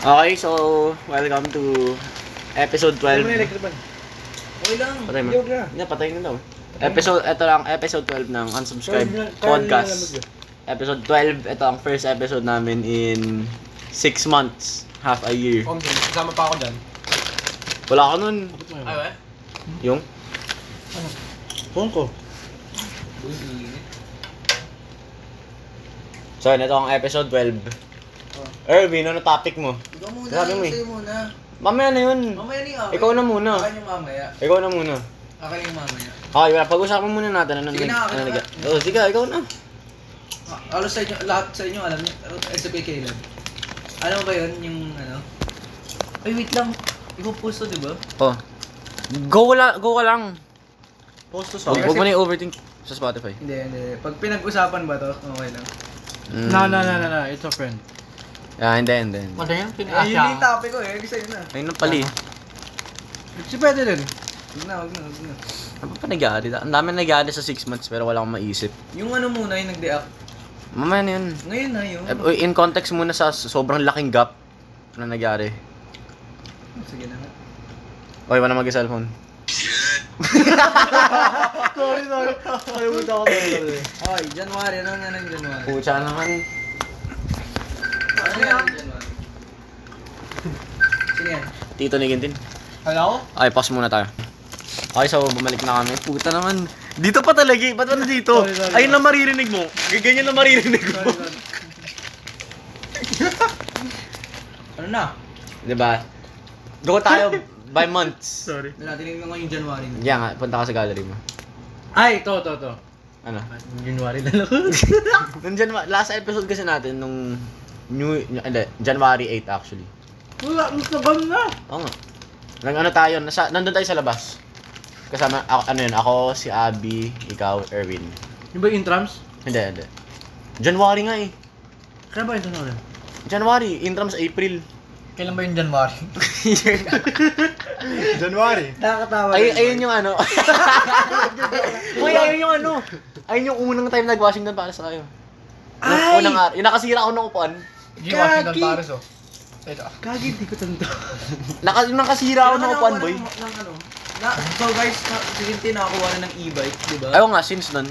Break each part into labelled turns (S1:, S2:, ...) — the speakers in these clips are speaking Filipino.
S1: Okay, so welcome to episode 12.
S2: Ano Okay lang.
S1: Patay mo.
S2: Joke na.
S1: Hindi, patay na daw. Episode, ito lang, episode 12 ng Unsubscribe
S2: Carl na- Carl na
S1: Podcast.
S2: nalamig
S1: Episode 12, ito ang first episode namin in 6 months, half a year.
S2: Oh.
S3: Om, Jun, kasama pa ako dyan.
S1: Wala ka nun.
S2: Ay, wala.
S1: Yung?
S2: Phone ko.
S1: So, yun, ito ang episode 12.
S2: Oh.
S1: Erwin, ano topic mo?
S2: Ikaw muna.
S1: Sabi mo eh.
S2: sa'yo muna.
S1: Mamaya na yun.
S2: Mamaya na yung akin.
S1: Ikaw na muna.
S2: Akin yung mamaya.
S1: Ikaw na muna.
S2: Akin yung mamaya.
S1: Okay, wala. Pag-usapan muna natin. Ano
S2: Sige
S1: nag-
S2: na, ako
S1: ano
S2: na.
S1: nag- Oo, sige, ikaw na.
S2: Ah, Alos sa inyo, lahat sa inyo alam niyo. Pero Except kay Caleb. Alam mo ba yun? Yung ano? Ay, wait lang. Ikaw puso, di ba?
S1: Oh. Go la, go ka lang.
S2: Puso sa
S1: Huwag mo na i-overthink sa Spotify.
S2: Hindi, hindi. Pag pinag-usapan ba to, okay lang.
S1: Mm.
S3: No, no, no, no, no. It's a friend.
S1: Ah, hindi, hindi. hindi.
S3: Ano yung
S2: Eh, yun yung topic ko eh. Kasi yun na.
S1: Ayun na pala eh.
S3: Si pwede din.
S2: Huwag na, huwag na, huwag na.
S1: Ano pa nag-aari? Ang dami nag-aari sa 6 months pero wala akong maisip.
S2: Yung ano muna yung nag-deact.
S1: Mamaya na yun.
S2: Ngayon na yung...
S1: Eh, uy, In context muna sa sobrang laking gap na nag-aari.
S2: Sige na nga.
S1: Okay, wala mag-cellphone.
S3: Sorry, sorry. Kalimutan ko talaga.
S2: Okay, January. Ano nga ng January?
S1: Pucha naman.
S2: Ano yan? Sino yan?
S1: Tito ni Gintin.
S3: Kala ko?
S1: Okay, pause muna tayo. Okay, so bumalik na kami. Puta naman. Dito pa talaga eh. Ba't ba na dito?
S3: Sorry, sorry.
S1: Ayun na maririnig mo. Ganyan na maririnig mo.
S2: Ano na?
S1: diba? Go tayo by months.
S3: Sorry.
S2: Wala, tinignan ko yung January.
S1: Yan nga, punta ka sa gallery mo.
S3: Ay, to, to, to.
S1: Ano?
S3: January na lang.
S1: Nung Jan- last episode kasi natin nung New, hindi, January 8 actually.
S3: Wala, nasaban na.
S1: Oo nga. Nag ano tayo, nasa, nandun tayo sa labas. Kasama, ako, ano yun, ako, si Abby, ikaw, Erwin.
S3: Yung ba yung intrams?
S1: Hindi, hindi. January nga eh.
S3: Kaya ba yung January?
S1: January, intrams April.
S3: Kailan ba yung January? January?
S2: Nakakatawa.
S1: Ay, ayun yung ano. Uy, ayun yung ano. Ayun yung unang time nag-Washington para sa kayo. Nung
S3: Ay!
S1: Unang araw. Yung nakasira ako ng upuan.
S3: G. Washington Paris, oh. Ito.
S2: Kagi, di ko tanto.
S1: Naka, yung nakasira ako ng upuan, boy.
S2: Lang, ano? Na, so guys, na, si Tintin nakakuha na ng e-bike, di ba?
S1: Ayaw nga, since nun.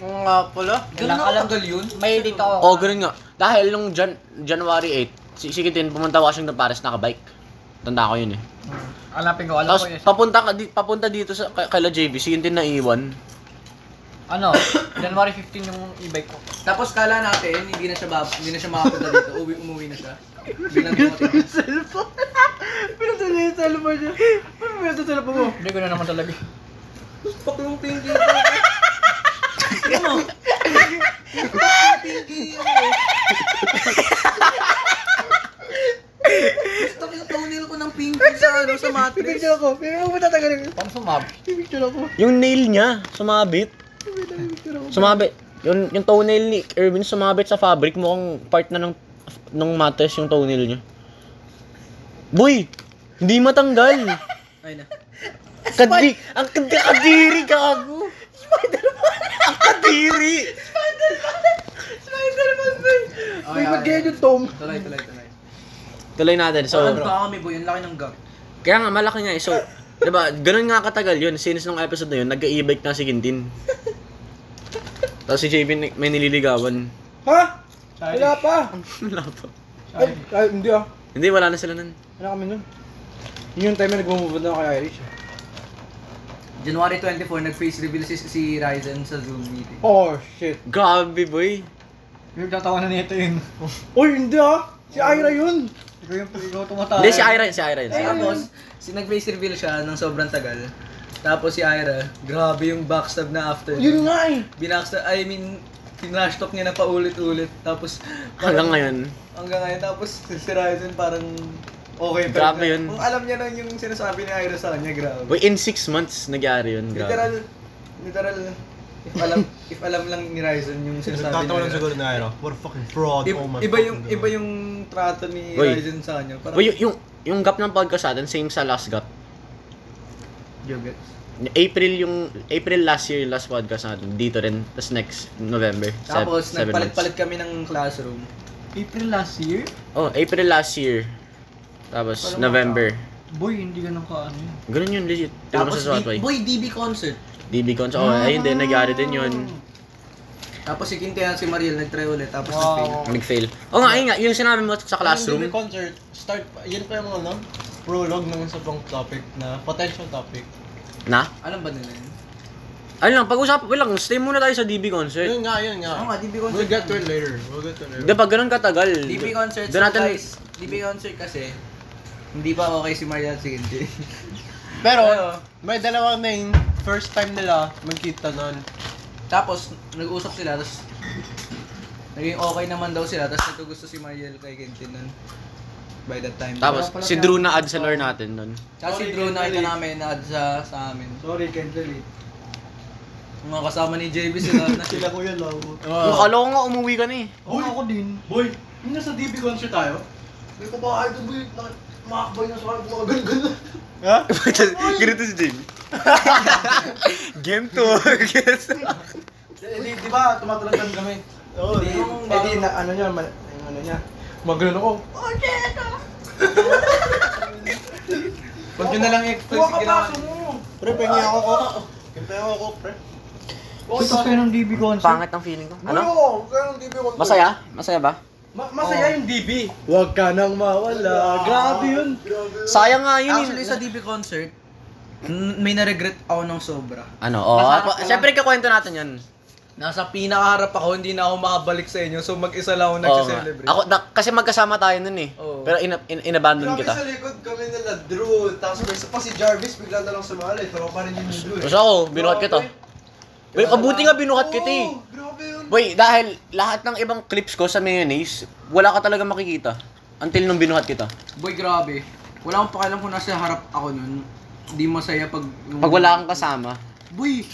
S3: Nga pala.
S2: Ganun ako tagal yun. May edit ako.
S1: Oo, oh, ganun nga. Dahil nung Jan- January 8, si sige din, pumunta Washington Paris, nakabike. Tanda ko yun eh.
S3: Alapin ko,
S1: Tapos papunta, ka, di, papunta dito sa kay, kay JB, si Intin na iwan.
S3: Ano? January 15 yung e-bike ko.
S2: Tapos kala natin, hindi na siya, bab, hindi na siya makapunta dito. Uwi, umuwi na siya. Bilang dumating.
S3: cellphone. Pinatala yung cellphone niya. Ano ba yung cellphone mo? Hindi ko na naman talaga.
S2: Pak yung pinky ko. Ano? Pak yung pinky ko. Gusto ko yung toenail ko ng pinky sa ano, sa mattress.
S3: ako. Pero ako matatagal yun. Paano sumab? Picture ako.
S1: Yung nail niya, sumabit. Sumabit. Yung, yung toenail ni Irwin sumabit sa fabric, mukhang part na ng, ng mattress yung toenail niya. Boy! Hindi matanggal!
S2: Ay na.
S1: Kadi, ang kad- kadiri gago! Ang kadiri!
S2: Okay, okay.
S3: yung tom.
S2: Tuloy, tuloy, tuloy.
S1: Tuloy natin, so...
S2: Ano ba kami boy? Ang laki ng gap.
S1: Kaya nga, malaki nga eh. So, diba, ganun nga katagal yun. Since nung episode na yun, nag-e-bike na si Quintin. Tapos si JB ni- may nililigawan.
S4: Ha?
S3: Sorry.
S4: Wala pa.
S1: Wala pa.
S4: Ay, ay, hindi ah.
S1: Hindi, wala na sila nun.
S4: Wala kami nun. Yun yung time na nag-move on ako kay Irish.
S2: January 24, nag-face reveal si, si Ryzen sa Zoom meeting.
S4: Oh, shit.
S1: Grabe, boy.
S3: Yung tatawa na nito yun.
S4: Uy, hindi ah. Si
S5: Oh.
S4: Ira yun.
S3: Ikaw yung ikaw tumatawa.
S1: Hindi, si Ira yun, si Ira yun. Si Ira.
S2: Tapos, si nag-face reveal siya ng sobrang tagal. Tapos si Ira, grabe yung backstab na after.
S4: Yun nga eh.
S2: binaksa, I mean, tinrash talk niya na paulit-ulit. Tapos,
S1: Hanggang
S2: parang-
S1: ngayon.
S2: Hanggang ngayon. Tapos, si Ryzen parang okay. pa
S1: Grabe
S2: rin.
S1: yun.
S2: Kung alam niya lang yung sinasabi ni Ira sa kanya, grabe.
S1: Boy, in six months, nagyari yun. Grabe.
S2: literal, literal, if alam, if alam lang ni Ryzen yung sinasabi ni
S5: Tatawa lang
S2: Ira.
S5: siguro na ano, what a fucking fraud,
S2: I-
S5: oh my
S2: iba yung
S5: fucking
S2: iba
S5: God.
S2: yung trato ni
S1: Uy.
S2: Ryzen sa kanya. Parang,
S1: Boy, yung, yung, yung gap ng podcast natin, same sa last gap.
S2: Jugets.
S1: April yung April last year yung last podcast natin dito rin tapos next November sev-
S2: Tapos,
S1: seven months.
S2: nagpalit-palit kami ng classroom.
S3: April last year?
S1: oh April last year Tapos,
S2: Parang
S1: November.
S3: Boy, hindi ganun ka ano yun.
S1: Ganun yun, legit. Tignan mo
S2: Tapos,
S1: sa
S2: D-
S1: Spotify.
S2: boy, DB concert.
S1: DB Cons. Oh, ayun din, nagyari din yun.
S2: Tapos si Quintana si Mariel nag-try ulit tapos
S3: Wow.
S1: Nag-fail.
S2: nag-fail.
S1: Oo nga, ayun nga, yung sinabi mo sa classroom.
S3: Yung concert, start, yun pa yung ano, prologue ng sa pang topic na potential topic.
S1: Na?
S2: Alam ba nila yun?
S1: Ayun lang, pag-usap, wait lang, stay muna tayo sa DB Concert.
S3: Yun nga, yun nga.
S2: Oo nga, DB concert.
S3: We'll Ah. get to it later. We'll get to it later.
S2: Diba?
S1: Hindi, pag ganun katagal.
S2: DB concert
S1: doon natin-
S2: guys. DB concert kasi hindi pa okay si Mariel si Quintana.
S3: Pero,
S2: Pero,
S3: may dalawa na yung first time nila magkita nun.
S2: tapos nag-usap sila tapos naging okay naman daw sila tapos nagkagusto si Mariel kay Quintana nun by that time.
S1: Tapos, si Drew na ad sa lore natin nun.
S2: Tsaka si
S4: Sorry,
S2: Drew
S4: Quintana.
S2: nakita namin na sa, sa amin.
S4: Sorry, can't
S5: eh.
S4: relate.
S2: Yung Mga kasama ni JB sila na
S3: Sila ko yun, labo.
S1: Oh. Akala ko nga, umuwi ka na eh.
S3: Oo, ako din.
S4: Boy, yung nasa DB concert tayo?
S3: May kumakay doon, boy. na- Makakabay na sa akin, gano'n.
S4: Ha?
S1: Ganito si Jim. Game to.
S4: Eh, Di, di ba, tumatalagan kami?
S3: Oo,
S4: Di,
S2: yung-
S4: eh, di, na, ano niya, ma, yung ano niya. Magano'n ako.
S2: Huwag nyo na lang i-explain si ginawa.
S3: Pre, pengi ako ko. Kaya ako ko, pre. Ito kayo ng DB concert.
S1: Pangat ang feeling ko.
S3: Ano?
S1: Ano?
S3: Kaya ng DB concert.
S1: Masaya? Masaya ba?
S4: Ma- masaya yung DB. Huwag ka nang
S3: Ah,
S4: mawala. Grabe yun.
S1: Sayang nga yun. eh.
S2: Actually, sa DB concert, n- may na-regret ako ng sobra.
S1: Ano? Oo.
S2: Masarap
S1: Oh,
S2: lang.
S1: Siyempre, kakwento natin yun.
S2: Nasa pinakaharap ako, hindi na ako makabalik sa inyo. So, mag-isa lang ako
S1: Oo nga.
S2: nagsiselebrate.
S1: Ako, na- kasi magkasama tayo nun eh.
S2: Oo.
S1: Pero in, in, inabandon
S3: Grabe
S1: kita.
S3: sa likod kami nila, Drew. Tapos may isa pa si Jarvis, bigla na lang sumali. Tropa rin yun yung Drew. eh.
S1: Tapos ako, binuhat kita. Well, kabuti nga binuhat
S3: Oo,
S1: kita eh.
S3: Grabe yun.
S1: Boy, dahil lahat ng ibang clips ko sa mayonnaise, wala ka talaga makikita. Until nung binuhat kita.
S2: Boy, grabe. Wala akong pakialam kung nasa harap ako nun. Hindi masaya pag... yung-
S1: Pag wala kang kasama,
S2: Boy,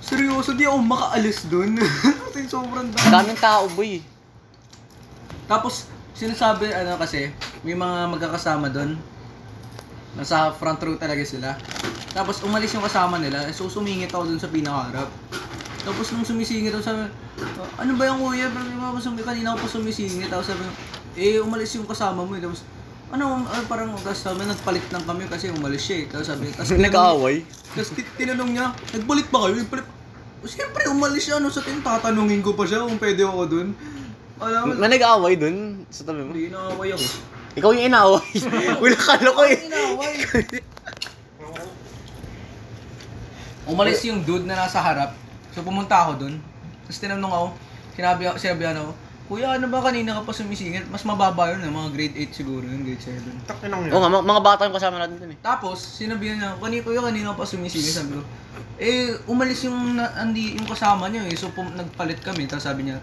S2: seryoso, di ako makaalis dun. Kasi sobrang
S1: ang
S2: dami.
S1: daming tao, boy.
S2: Tapos, sinasabi, ano kasi, may mga magkakasama dun. Nasa front row talaga sila. Tapos, umalis yung kasama nila. eh, So, sumingit ako dun sa pinakaharap. Tapos, nung sumisingit ako, sabi, "Ah, ano ba yung kuya? Pero di ba ako sumi- kanina ako pa sumisingit. Tapos, sabi, eh, umalis yung kasama mo. eh." Tapos, ano, ah, parang, tapos sabi, nagpalit lang kami kasi umalis siya eh. Tapos sabi, tapos
S1: Nag-aaway.
S2: tapos tin- tinanong niya, nagpalit ba kayo? Nagpalit. Siyempre, umalis siya. Ano sa tin, tatanungin ko pa siya kung pwede ako dun. Alam mo,
S1: Na nag-aaway dun sa tabi mo.
S2: hindi inaaway ako.
S1: Ikaw yung inaaway. Wala ka ko eh.
S2: Inaaway. umalis yung dude na nasa harap. So pumunta ako dun. Tapos tinanong ako, sinabi, sinabi ano, Kuya, ano ba kanina ka pa sumisingit? Mas mababa yun, eh, mga grade 8 siguro yun, grade 7.
S3: Takinang
S1: Oo nga, mga, mga bata yung kasama natin dun eh.
S2: Tapos, sinabi niya, kanina kuya, kanina pa sumisingit. Sabi ko, eh, umalis yung, na, andi, yung kasama niyo eh. So, pum- nagpalit kami. Tapos sabi niya,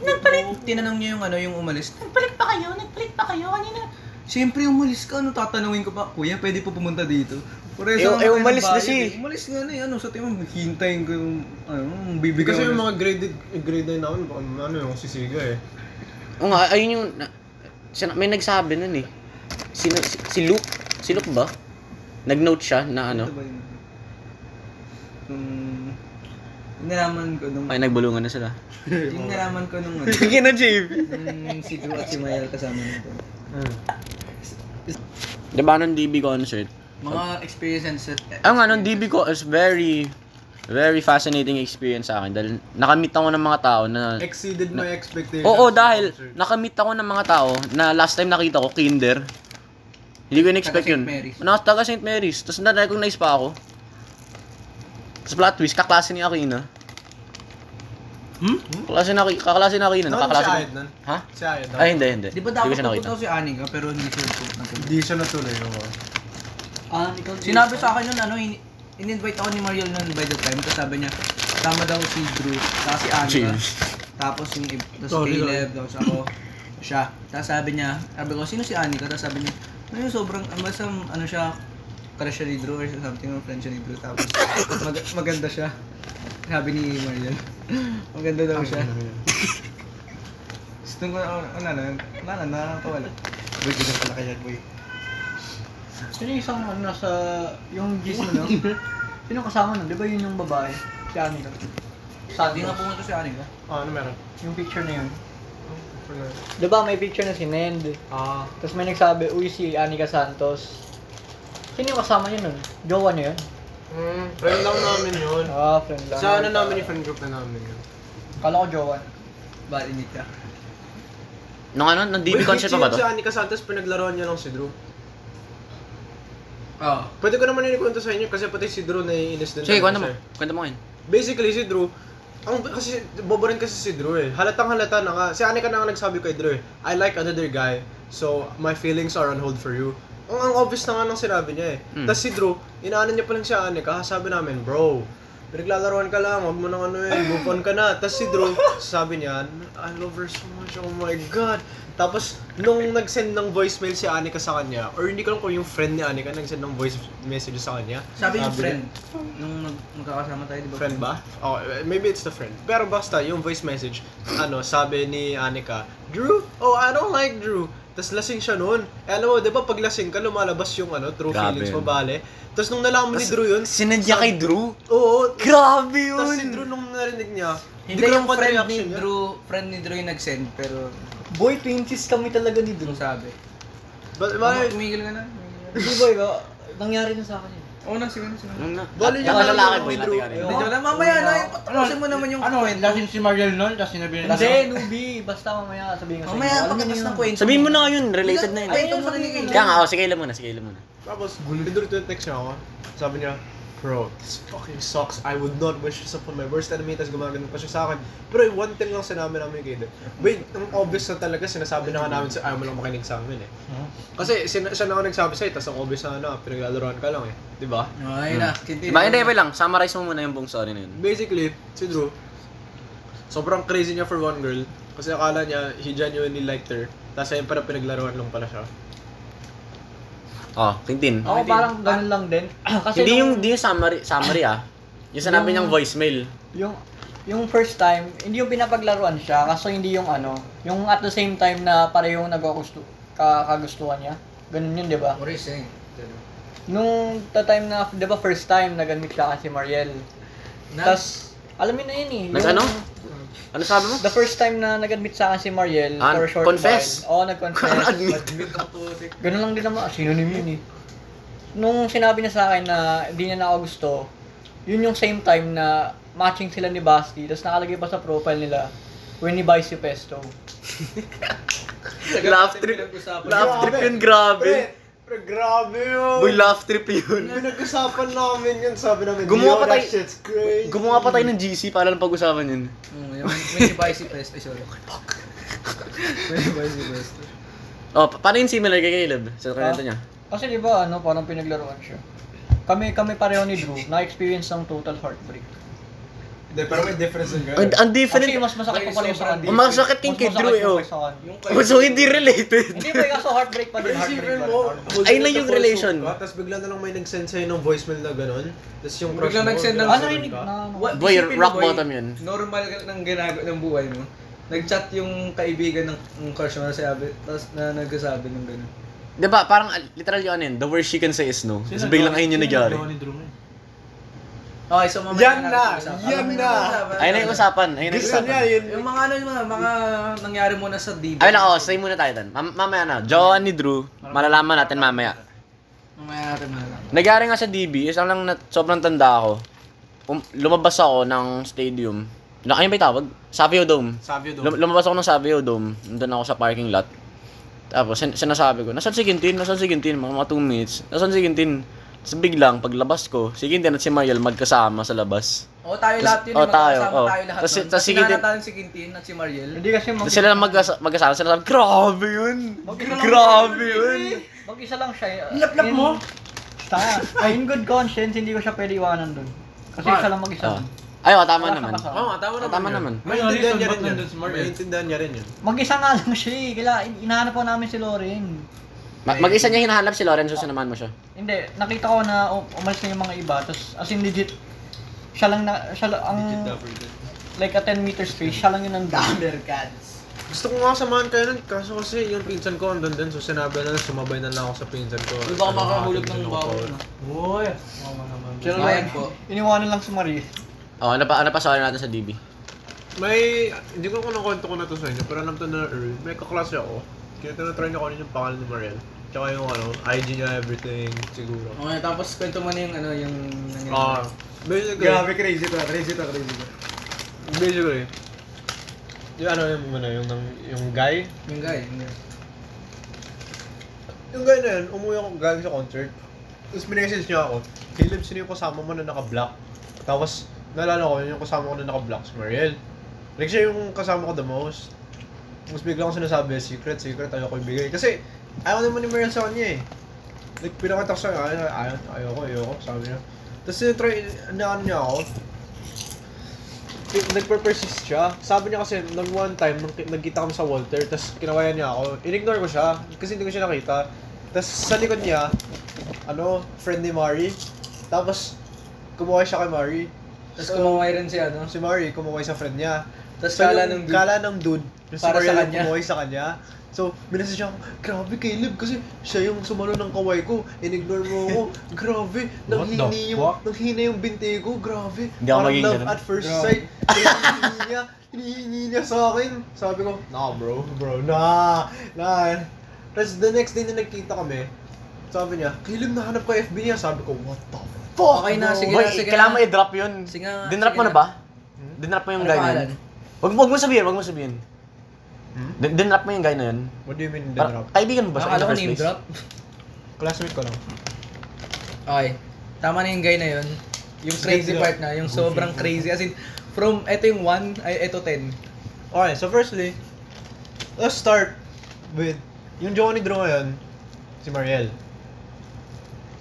S2: nagpalit. Tinanong niya yung ano, yung umalis. Nagpalit pa kayo? Nagpalit pa kayo? Kanina? Siyempre, umalis ka. Ano, tatanungin ko pa, kuya, pwede po pumunta dito? Pare,
S1: Eh,
S2: saan
S1: eh,
S2: tayo ng
S1: umalis na
S2: bayad
S1: siya eh.
S2: eh? Umalis nga na eh. Ano, sa tingin mo, hintayin ko yung, ano, bibigay
S3: Kasi
S2: ko
S3: yung
S2: na-
S3: mga graded, grade 9 namin, baka ano yung sisiga eh.
S1: Oo nga, ayun yung... Na, sina- may nagsabi nun eh. Sino, si, si Luke. Si Luke ba? Nag-note siya na ano.
S2: Ito ba Diba yun? Nung, nalaman ko nung,
S1: Ay, nagbulungan na sila.
S2: yung nalaman ko nung, ano,
S1: Sige na, JB.
S2: nung Hmm, si Drew at si Mayal kasama nito.
S6: Hmm.
S1: Diba nung DB concert?
S2: Mga experience at...
S1: Ang nga, nung DB ko is very, very fascinating experience sa akin. Dahil nakamit ako ng mga tao na...
S3: Exceeded my expectations.
S1: Oo, dahil nakamit ako ng mga tao na last time nakita ko, kinder. Hindi ko in-expect
S2: Taga
S1: yun.
S2: St. Mary's.
S1: Na, taga St. Mary's. Tapos na-recognize pa ako. Sa plot twist, kaklase ni Aquino.
S3: Hmm?
S1: Kaklase na, kaklase na Aquino. Nakaklase ko.
S3: Nakakalasin. Si Ayad nun?
S1: Ha?
S3: Si Ayad. no?
S1: Ay, hindi, hindi.
S2: Di ba
S1: ko
S2: dapat
S1: siya nakita.
S2: pupunta ko si Anika pero hindi siya pupunta.
S3: Hindi siya natuloy. oo.
S2: Ah, Sinabi sa akin nun ano, in- in-invite ako ni Mariel nun by the time. Tapos sabi niya, tama daw si Drew, tapos si Anika.
S1: Cheers.
S2: Tapos yung ib- tapos
S3: Sorry,
S2: Caleb, tapos ako, siya. Tapos sabi niya, sabi ko, sino si Anika? Tapos sabi niya, ano yung sobrang, ah, basta ano siya, crush siya ni Drew or something, or friend siya ni Drew. Tapos mag- maganda siya. Sabi ni Mariel. maganda daw siya.
S3: Ano
S2: Gusto ko, ano ano na, wala na, nakakawala.
S3: Boy, ganyan pala kaya, boy.
S2: Sino yung isang ano nasa, yung gis mo no? Sino kasama nun? Di ba yun yung babae? Si Anika. Saan? Hindi nga pumunta si Anika.
S3: Ah, ano meron?
S2: Yung picture na yun.
S6: Diba may picture na si Nend?
S7: Ah.
S6: Tapos may nagsabi, uy si Anika Santos. Sino yung kasama niya nun? Jowa niya yun?
S3: Hmm, friend lang namin yun.
S6: Ah, friend lang.
S3: Sa ano namin yung friend group na namin yun.
S6: Kala ko jowa.
S2: Balinit ka.
S1: Nung ano, nung DB concert pa ba to?
S3: Si Anika Santos, pinaglaruan niya lang si Drew.
S2: Oo.
S3: Pwede ko naman yun ikwento sa inyo kasi pati si Drew naiinis din.
S1: Sige,
S3: talaga
S1: kwento mo.
S3: siya.
S1: Kwento mo ngayon.
S3: Basically, si Drew, ang kasi bobo rin kasi si Drew eh. Halatang halata na nga. Si Anika na nga nagsabi kay Drew eh, I like another guy, so my feelings are on hold for you. Ang, ang obvious na nga nang sinabi niya eh.
S1: Hmm.
S3: Tapos si Drew, inaano niya pa lang si Anika, sabi namin, bro, pinaglalaruan ka lang, huwag mo nang ano eh, move on ka na. Tapos si Drew, sabi niya, I love her so much, oh my God. Tapos, nung nag-send ng voicemail si Anika sa kanya, or hindi ko lang kung yung friend ni Anika nag-send ng voice message sa kanya.
S2: Sabi yung
S3: niya,
S2: friend, nung mag- magkakasama tayo, di ba?
S3: Friend ba? Oh, maybe it's the friend. Pero basta, yung voice message, ano, sabi ni Anika, Drew? Oh, I don't like Drew. Tapos lasing siya noon. Eh, alam mo, di ba pag lasing ka, lumalabas yung ano, true
S1: Grabe yun.
S3: feelings mo, bale. Tapos nung nalaman ni
S1: Tas
S3: Drew yun,
S1: Sinadya kay Drew?
S3: oo.
S1: Grabe yun!
S3: Tapos si Drew nung narinig niya,
S2: Hindi yung
S3: pa
S2: friend ni
S3: ano reaction niya.
S2: Drew, friend ni Drew yung nag-send, pero
S6: Boy, twinsies kami talaga ni Drew.
S2: yung sabi.
S3: Ba-
S2: Bale,
S3: bale,
S2: umigil ka na.
S6: Hindi boy, ba? nangyari na sa akin yun.
S2: Oo na, sige na, sige na.
S1: Nung na-
S3: Bali
S1: At-
S3: niya
S1: Yung
S3: na-
S1: lalaki boy,
S3: Drew.
S1: lalaki ka rin.
S2: Hindi ko alam, mamaya na, patapusin mo naman yung
S7: Ano,
S2: kwento.
S7: lasing si Mariel nun, tapos sinabi niya.
S6: Hindi, newbie. Basta mamaya sabihin ko sa
S2: Mamaya,
S6: Alam niyo
S2: pagkatas
S6: na
S2: ng
S6: yun.
S2: kwento.
S1: Sabihin mo na ngayon, related na yun.
S2: Ay, ito mo na yun.
S1: Kaya nga, oh, sige ilan muna, sige ilan muna.
S3: Tapos, tinuloy to text niya ako. Sabi niya, Bro, this fucking sucks. I would not wish this upon my worst enemy. Tapos gumagano pa siya sa akin. Pero yung one thing lang sinabi namin kay Eden. Wait, ang obvious na talaga sinasabi na nga namin sa ayaw mo lang makinig sa amin eh.
S1: Hmm?
S3: Kasi sin- siya na ako nagsabi sa'yo, tapos ang obvious na ano, pinaglalaroan ka lang eh. Di ba?
S2: Ay na, continue.
S1: Diba, hindi, wait lang. Summarize mo muna yung buong story na yun.
S3: Basically, si Drew, sobrang crazy niya for one girl. Kasi akala niya, he genuinely liked her. Tapos ayun para pinaglaruan lang pala siya.
S1: Oh, Tintin.
S6: Ako parang ganun lang din. Kasi
S1: Hindi
S6: nung-
S1: yung, hindi yung summary, summary ah. Yung sinabi niyang voicemail.
S6: Yung yung first time, hindi yung pinapaglaruan siya, kaso hindi yung ano, yung at the same time na parehong nagkagusto ka, kagustuhan niya. Ganun yun, di ba?
S2: Maurice, eh.
S6: Nung the time na, di ba first time nagamit siya kasi Mariel. Tapos, alam mo na yun eh.
S1: Nag
S6: yung-
S1: ano? Ano sabi mo?
S6: The first time na nag-admit sa akin si Mariel
S1: Ah,
S6: for a short
S1: confess.
S6: while. Oo, nag-confess.
S1: Admit.
S6: Ganun lang din naman. Ah, Synonym yun eh. Nung sinabi niya sa akin na hindi niya na ako gusto, yun yung same time na matching sila ni Basti, tapos nakalagay pa sa profile nila, when ni Vice si Pesto.
S1: Laugh trip. Laugh trip yun, grabe.
S3: Pero grabe yun!
S1: Boy, laugh trip yun.
S3: Pinag-usapan namin yun, sabi namin,
S1: Gumawa
S3: "Yo,
S1: pa
S3: that
S1: tayo-
S3: shit's crazy.
S1: Gumawa pa tayo ng GC para lang pag-usapan yun.
S2: Hmm, yung may device si Pest. Ay, sorry. May device si Pest.
S1: Oh, pa- paano yung similar kay Caleb? Sa kanito niya.
S6: Kasi di ba ano, parang pinaglaruan siya. Kami kami pareho ni Drew, na-experience ng total heartbreak.
S3: Hindi, pero may difference yun,
S1: Ang, ang
S6: Actually,
S1: different.
S6: mas masakit pa pala yung sa
S2: Sobrang
S6: kanya.
S1: Ang masakit yung
S6: Mas
S1: kay Drew
S6: masakit
S1: eh,
S6: yung
S1: oh.
S6: kay sa kanya.
S2: Yung
S1: Mas so, hindi related.
S6: Hindi ba kaso heartbreak pa din, heartbreak pa din.
S1: Ayun lang yung relation.
S3: Tapos bigla na lang may nag-send sa'yo ng voicemail na gano'n. Tapos yung
S2: Bigla
S3: crush mo,
S2: nag-send ng-
S6: Ano
S3: ganun
S6: yun?
S3: ka.
S6: Na, ano?
S2: What,
S1: Boy,
S2: isipin mo,
S1: rock bottom yun.
S2: Normal ka ng ginagawa ng buhay mo. Nag-chat yung kaibigan ng, ng crush mo na sabi, tapos na nagkasabi ng gano'n.
S1: Diba, parang ah, literal yun yun. The worst she can say is no. Tapos biglang ayun yung nagyari.
S2: Okay, so mamaya
S3: Yan
S2: natin
S3: na!
S2: pag-usapan.
S3: Yan
S2: Ano,
S3: na!
S2: pag-usapan?
S1: Ayun na yung usapan. Ayun na yung
S3: Gusto niya
S1: usapan.
S3: yun.
S2: Yung mga ano, yung mga, mga nangyari muna sa DB.
S1: Ayun na, oh, say muna tayo tan. Mam- mamaya na, jowa ni Drew, malalaman natin mamaya.
S2: Mamaya natin malalaman.
S1: Nagyari nga sa DB, isang lang na, sobrang tanda ako. Um, lumabas ako ng stadium. Na, ayun ba yung tawag? Savio Dome.
S3: Sabi yun.
S1: Lum- lumabas ako ng Savio Dome. Nandun ako sa parking lot. Tapos sin- sinasabi ko, nasan si Quintin? Nasan si Quintin? Mga mga 2 minutes. Nasan si Quintin? Tapos biglang, paglabas ko, si Quintin at si Mariel magkasama sa labas.
S2: Oo, tayo
S1: Tas-
S2: lahat yun.
S1: oh,
S2: yung magkakasama
S1: tayo, oh.
S2: tayo lahat.
S1: Tas-
S2: nun.
S1: tas
S2: Tas
S1: sige din-
S2: sinanatan si Quintin at si Mariel.
S6: Hindi kasi mag-
S1: Tapos sila lang magkas- magkasama, sinasabi, grabe yun! Grabe yun!
S6: Mag-isa lang siya. eh.
S7: Laplap
S6: In-
S7: mo?
S6: Basta, in good conscience, hindi ko siya pwede iwanan dun. Kasi
S3: Bakit?
S6: siya lang mag-isa.
S1: Ah. Ay, oh, tama
S6: Wala
S1: naman.
S6: kang kasama.
S3: Oo, tama naman.
S1: Tama
S3: yun.
S1: naman.
S3: May
S7: May
S3: intindihan niya
S7: reason
S3: rin
S7: ba't
S3: yun.
S7: nandun si Marvel?
S3: May intindihan niya rin yun.
S6: Mag-isa nga lang siya eh. Kila, in- hinahanap ko namin si Lauren.
S1: Ma- mag-isa niya hinahanap si Lorenzo, sinamahan mo siya.
S6: Hindi, nakita ko na um- umalis na yung mga iba. Tapos, as in legit, siya lang na, siya lang, ang, like a 10 meter space, siya lang yun ang dami.
S2: Thundercats.
S3: Gusto ko nga samahan kayo nun, kaso kasi yung pinsan ko andun din, so sinabi na lang, sumabay na lang ako sa pinsan ko.
S2: Di ba
S3: Ano,
S2: makakahulog
S3: ating
S2: ng
S3: dalawa
S2: bawal?
S3: ko.
S2: no?
S7: Uy, mama naman.
S6: Siya
S2: Ayan
S6: lang,
S2: po.
S6: iniwanan lang si Marie.
S1: Oh, ano pa ano pa sorry natin sa DB?
S3: May, hindi ko kung nakwento ko na to sa inyo, pero alam to na Earl. May kaklase ako. Kaya tinatry niya ko ano yung pangalan ni Mariel. Tsaka yung ano, IG niya, everything, siguro.
S2: Okay, tapos kwento mo na yung ano, yung... yung-
S3: Ah, basically,
S4: Grabe, crazy to, crazy to, crazy to.
S3: basically, yung ano yung ano yung yung, yung guy
S2: Yung guy, yung guy.
S3: yung guy na yun umuwi ako galing sa concert tapos minessage niya ako Caleb sino yung kasama mo na naka-black tapos naalala ko yun yung kasama ko na naka-black si Mariel like siya yung kasama ko the most tapos biglang akong sinasabi secret secret ayoko ibigay kasi ayaw naman ni Mariel sa kanya eh like pinakita ko sa kanya ayaw, ayaw, ayoko ayoko sabi niya tapos sinatry na ano niya ako nagpe-persist siya. Sabi niya kasi, nung one time, nung ki- nagkita kami sa Walter, tapos kinawayan niya ako, in-ignore ko siya, kasi hindi ko siya nakita. Tapos sa likod niya, ano, friend ni Mari. Tapos, kumuha siya kay Mari.
S2: Tapos kumaway Oh, rin ano? siya, no?
S3: Si Mari, kumuha sa friend niya.
S2: Tapos
S3: So, yung
S2: kala nung...
S3: Kala ng dude. Yung
S2: Para
S3: si Mari
S2: sa
S3: yung
S2: kanya.
S3: Kumuha sa kanya. So, minasa siya ako, grabe Caleb, kasi siya yung sumalo ng kaway ko, in-ignore mo ako, grabe,
S4: What the
S3: nanghini yung,
S4: fuck?
S3: nanghini yung binte ko, grabe,
S1: Hindi ako
S3: parang
S1: magiging
S3: love
S1: ganun.
S3: at first
S2: Grabe.
S3: sight, Kaya hinihingi niya, hinihingi niya sa akin, sabi ko, nah bro, bro, nah, nah, tapos the next day na nagkita kami, sabi niya, Caleb, nahanap ko FB niya, sabi ko, what the fuck,
S2: Okay
S3: bro?"
S2: na, sige
S1: Boy,
S2: na, sige
S1: kailangan mo
S2: na.
S1: i-drop yun.
S2: Sige nga,
S1: Dinrap
S2: sige
S1: mo na
S2: na.
S1: ba? Dinrap mo yung
S2: Ano
S1: guy na
S2: pangalan?
S1: yun. Wag, wag mo sabihin, wag mo sabihin.
S3: Hmm?
S1: Din, dinrap mo yung guy na yun.
S3: What do you mean,
S1: Para,
S3: dinrap?
S1: kaibigan mo ba siya in
S2: Akala
S1: the
S2: ko
S1: first
S2: name
S1: place?
S2: drop.
S3: Classmate ko lang.
S2: Okay. Tama na yung guy na yun. Yung crazy
S3: Sila-
S2: part na, yung sobrang crazy. As in, from eto yung 1, ay eto 10.
S3: Okay, so firstly, let's start with yung jowa ni Drew ngayon, si Mariel.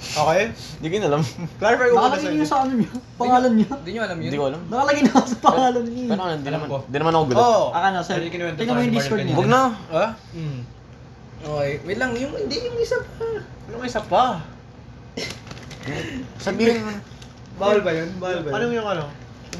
S3: Okay?
S1: Hindi ko yun alam.
S3: Clarify ko muna sa
S5: Nakalagay
S3: inyo.
S5: niya sa ano niya? Pangalan niya?
S2: Hindi nyo alam yun?
S1: Hindi ko alam.
S5: Nakalagay na sa pangalan niya.
S1: Pero ano, hindi
S3: Alam
S1: naman,
S3: ko.
S1: hindi naman ako gulo.
S3: Oh! Hmm.
S5: Ah, ano, sir?
S3: Ano yung kinuwento
S5: Tingnan
S3: sa
S5: mo
S3: akin,
S5: yung
S3: Mario
S5: Discord niya.
S3: kanina?
S1: Wag na.
S3: Ha?
S2: Mm. Okay, wait lang. Yung, hindi yung isa pa.
S3: Anong isa pa?
S1: Sabihin mo.
S4: Bawal ba yun? Bawal ba yun?
S3: Anong yung ano?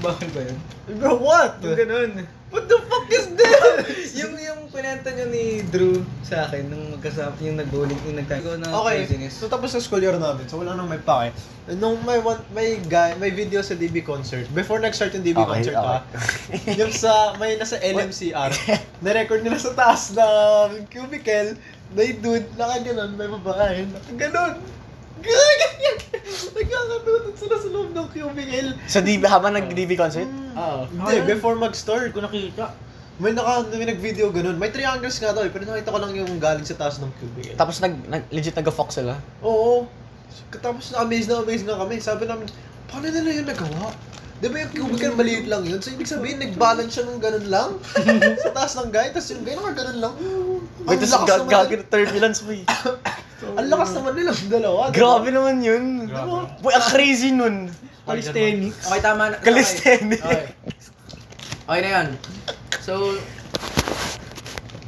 S4: Bawal ba yun?
S3: Bro, what?
S4: Yung ganun.
S3: What the fuck is this?
S4: yung yung pinenta nyo ni Drew sa akin nung magkasama yung nag-bowling yung nagtay.
S2: Ikaw na
S3: Okay,
S2: craziness.
S3: so tapos na school year namin, so wala nang may pake. Nung may, one, may, guy, may video sa DB concert, before nag-start yung DB
S1: Okay,
S3: concert
S1: okay.
S3: ha, yung sa, may nasa LMCR, na-record nila sa taas ng cubicle, may dude, naka ganun, may babae, naka ganun. Ganyan! Nagkakanutot sila sa loob ng cubicle.
S1: Sa DB, habang nag-DB concert? Ah,
S4: Oo.
S3: Hindi, before mag-start, kung nakita, may naka, may nag-video ganun. May triangles nga daw eh, pero nakita ko lang yung galing sa taas ng cubicle.
S1: Tapos nag, nag legit nag-fox sila.
S3: Oo. Tapos na-amaze na amaze nga kami. Sabi namin, paano nila yun nagawa? Di ba yung cubicle maliit lang yun? So ibig sabihin, nag-balance siya ng ganun lang. sa taas ng guy, tapos yung guy naka ganun lang.
S1: Wait,
S3: Ang
S1: tapos
S3: lakas
S1: gag
S3: naman-
S1: gagawin turbulence mo eh.
S3: Ang lakas naman nila dalawa. di ba?
S1: Grabe naman yun.
S3: Grabe.
S1: Boy, ang crazy nun.
S4: Calisthenics.
S2: Okay, tama na.
S1: Calisthenics.
S2: Okay. Okay na yan. So,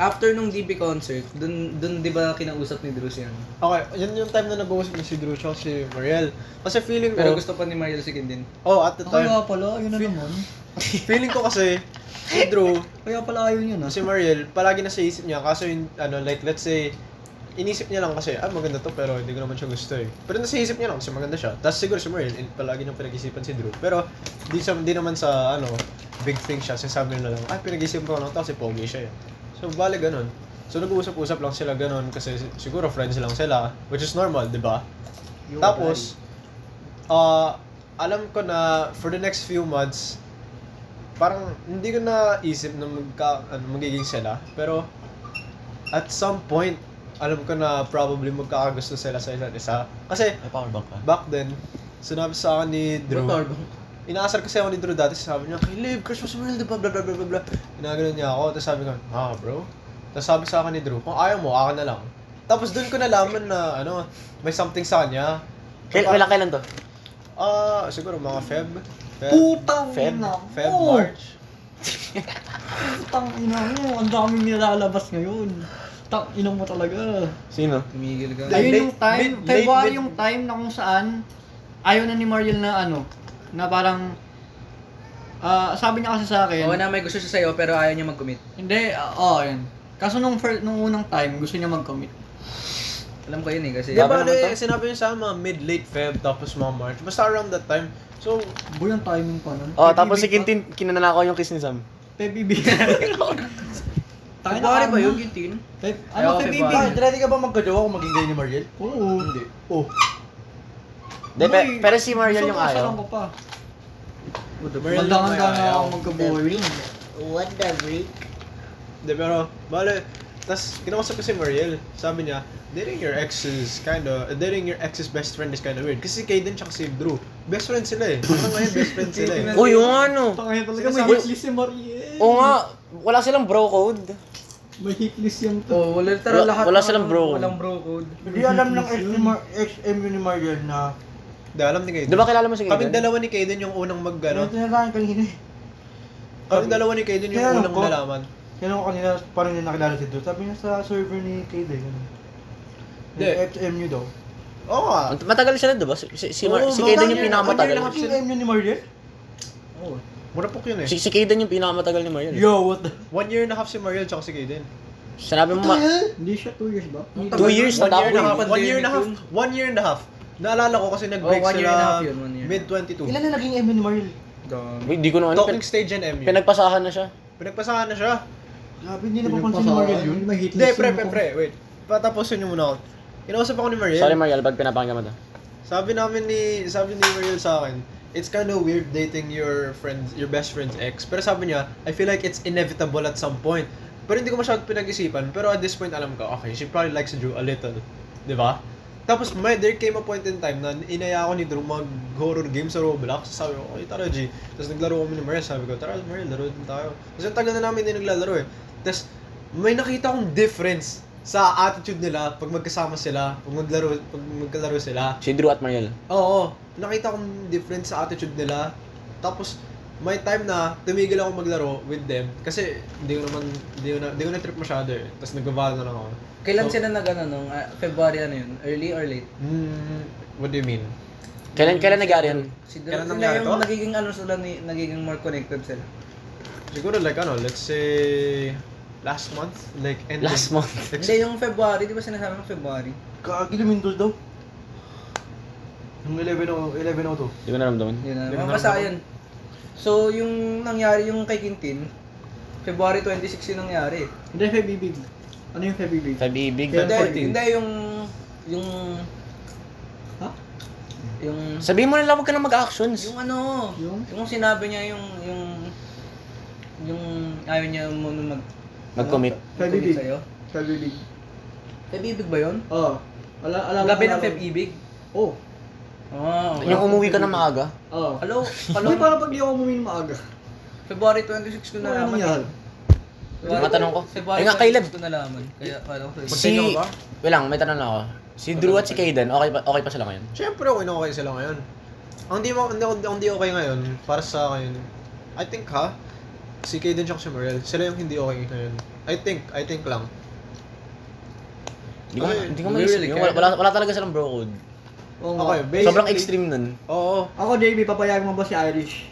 S2: after nung DB concert, dun, dun di ba kinausap ni Drews yan?
S3: Okay, yun yung time na nag-uusap ni si Drew tsaka si Mariel. Kasi feeling ko,
S2: Pero gusto pa ni Mariel Sigin din.
S3: oh, at the
S5: Kaya
S3: time,
S5: pala, yun na naman.
S3: feeling ko kasi, si Drew,
S5: Kaya pala ayun yun ah.
S3: ano, si Mariel, palagi nasa isip niya. Kaso yung, ano, like, let's say, inisip niya lang kasi, ah, maganda to, pero hindi ko naman siya gusto eh. Pero nasa isip niya lang kasi maganda siya. Tapos siguro si Mariel, eh, palagi niyang pinag-isipan si Drew. Pero, di, siya, di naman sa, ano, big thing siya. Sinasabi niya na lang, ah, pinag-isipan ko lang to kasi pogi siya eh. So, bale ganun. So, nag-uusap-usap lang sila ganun kasi si- siguro friends lang sila, which is normal, di ba? Tapos, ah, alam ko na for the next few months, parang hindi ko naisip na magka, ano, magiging sila. Pero, at some point, alam ko na probably magkakagusto sila sa isa't isa. Kasi,
S1: May powerbank ka.
S3: back then, sinabi sa akin ni Drew,
S2: Ba't Orbo?
S3: inaasar kasi ako ni Drew dati, sabi niya, Caleb, crush mo si Mel, blah, blah, blah, blah, blah, blah. Ginaganon niya ako, tapos sabi ko, ah, bro. Tapos sabi sa akin ni Drew, kung ayaw mo, akin na lang. Tapos doon ko nalaman na, ano, may something sa kanya.
S1: Kail, wala kailan to?
S3: Ah, siguro mga Feb. Feb,
S5: Putang
S1: Feb?
S5: ina.
S3: Feb
S5: mo.
S3: March.
S5: Putang ina mo. Ang daming nilalabas ngayon. Tang ina mo talaga.
S1: Sino?
S2: Tumigil ka.
S3: Like,
S5: Ayun yung
S3: late-
S5: time,
S3: mid- late-
S5: February
S3: mid-
S5: yung time na kung saan ayaw na ni Mariel na ano, na parang ah, sabi niya kasi sa akin,
S2: Oo na, may gusto siya sa'yo pero ayaw niya mag-commit.
S5: hindi, ah, oo, yun. Kaso nung, fir- nung unang time, gusto niya mag-commit.
S2: Alam ko yun eh kasi.
S3: Di
S1: Grabe
S3: ba,
S1: naman to.
S3: sinabi niya sa akin, mga mid-late Feb, tapos mga March. Basta around that time. So,
S5: Boy, ang timing pa nun.
S1: Oh, tapos si
S5: Ibig-
S1: Quintin, kinanala ko yung kiss ni Sam.
S5: Pebibi.
S2: February ba yun, Gintin?
S5: Pep,
S2: Ayaw
S5: ano
S3: eh,
S2: ko,
S5: Pebibi?
S2: February.
S4: Bakit? Ready ka ba magkajowa kung maging gay ni Mariel?
S5: Oo.
S4: Hindi. Oh.
S1: De, pe-
S5: Uy,
S1: pero si Mariel
S5: gusto
S1: yung
S5: ko,
S1: ayaw.
S5: sarang ko pa.
S3: Mariel
S5: Magdangan
S3: yung
S5: ka na
S3: ayaw.
S5: ako magkabuhay.
S8: What the freak?
S3: Hindi, pero, bale, tas kinausap ko si Mariel, sabi niya, dating your ex is kinda, dating your ex's best friend is kinda weird. Kasi si Kaden tsaka si Drew, best friend sila eh. Hanggang ngayon, best friend sila eh.
S1: Uy, yung ano.
S5: Tangahin talaga, may
S3: Sinasabi-
S5: hitlist si Mariel.
S1: Oo nga, wala silang bro code.
S5: May hitlist yan to.
S2: Oo, Oh, wala tara
S1: Wala-
S2: lahat.
S1: wala
S2: ng-
S1: silang bro.
S2: Walang bro code.
S4: Hindi alam ng ex ni Mar- ex MU ni Mariel na
S3: Hindi, alam ni Kaden.
S1: Di ba kilala mo si
S3: Kaming
S1: Kaden?
S3: dalawa ni Kaden yung unang mag,
S4: Ano
S3: ano,
S4: tinalaman kanina eh.
S3: kaming dalawa ni Kaden yung
S4: Tinanong
S3: unang
S4: ko.
S3: nalaman.
S4: Kailan ko kanina parang yung nakilala si Drew. Sabi niya sa server ni KD. Ganun.
S3: Hindi.
S4: Yung ex MU daw.
S3: Oo nga.
S1: Matagal sila, di ba? Si, si, si, Mar-
S3: Oo,
S1: si Kaden
S3: magkano
S1: yung
S3: yun?
S1: pinakamatagal.
S3: Ano yun?
S4: Yung MU ni Mariel?
S3: Murapok yun eh.
S1: Si, si Kaden yung pinakamatagal ni Mariel.
S4: Yo, what the?
S3: One year and a half si Mariel tsaka si Kaden.
S1: Sinabi mo, ma-
S5: Hindi siya 2 years ba?
S1: two years na
S3: One
S1: dapat.
S3: year and a half.
S2: Pandemic
S3: One year and a half.
S2: yun.
S3: One year and a half. Naalala ko kasi nag-break
S2: Oh, one year and a
S3: sila
S2: half yun, one year.
S3: mid-22.
S4: Ilan na naging MU ni Mariel?
S2: Dami.
S1: Hindi ko naman.
S3: Talking
S1: Pin-
S3: stage and MU.
S1: pinagpasahan na siya.
S3: Pinagpasahan na siya.
S4: Grabe, hindi na papansin ni Mariel yun.
S5: May hitlist
S3: Hindi, pre,
S5: yan
S3: pre,
S5: to.
S3: pre,
S2: oh.
S3: wait. Patapusin niyo muna ako. Inausap ako ni Mariel.
S1: Sorry Mariel, pag pinapakinggan mo to.
S3: Sabi namin ni, sabi ni Mariel sa akin, it's kind of weird dating your friends, your best friend's ex. Pero sabi niya, I feel like it's inevitable at some point. Pero hindi ko masyadong pinag-isipan. Pero at this point, alam ko, okay, she probably likes Drew a little. Di ba? Tapos may, there came a point in time na inaya ako ni Drew mag-horror game sa Roblox. Sabi ko, okay, tara G. Tapos naglaro kami ni Mariel. Sabi ko, tara Mariel, laro din tayo. Kasi ang tagal na namin din naglalaro eh. Tapos may nakita akong difference sa attitude nila pag magkasama sila, pag maglaro, pag magkalaro sila.
S1: Si Drew at Mariel.
S3: Oo, nakita kong difference sa attitude nila. Tapos, may time na tumigil ako maglaro with them kasi hindi ko naman, hindi ko na, hindi ko na trip masyado eh. Tapos nagbabago na lang ako.
S2: Kailan
S3: So-
S2: sila nag ano nung ah, February ano yun? Early or late?
S3: Hmm, what do you mean?
S1: Kailan, kailan nagyari yun?
S2: Si
S3: Kailan
S2: Kailan
S3: nangyari
S2: nangyari
S3: to?
S2: Nagiging ano sila, ni, nagiging more connected sila.
S3: Siguro like ano, let's say, last month? Like end
S1: Last month.
S2: Hindi, yung February, di ba sinasabi mo February?
S4: Kaagi lumindol daw. Yung 11
S5: oh,
S4: o 11 o
S1: Hindi ko naramdaman.
S2: Yun na,
S3: Yun na
S2: mabasa
S3: naman.
S2: yun. So, yung nangyari yung kay Quintin, February 26 yung nangyari.
S5: Hindi, Pebibig. Ano yung Pebibig?
S1: Pag-ibig.
S3: 14.
S2: Hindi, hindi yung, yung,
S5: Ha?
S2: yung,
S1: Sabihin mo na lang, huwag ka na mag-actions.
S2: yung ano,
S5: Yung?
S2: yung sinabi niya yung, yung, yung ayaw niya muna mag,
S1: Mag-commit.
S2: ano,
S5: Pebibig.
S2: mag-commit sa'yo.
S5: Pebibig.
S2: Feb-ibig ba yun?
S5: Oo. Oh, Ala, alam
S2: Ang gabi ng Feb-ibig?
S5: Oo.
S2: Oh,
S1: Yung umuwi ka na maaga.
S5: Oo.
S2: Hello,
S5: Hindi,
S2: hello.
S5: oh. parang pag di ako umuwi ng maaga.
S2: February 26 ko
S5: Ano
S2: nalaman.
S5: nangyari?
S1: Yung matanong ko.
S2: February
S1: Ay nga, Caleb.
S2: 26 ko nalaman. Kaya, alam ko.
S1: Si... Wait lang, may tanong lang ako. Si Drew at si Kaden, okay pa, okay pa sila ngayon?
S3: Siyempre, okay na okay sila ngayon. Ang di, mo, hindi, hindi, hindi okay ngayon, para sa akin, I think ha, si Kaden tsaka si Mariel, sila yung hindi okay ngayon. I think, I think lang.
S1: Hindi ko,
S3: Okay,
S1: hindi ko
S2: we
S1: maisip.
S2: really
S1: yun.
S2: care.
S1: wala, wala, wala talaga silang bro code.
S5: Oo nga.
S3: Okay, basically.
S1: Sobrang extreme nun.
S3: Oo.
S5: Ako, JB, papayagan mo ba si Irish?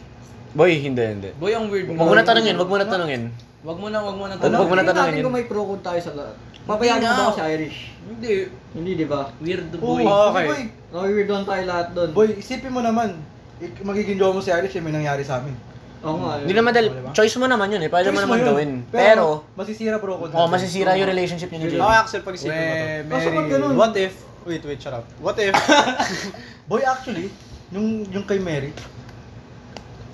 S1: Boy, hindi, hindi.
S2: Boy, ang weird
S1: Huwag mo na tanongin, huwag mo na tanongin.
S2: Wag mo na, wag mo na
S1: Ano? Huwag mo na
S5: Tingnan natin
S1: tanongin.
S5: kung may pro code tayo sa lahat. Papayagan mo
S2: Hindi
S5: ba
S2: na.
S5: ako si Irish?
S2: Hindi,
S5: Hindi, di ba?
S2: weird
S4: Oo,
S2: boy.
S3: Oo,
S4: okay.
S3: okay.
S4: Boy,
S5: Nawi-weird doon tayo lahat doon.
S4: boy, isipin mo naman. Ik- Magiging jowa mo si Irish eh, may nangyari sa amin.
S5: Oo nga. eh.
S1: Hindi naman dahil,
S4: Diba?
S1: choice mo naman yun eh. Pwede mo
S4: Choice
S1: naman
S4: yun.
S1: gawin. Pero,
S4: masisira bro ko.
S1: oh, masisira yung relationship niyo ni
S3: Okay,
S1: Jay.
S3: Axel, pag-isipin mo to.
S2: Weh,
S4: Kaso pag ganun,
S3: What if, wait, wait, shut up. What if,
S4: boy actually, yung, yung kay Mary,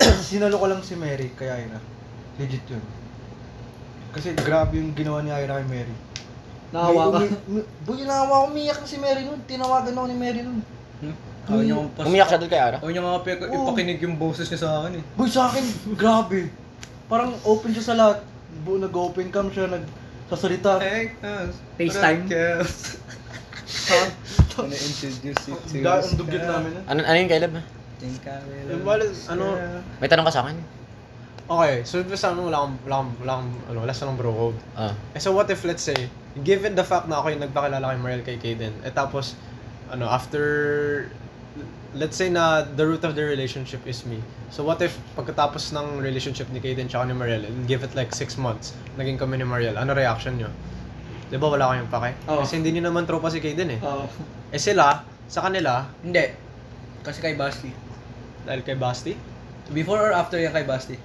S4: sinalo ko lang si Mary kay Ira. Legit yun. Kasi grabe yung ginawa ni Ira kay Mary.
S5: Nakawa ka.
S4: Umi- umi- Boy, naawa ko. Umiyak na si Mary nun. Tinawagan ako ni Mary nun.
S2: Hmm?
S5: Hmm.
S2: Ayaw niya akong pas...
S1: Umiyak siya doon kay Ara.
S2: Ayaw niya nga
S5: Oh.
S2: pa- ipakinig yung boses niya sa akin eh.
S4: Boy, sa akin, grabe. Parang open siya sa lahat. Bu- nag-open cam siya, nagsasalita.
S5: FaceTime?
S2: Gonna introduce you to
S4: Ang da- ang dugyot namin na.
S1: Ano, ano yun, Caleb?
S2: Think I will
S3: Yung bala- ano,
S1: May tanong ka sa akin?
S3: okay, so ibig sabihin mo, wala akong, wala akong, wala akong, ano, wala silang bro code.
S1: Ah.
S3: Eh, so what if, let's say, given the fact na ako yung nagpakilala kay Mariel kay Kaden, eh tapos, ano, after, let's say na the root of the relationship is me. So what if, pagkatapos ng relationship ni Kaden tsaka ni Mariel, and give it like six months, naging kami ni Mariel, ano reaction nyo? Di ba wala kayong pake?
S5: Oo.
S3: Kasi hindi nyo naman tropa si Kaden eh.
S5: Oo.
S3: Eh sila, sa kanila,
S2: Hindi. Kasi kay Basti.
S3: dahil kay Basti,
S2: Before or after yan kay Basti?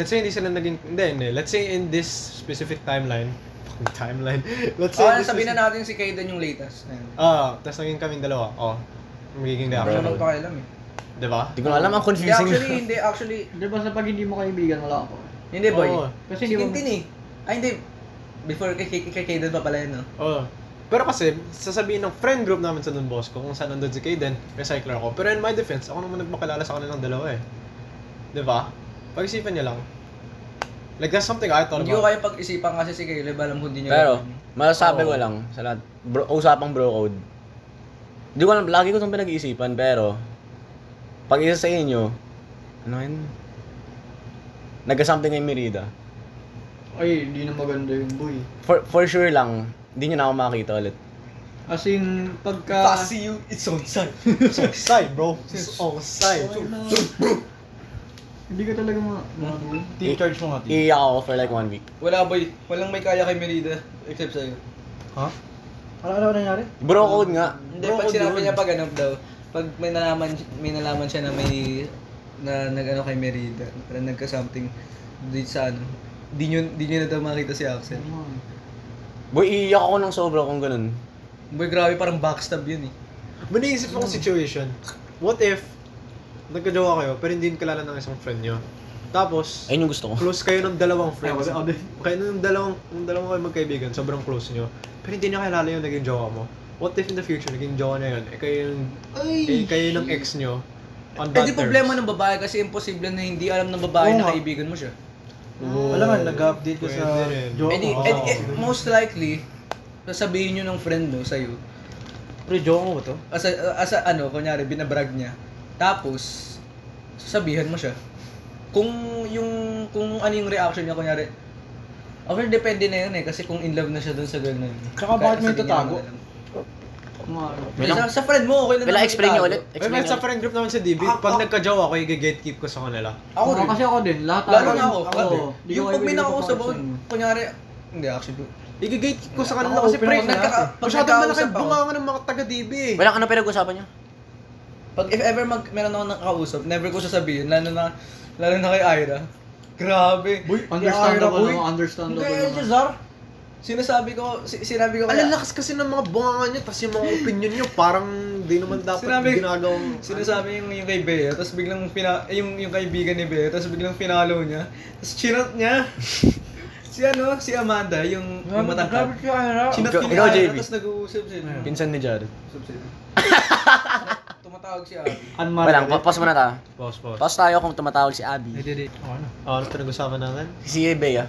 S3: let's say hindi sila naging, hindi, hindi. Let's say in this specific timeline, fucking timeline. Let's say
S2: Oh,
S3: in this
S2: sabihin
S3: specific-
S2: na natin si Kaiden yung latest. Ayun.
S3: Ah, tas naging kaming dalawa. Oh, magiging
S2: Wala
S3: reaction. Diba?
S2: lang to alam eh.
S3: Di ba?
S1: Hindi ko na alam, ang
S2: Hindi,
S1: confusing.
S2: actually, hindi, actually,
S5: Di ba sa pag hindi mo kaibigan, wala ako.
S2: hindi boy.
S3: Oo.
S5: Kasi
S2: Si
S5: hindi mo...
S2: Quintin eh. Ay, hindi. Before kay, kay, kay Kaiden pa pala yun, no?
S3: Oo. Oh. Pero kasi, sasabihin ng friend group namin sa Don Bosco kung saan nandun si Kaden, recycler ako. Pero in my defense, ako naman nagpakilala sa kanilang dalawa eh. Di ba? Pag-isipan niya lang. Like, that's something I thought
S2: Hindi ko
S3: about.
S2: kayo pag-isipan kasi si Caleb, alam ko hindi niya.
S1: Pero,
S2: gagawin.
S1: masasabi
S3: Oo.
S1: ko lang, sa lahat, bro, usapang bro code. Hindi ko alam, lagi ko itong pinag-iisipan, pero, pag isa sa inyo, ano yun? Nagka-something kay Merida.
S5: Ay, hindi na maganda yung boy.
S1: For, for sure lang, hindi niyo na ako makakita ulit.
S5: As in, pagka...
S2: Ah, you, it's on site.
S3: It's on side, bro. Oh, It's on side.
S5: Hindi ka talaga mga... mga boy.
S4: Team charge mo nga, team.
S1: Iiyak ako for like one week.
S2: Wala boy, walang may kaya kay Merida except sa'yo.
S4: Ha? Wala, wala, wala nangyari?
S1: Bro code nga.
S2: Hindi,
S3: Bro,
S2: pag
S3: ako
S2: sinabi
S3: doon.
S2: niya pag ano daw, pag may nalaman, may nalaman siya na may na nag-ano kay Merida, na nagka-something dito sa ano, di nyo, di nyo na daw makita si Axel.
S1: Boy, iiyak ako ng sobra kung ganun.
S2: Boy, grabe parang backstab yun eh.
S3: May naisip akong situation. What if, nagkajawa kayo, pero hindi kalala ng isang friend niyo. Tapos,
S1: Ayun yung gusto ko.
S3: close kayo ng dalawang friends. Kayo ng dalawang, ng dalawang kayo magkaibigan, sobrang close niyo. Pero hindi niya kilala yung naging jowa mo. What if in the future, naging jowa niya yun, eh kayo yung, eh, kayo ng ex niyo, on
S2: Eh
S3: bad
S2: di
S3: terms.
S2: problema ng babae kasi imposible na hindi alam ng babae
S4: Oo
S2: na
S4: nga.
S2: kaibigan mo siya.
S3: Oo.
S4: Wala nga, nag-update ko sa
S3: Pwede rin.
S4: jowa
S2: Eh di,
S4: ko.
S2: eh di- eh, most likely, sasabihin nyo ng friend mo sa'yo,
S4: Pre, jowa mo ba to?
S2: as a, as a, ano, kunyari, binabrag niya. Tapos, sasabihan mo siya. Kung yung, kung ano yung reaction niya, kunyari, Over depende na yun eh, kasi kung in love na siya dun sa girl na yun.
S4: Tsaka bakit mo
S2: sabihin niya
S4: itatago?
S2: naman alam.
S5: Mga...
S1: Wait
S2: Eh,
S1: lang.
S2: Sa, sa friend mo, okay lang
S1: Wala,
S2: naman
S1: explain niyo
S2: itago.
S1: ulit.
S3: Well,
S1: Explain
S3: well, sa
S1: niyo ulit.
S3: friend group naman sa DB,
S2: Ah,
S3: pag
S2: ah.
S3: nagkajowa ko, i-gatekeep ko sa kanila.
S2: Ako
S5: Oo,
S2: rin.
S5: kasi ako din. Lahat
S2: Lalo
S5: tayo-
S2: na ako.
S5: ako.
S2: kasi
S5: Hindi ko
S2: Yung pag may
S5: kaibigan ko
S2: nakausap
S5: pa
S2: ako,
S5: ako sa'yo.
S2: kunyari, hindi actually.
S3: I-gatekeep ko sa
S2: Ako
S3: kanila kasi
S2: open
S3: pre,
S2: ako na-
S3: nagkaka-
S2: pag
S3: masyadong malaki
S2: nagkausap ako-
S3: bunga ng mga taga-DB. eh.
S1: Wala, ano pinag-usapan niyo?
S2: Pag if ever mag, meron ako nakausap, never ko sasabihin, lalo na, lalo na kay Ira. Grabe.
S5: Boy,
S2: Kay
S5: understandable
S2: Ira, boy.
S5: naman, understandable
S2: Kay
S5: naman.
S2: Elchazar, sinasabi ko, si- sinabi ko
S3: Ang lalakas kasi ng mga bunganga niya, tapos yung mga opinion niyo parang di naman dapat
S2: Sinabi-
S3: ginagawang...
S2: Sinasabi yung, yung kay Bea, tapos biglang pina, eh, yung, yung kaibigan ni Bea, tapos biglang pinalo niya. Tapos chinot niya. si ano, si Amanda, yung, yung matangkad. Chinot
S1: Ikaw-
S2: niya ni
S1: ikaw,
S2: Ira,
S1: JB.
S2: tapos nag-uusap sila.
S1: Pinsan ni Jared.
S2: Usap sila. Tumatawag si Abby.
S4: Unmarried.
S1: Wala, pa- pause muna tayo.
S3: Pause, pause.
S1: Pause tayo kung tumatawag si Abby.
S4: Hindi, hindi. Ano?
S3: Oh, ano pinag-usapan natin?
S1: Si Bea.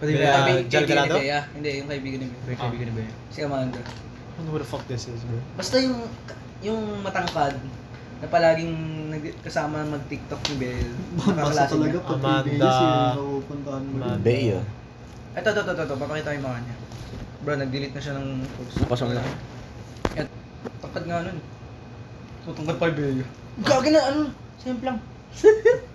S4: Pati
S3: Bea.
S4: ba?
S2: Kaibigan-
S3: Jal
S2: kaibigan ni
S3: Galado?
S2: Bea. Hindi, yung kaibigan ni Bea.
S4: May kaibigan ni ba yun?
S2: Si Amanda.
S3: I don't know who the fuck this is, bro.
S2: Basta yung, yung matangkad, na palaging nag- kasama mag-tiktok ni Bea.
S5: Basta
S2: kaklase
S5: talaga
S2: niya.
S5: pati
S3: Amanda.
S5: Bea sila napupuntahan mo.
S3: Amanda.
S1: Bea.
S2: Ito, ito, ito, ito, ito. Papakita ko yung mga niya. Bro, nag-delete na siya ng post.
S1: Napasok na.
S2: Yan. Tangkad nga nun. So, tangkad pa yung Bea. Gagi na, ano? Simple lang.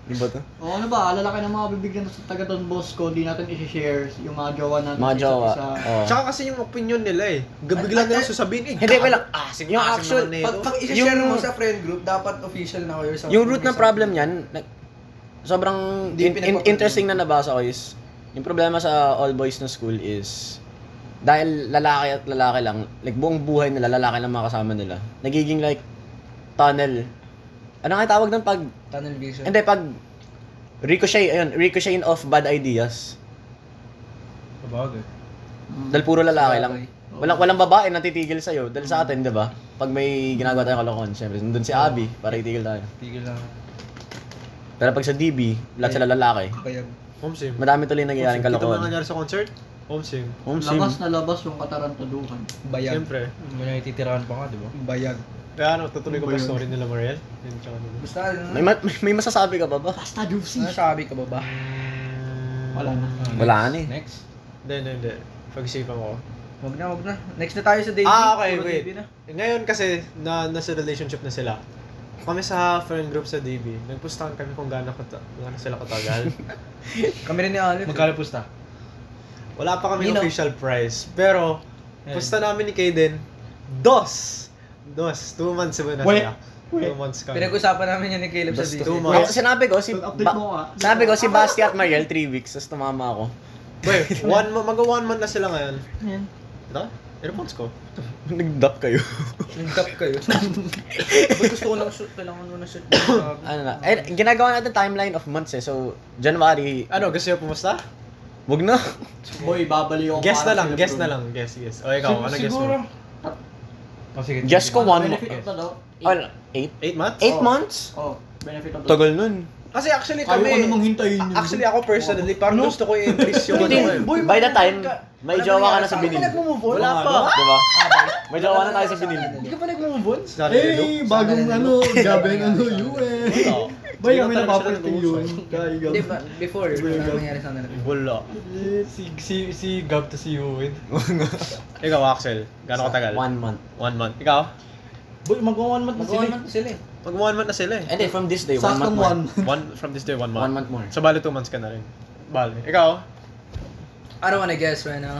S1: Di ba to?
S5: O ano ba, alalaki ng mga bibigyan sa taga Don Bosco, di natin isi-share yung mga jowa natin
S1: Mga
S5: sa
S1: jowa. Oh.
S5: isa.
S1: Oo.
S3: Tsaka kasi yung opinion nila eh. Bigla nilang sasabihin eh.
S1: Hindi, wait lang.
S3: Asim,
S1: Yung
S3: asim
S1: actual-
S3: naman eh." na
S2: Pag,
S3: ito.
S2: pag isi-share
S1: Yung-
S2: mo sa friend group, dapat official na kayo sa...
S1: Yung root ng
S2: sa-
S1: problem niyan, nag- sobrang
S2: Hindi
S1: in- in-
S2: pinagpapatuloy.
S1: interesting na nabasa ko is, yung problema sa all boys na school is, dahil lalaki at lalaki lang, like buong buhay nila, lalaki lang mga kasama nila, nagiging like, tunnel. Ano nga tawag ng pag,
S2: Tunnel vision.
S1: hindi, pag, ricochet, ayun, ricocheting off bad ideas.
S4: Sabagay.
S2: Mm.
S1: Dahil puro lalaki lang. Walang, walang babae na titigil sa'yo. Dahil sa atin, di ba? Pag may ginagawa tayong kalokohan, syempre, nandun si Abby, para itigil tayo.
S2: Tigil lang.
S1: Pero pag sa DB, lahat sila lalaki.
S2: Bayag.
S3: Homsim.
S1: Madami tuloy nangyayaring
S3: Kita mga
S1: kalokohan.
S3: nangyari sa concert? Homsim.
S1: Home sim.
S5: Labas na labas yung katarantaduhan.
S2: Bayag.
S3: Siyempre.
S4: May natitirahan pa nga, di ba?
S2: Bayag.
S3: Kaya ano, tutuloy ko
S2: Ano ba
S3: ba
S2: yun?
S3: story nila, Mariel? Yun, tsaka nila.
S2: Basta, ano,
S1: May, ma- may, may masasabi ka ba ba?
S5: Basta dusi.
S2: ano sabi ka ba ba?
S5: Wala na.
S1: Wala na eh.
S4: Next.
S3: Hindi, hindi, hindi. Pag-isipan ko.
S2: Huwag na, huwag na. Next na tayo sa dating.
S3: Ah, okay,
S2: Puro
S3: wait.
S2: dating na.
S3: Ngayon kasi, na, nasa relationship na sila. Kami sa friend group sa DB, nagpustahan kami kung gaano, kata- gaano sila katagal.
S2: Kami rin ni eh. Alec.
S4: Magkano pusta?
S3: Wala pa kami
S2: Hindi, no?
S3: official price. Pero,
S4: Ayun.
S3: pusta namin ni Kaden, dos! Dos. Two months ba na
S4: Wait.
S3: sila? Two months ka.
S2: Pinag-usapan namin yan ni Caleb sa
S3: Bastos.
S2: dito.
S3: Two months.
S1: Ako, sinabi ko si
S6: Update
S1: ba-
S6: mo ka.
S1: Sinabi ko si Basti at Mariel 3 weeks, tapos tumama ako.
S3: Boy, one month, mag one month na sila ngayon.
S6: Yan.
S3: Ito? Earphones ko.
S1: Nag-dap kayo.
S2: Nag-tap kayo. Ba't gusto ko ng shoot? Kailangan ko ng shoot.
S1: ano na. Eh, ginagawa natin timeline of months eh. So, January,
S3: Ano, gusto niyo pumusta?
S1: wag na.
S6: Boy, babali ako.
S3: Guess na
S6: para
S3: lang,
S6: sila
S3: guess
S6: bro.
S3: na lang. Guess, guess. O, ikaw, ano guess
S4: Siguro.
S3: mo?
S4: Oh, sige.
S1: Guess ko
S4: sige.
S1: one month.
S6: Benefit of the doubt.
S1: Ano, eight?
S3: Eight months?
S1: Eight
S6: Oh.
S1: months?
S6: Oh, benefit of the doubt.
S1: Tagal nun.
S3: Kasi actually
S6: Ayaw ko
S3: kami,
S6: namang hintayin yun.
S3: actually ako personally, parang
S4: Ano?
S3: gusto ko i-increase yung ano eh.
S4: Boy,
S1: By the time, may
S4: Ano
S1: jowa ka na
S4: nangyari
S1: sa
S4: akin? Hindi
S1: binil.
S4: ka nagmo-move on?
S3: Wala pa.
S1: Diba? May jowa na tayo sa binil.
S4: Hindi ka pa nagmo-move on?
S3: Sorry, Luke.
S6: Eh, bagong
S2: Sana
S6: ano, gabeng ano, UN.
S3: Ikaw.
S6: Boy, kami
S3: Sino talaga
S6: napapalti
S3: sila
S6: yun.
S3: nag-uusap?
S6: Kaya
S2: Hindi
S6: gabi.
S2: ba, before, ano nangyari sa kanila?
S3: Wala.
S4: Eh, Si, si, si Gab to si Owen.
S3: Ikaw, Axel. Gano'ng katagal?
S1: One month.
S3: One month. Ikaw?
S4: Boy, mag-one month na sila.
S2: Mag-one month sila eh.
S3: Mag one month na sila eh.
S1: And then, from this day, one month
S6: Saktong
S1: more.
S6: one.
S3: One, from this day, one month.
S1: One month more.
S3: So, bali two months ka na rin. Bali. Ikaw?
S2: I don't wanna guess right now.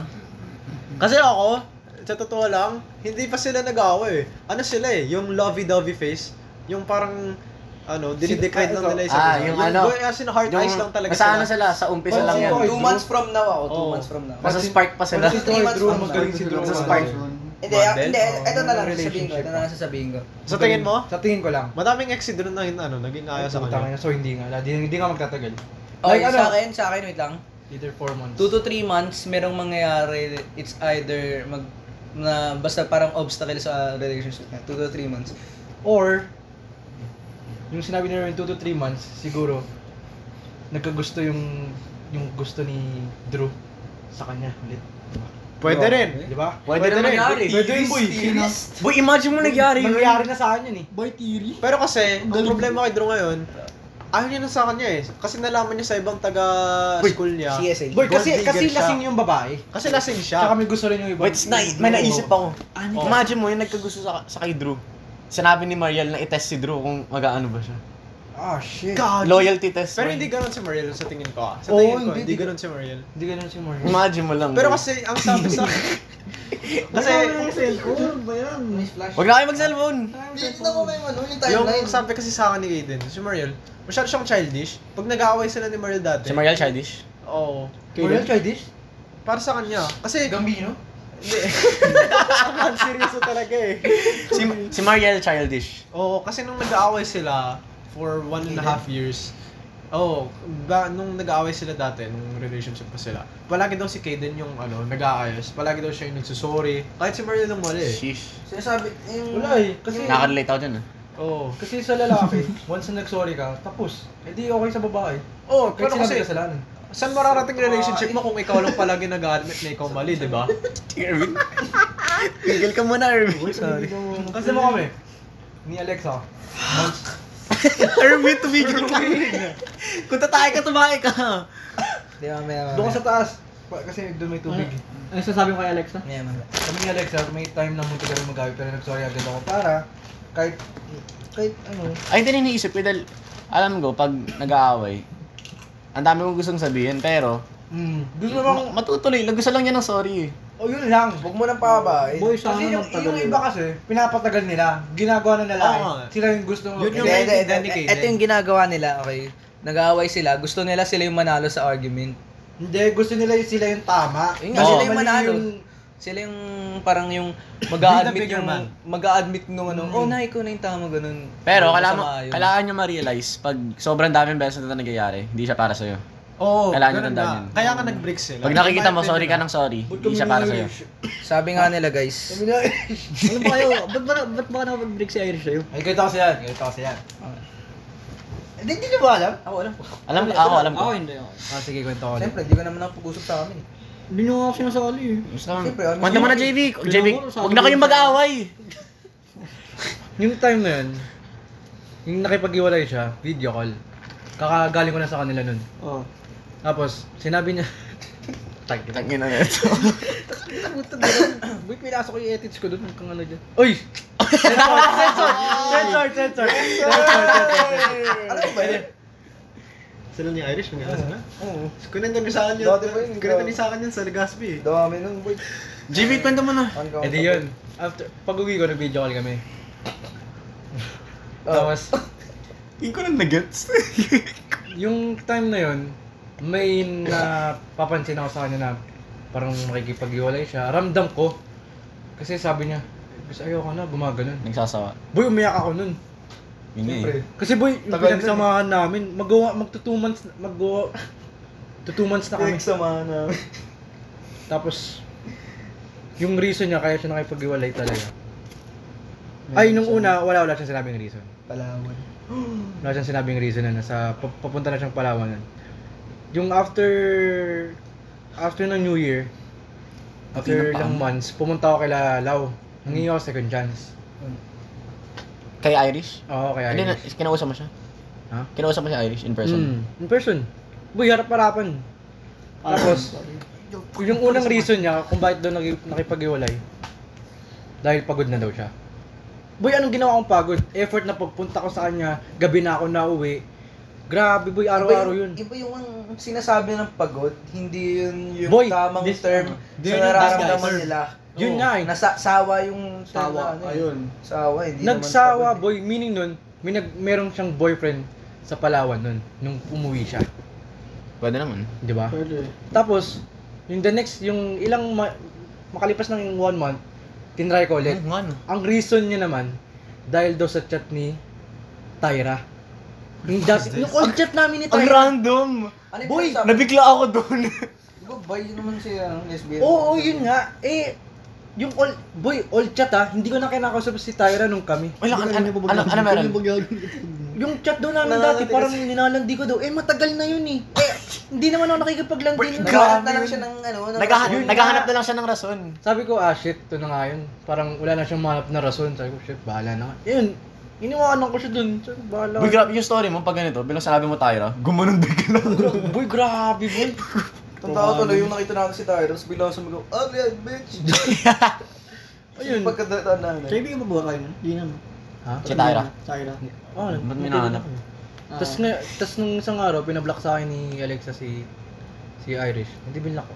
S3: Kasi ako, sa totoo lang, hindi pa sila nag-awa eh. Ano sila eh, yung lovey-dovey face, yung parang ano, dinidecrate lang nila isa't
S1: Ah,
S3: isa.
S1: yung ano,
S3: boy, as in heart eyes lang talaga
S1: Basta ano sila, sa umpisa lang yan.
S4: Boy, Drew.
S2: Two months from now ako, two
S3: Oo.
S2: months from now.
S1: Nasa spark pa sila.
S4: Ano si Troy
S2: Three months
S4: Drew?
S2: lang.
S4: Magaling si Drew.
S1: Sa Spark.
S2: Hindi, ah,
S3: Model?
S2: hindi, ito na lang sasabihin ko,
S4: Relationship.
S2: ito na lang sasabihin ko.
S3: Sa tingin mo,
S4: Sa tingin ko lang.
S3: madaming exit doon na yun, ano, naging ayaw sa
S4: Putang
S3: kanya.
S4: ina, So hindi nga, hindi, hindi nga magtatagal.
S2: Okay,
S4: Like,
S2: sa
S4: ano?
S2: akin, sa akin, wait lang.
S4: Either 4 months.
S2: Two to three months, merong mangyayari, it's either mag na basta parang obstacle sa relationship na. Two to three months.
S4: Or, yung sinabi ni Erwin, 2 to 3 months, siguro, nagkagusto yung yung gusto ni Drew sa kanya ulit.
S3: Pwede rin.
S4: Di ba?
S1: Pwede rin mangyari.
S4: Pwede yun, boy.
S1: Boy, imagine mo nagyari yun.
S4: Nangyari na sa kanya ni.
S6: Boy, Tiri.
S3: Pero kasi, ang
S6: Galing.
S3: problema kay Drew ngayon, ayaw niya na sa kanya eh. Kasi nalaman niya sa ibang taga-school niya.
S2: CSA.
S4: Boy, kasi
S3: Gold digger
S4: kasi
S3: siya.
S4: lasing yung babae.
S3: Kasi lasing
S4: Tsaka
S3: siya.
S4: may gusto rin yung iba.
S1: Wait, na, may naisip ako. Imagine mo yung nagkagusto sa, sa kay Drew. Sinabi ni Mariel na itest si Drew kung mag-ano ba siya.
S4: Ah, shit.
S3: God.
S1: Loyalty test.
S3: Pero
S1: man.
S3: hindi ganun si Mariel sa tingin ko ah. Sa
S4: Oo,
S3: tingin ko,
S4: hindi,
S3: hindi
S4: di-
S3: ganun si Mariel.
S4: Hindi ganun si Morgan.
S1: Imagine mo lang.
S3: Pero
S1: boy.
S3: kasi, ang sabi sa
S6: Kasi,
S3: kasi,
S6: cellphone ba yan?
S1: Wag na kayo mag-cellphone.
S2: Ah,
S6: Hindi na ko may ano, yung
S3: Yung
S6: timeline.
S3: sabi kasi sa akin ni Aiden, si Mariel, masyado siyang childish. Pag nag-aaway sila ni Mariel dati.
S1: Si Mariel childish.
S3: Oo.
S4: Morgan tried this?
S3: Para sa kanya. Kasi,
S4: Gambino?
S3: ang seryoso talaga eh.
S1: Si, si Mariel childish.
S3: Oo, kasi nung nag-aaway sila for one and a half years, Oo, ba, nung nag-aaway sila dati, nung relationship pa sila, palagi daw si Kaden yung ano, nag-aayos. Palagi daw siya yung nagsusorry. Kahit si Mariel ang mali eh.
S1: Sheesh.
S2: Sinasabi, yung...
S4: Wala eh. Kasi,
S1: Nakarelate ako dyan ah.
S3: Oo.
S4: kasi sa lalaki, once na nag-sorry ka, tapos. Eh di okay sa babae.
S3: Oo,
S4: Kahit
S3: pero
S4: sinabi
S3: kasi,
S4: ka eh. kasalanan.
S3: saan mararating relationship mo kung ikaw lang palagi nag-admit na ikaw mali, di ba?
S1: Irvin. Tigil ka muna, Irvin.
S3: Sorry.
S4: Kasi mo kami, ni Alexa, months,
S1: Irvin, tumigil ka. Kung tatay ka, tumae ka.
S2: Di ba, may
S4: doon ka sa taas, pa- kasi doon may tubig.
S6: Ano sasabi ko kay Alexa?
S2: May mga.
S4: Kami ni Alexa, may time na munti kami magabi, pero nag-sorry agad ako para, kahit, kahit ano,
S1: Ay, hindi rin iniisip ko dahil alam ko, pag nag-aaway, ang dami kong gustong sabihin, pero
S4: mm, gusto mo bang,
S1: ma- matutuloy lang. Gusto lang niya ng sorry eh.
S4: oh yun lang, huwag mo nang pababae.
S6: Boy, sana
S4: kasi yung,
S6: magtagal
S4: yung
S6: yun.
S4: iba kasi, pinapatagal nila, ginagawa ng lalaki,
S3: Oo nga.
S4: sila yung gusto mo.
S3: Yun yung-
S2: Hindi, hindi,
S3: naiintindihan ni
S2: hindi.
S3: Kaden.
S2: Ito yung ginagawa nila, okay? Nag-aaway sila, gusto nila sila yung manalo sa argument.
S4: Hindi, gusto nila yung sila yung tama.
S2: Yun
S1: nga, sila
S2: yung
S4: Mali
S2: manalo. Sila yung parang yung mag-a-admit
S3: bigger
S2: yung
S3: man.
S2: mag-a-admit nung ano,
S4: Mm.
S2: oh na ikaw na yung tama ganun.
S1: Pero
S2: Ganun,
S1: kailangan,
S2: masama yun.
S1: kailangan niya ma-realize pag sobrang daming beses na ito nangyayari, hindi siya para sa'yo.
S3: Oo,
S1: Kailangan
S3: ganun
S1: tandaan
S3: na.
S1: yun.
S3: Kaya ka nag-break sila.
S1: Pag nakikita mo, sorry ka ng sorry,
S4: Ba't
S1: hindi siya para sa'yo.
S4: Irish?
S2: Sabi nga nila, guys.
S4: Kami na
S6: Ano ba kayo? Ba't ba, ba't ba ka nakapag-break si Irish sa'yo?
S4: Ay, ganito kasi yan, ganito kasi yan. Hindi, hindi nyo ba alam?
S2: Ako alam ko.
S1: Alam ko, ako alam ko.
S6: Ako hindi ako.
S3: Ah, sige, kwento ko.
S2: Siyempre, di ko naman nakapag-usap sa amin.
S6: Hindi nyo ako sinasali eh.
S1: Gusto lang.
S2: Siyempre, ano-
S1: Kwento mo na, JV.
S6: Kailangan
S1: JV,
S6: ko, sabi
S1: huwag na
S6: ko
S1: kayong
S6: sa-
S1: mag-aaway.
S4: Yung time na yun, yung nakipag-iwalay siya, video call. Kakagaling ko na sa kanila nun.
S6: Oo.
S4: Tapos, sinabi niya, Tag, tag.
S1: Tangin na ito.
S4: Wait, pinasok ko yung edits ko doon. Kung ano dyan. Uy! Sensor! Sensor! Sensor! Sensor! Sensor!
S2: Alam mo ba yun?
S3: Sila ni Irish, may alas na.
S2: Oo.
S3: Kunento ni sa akin yun.
S2: Dati pa yun,
S3: Kunento
S2: ikaw.
S3: ni sa akin yun sa Legazpi.
S2: Dami nung boy.
S1: JV, kwento mo na.
S4: Eh di yun. After, pag uwi ko, nag-video call kami.
S2: Oh.
S8: Tapos,
S3: Hindi ko lang nag-gets.
S8: yung time na yun, may na papansin ako sa kanya na parang makikipag-iwalay siya. Ramdam ko. Kasi sabi niya, mas ayaw na, gumagano'n.
S1: Nagsasawa.
S8: Boy, umiyak ako nun.
S1: Yun nga eh.
S8: Kasi boy, yung
S3: Tagal
S8: pinagsamahan namin, magawa, magto two months, magawa, to two months na kami.
S3: Pinagsamahan na.
S8: Tapos, yung reason niya kaya siya nakipag-iwalay talaga. Ay, nung una, wala, wala siyang sinabing reason.
S3: Palawan.
S8: Wala siyang sinabing reason na nasa, pa- papunta na siyang Palawan. nun. Yung after, after ng New Year, after
S1: Hindi na
S8: ilang
S1: paano.
S8: months, pumunta ako kay Lao. Nangingi ako second chance.
S1: Kay Irish?
S8: Oo, kay
S1: Hindi na,
S8: Irish.
S1: kinausap mo siya?
S8: Ha?
S1: Kinausap mo si Irish in person?
S8: Mm, in person. Boy, harap-harapan. Tapos, yung unang reason niya kung bakit daw nag- nakipag-iwalay, dahil pagod na daw siya. Boy, anong ginawa kong pagod? Effort na pagpunta ko sa kanya, gabi na ako nauwi. Grabe, boy, araw-araw yun.
S2: Iba yung ang sinasabi ng pagod, hindi yun yung
S8: Boy,
S2: tamang
S8: this-
S2: term sa
S8: Hindi yun yung
S2: nararamdaman
S8: disguise.
S2: nila.
S8: Yun nga eh.
S2: Nasa sawa yung term na
S6: Sawa,
S2: ano eh.
S6: ayun.
S2: Sawa, hindi naman
S8: Nagsawa,
S2: pagod eh.
S8: boy. Meaning nun, may nag, meron siyang boyfriend sa Palawan nun, nung umuwi siya.
S1: Pwede naman.
S8: Di ba?
S6: Pwede.
S8: Tapos, yung the next, yung ilang ma- makalipas ng one month, tinry ko ulit.
S1: Ano nga no?
S8: Ang reason niya naman, dahil daw sa chat ni Tyra. Yung, dati, yung old chat namin ni
S1: Ang
S8: Tyra.
S1: random!
S2: eh. Ano yung
S8: boy,
S2: pinagsabi?
S1: Nabigla ako doon.
S2: Di ba, boy, yun naman si ano, lesbian.
S8: Oo, yun nga. Eh, yung old, boy, old chat ah. Hindi ko na kinakausap si Tyra nung kami.
S1: Wala ka, ano, ano, ano meron?
S8: Yung chat daw namin dati, parang ninalandi ko daw. Eh, matagal na yun eh. Eh, hindi naman ako nakikipaglandi nun.
S2: Naghahanap na lang siya ng ano. ng-
S1: Naghahan-
S8: Yun nga.
S1: Naghahanap na lang siya ng rason.
S8: Sabi ko, ah shit, ito na nga yun. Parang wala na siyang manap na rason. Sabi ko, shit, bahala na.
S4: Ah.
S8: nga. Yun, iniwanan ko siya dun. Sabi, ko, bahala.
S1: Boy, grabe yung story mo pag ganito. Bilang sinabi mo Tyra, gumanon bigla.
S8: boy, grabe, boy.
S2: Tanda ko tuloy yung nakita natin si Tyra, tapos bigla ko sumigaw, ugly ass bitch! Ayun.
S8: Ayun.
S2: Pagkadataan namin.
S6: Kaibigan mo ba kayo? Hindi naman.
S8: Ha?
S1: Si Tyra.
S6: Tyra.
S8: Oh,
S1: Ba't may nahanap?
S6: Ah.
S8: Tapos nga, tas nung isang araw, pinablock sa akin ni Alexa si si Irish. Hindi binlock ko.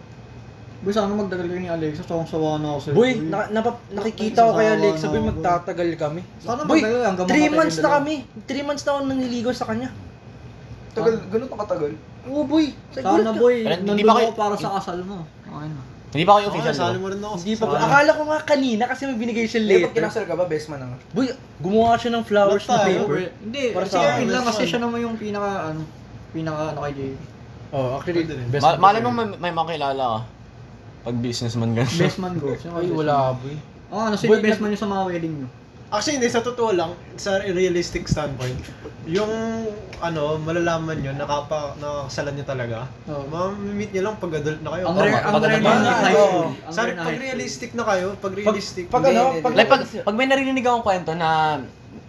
S6: Boy, sana magdagal kayo ni Alexa. Sawang sawa na ako sa'yo.
S8: Boy, na, napa- nakikita ko kay Alexa, boy, magtatagal kami.
S6: Sana
S8: Boy,
S6: magtagal hanggang
S8: 3
S6: makatagal
S8: months na
S2: ano?
S6: dalawa.
S8: kami. 3 months na ako nanliligaw sa kanya. Ah.
S2: Tagal, ganun pa katagal.
S8: Oo, boy. Siguro-
S6: Sana boy,
S1: Pero hindi
S6: nandun
S1: pa kayo-
S6: ako para sa kasal mo. Okay na.
S1: Hindi pa ako yung
S3: Oo,
S1: official,
S3: sali
S1: di ba?
S3: mo rin ako.
S8: Hindi pa ko. Akala ko nga kanina kasi may binigay siya
S2: Eh, pag
S8: later.
S2: kinasal ka ba, best man ah? na nga.
S8: Boy, gumawa siya ng flowers
S6: Ba't
S8: na
S6: tayo,
S8: paper.
S6: boy? Hindi,
S8: Para
S6: para
S8: sa
S6: sa
S8: akin.
S6: lang kasi siya naman yung pinaka, ano, pinaka, ano kay Jay.
S8: Oh, actually,
S3: Pwede rin.
S8: best
S1: Ma-
S8: man
S1: malay
S8: ko
S1: mo may, may makilala ka. Pag businessman ganun.
S6: Best man go.
S8: sa'yo. Ay, wala, boy.
S6: Oo, ano,
S8: Boy,
S6: sino best man yun sa mga wedding nyo?
S3: Actually, hindi. Sa totoo lang, sa realistic standpoint, yung ano, malalaman nyo, nakapa, nakakasalan nyo talaga.
S6: Oo.
S3: Mamimit nyo lang pag adult na kayo.
S6: Ang
S1: Tama,
S6: rare, ang
S1: kapag
S6: rare
S1: naman-
S6: na
S3: Pag-
S6: high
S3: Oo.
S6: school. Ang
S3: Sorry,
S6: rare na
S3: pag
S6: high school.
S3: realistic na kayo, pag realistic,
S8: pag
S2: Hindi,
S8: ano,
S2: hindi,
S8: pag-
S1: Like, pag, pag may narinig akong kwento na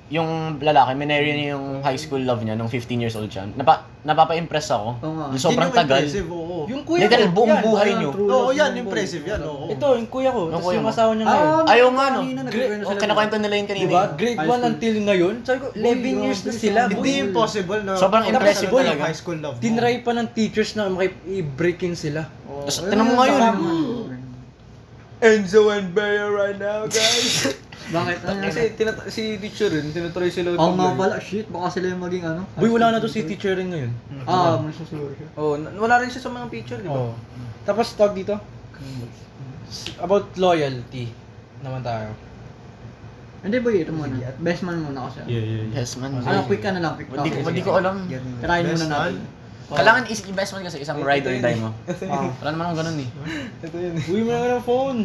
S1: yung lalaki, may narinig yung high school love niya nung 15 years old siya. Napa, napapa-impress ako.
S6: Oo nga.
S1: Yung sobrang
S3: Yun yung
S1: tagal.
S3: impressive, oo.
S8: Yung kuya
S1: Literal,
S8: ko,
S1: buong
S8: yan.
S1: buhay
S6: Ayan,
S1: niyo.
S6: true
S3: Oo,
S6: love
S3: yan,
S6: yun, boy.
S3: impressive yan, oo.
S8: Ito, yung kuya ko,
S1: Yung
S8: tapos
S1: kuya
S8: yung
S1: mo.
S8: asawa niya ngayon.
S6: Ah,
S1: Ayaw nga, no?
S6: Kanina,
S8: Great.
S6: nagkikwento
S1: Oh,
S6: sila.
S1: kinakwento nila yun kanina.
S8: Diba?
S1: eh.
S8: Grade
S6: High
S8: 1
S6: school.
S8: until ngayon. Sabi ko, 11 years na
S6: grabe
S8: sila.
S6: siya.
S3: Hindi
S8: boy.
S3: impossible na
S1: Sobrang
S3: Tapos
S1: impressive
S3: ano,
S1: talaga.
S3: High school love. mo.
S8: Tinry pa ng teachers na makip-breaking sila.
S6: Oo.
S1: Tas, tingnan mo ngayon.
S6: Tama, boy.
S2: Enzo and Bayo right now, guys!
S6: Bakit? Ano
S2: Kasi tinat- si teacher rin, tinutuloy sila
S6: Oo
S2: mag-learn.
S6: nga pala, shit, baka sila yung maging ano.
S8: Boy, wala na to si teacher rin ngayon.
S6: Ah, masasabi siya.
S2: Oo, Oh, na- wala rin siya sa mga picture, di ba?
S8: Oo. Tapos tawag dito. S- About loyalty naman tayo.
S6: Hindi boy, ito muna. Best man muna kasi.
S3: Yeah, yeah, yeah.
S1: Yes, man.
S6: Ano, quick ano lang, quick
S1: Hindi ko,
S6: talk.
S1: hindi ko alam.
S6: Try muna
S3: Best
S6: natin.
S1: Kailangan is investment kasi isang ride or die mo.
S8: Ah.
S1: Wala naman akong ganun eh.
S2: Ito yun.
S8: Uy, meron ka ng phone!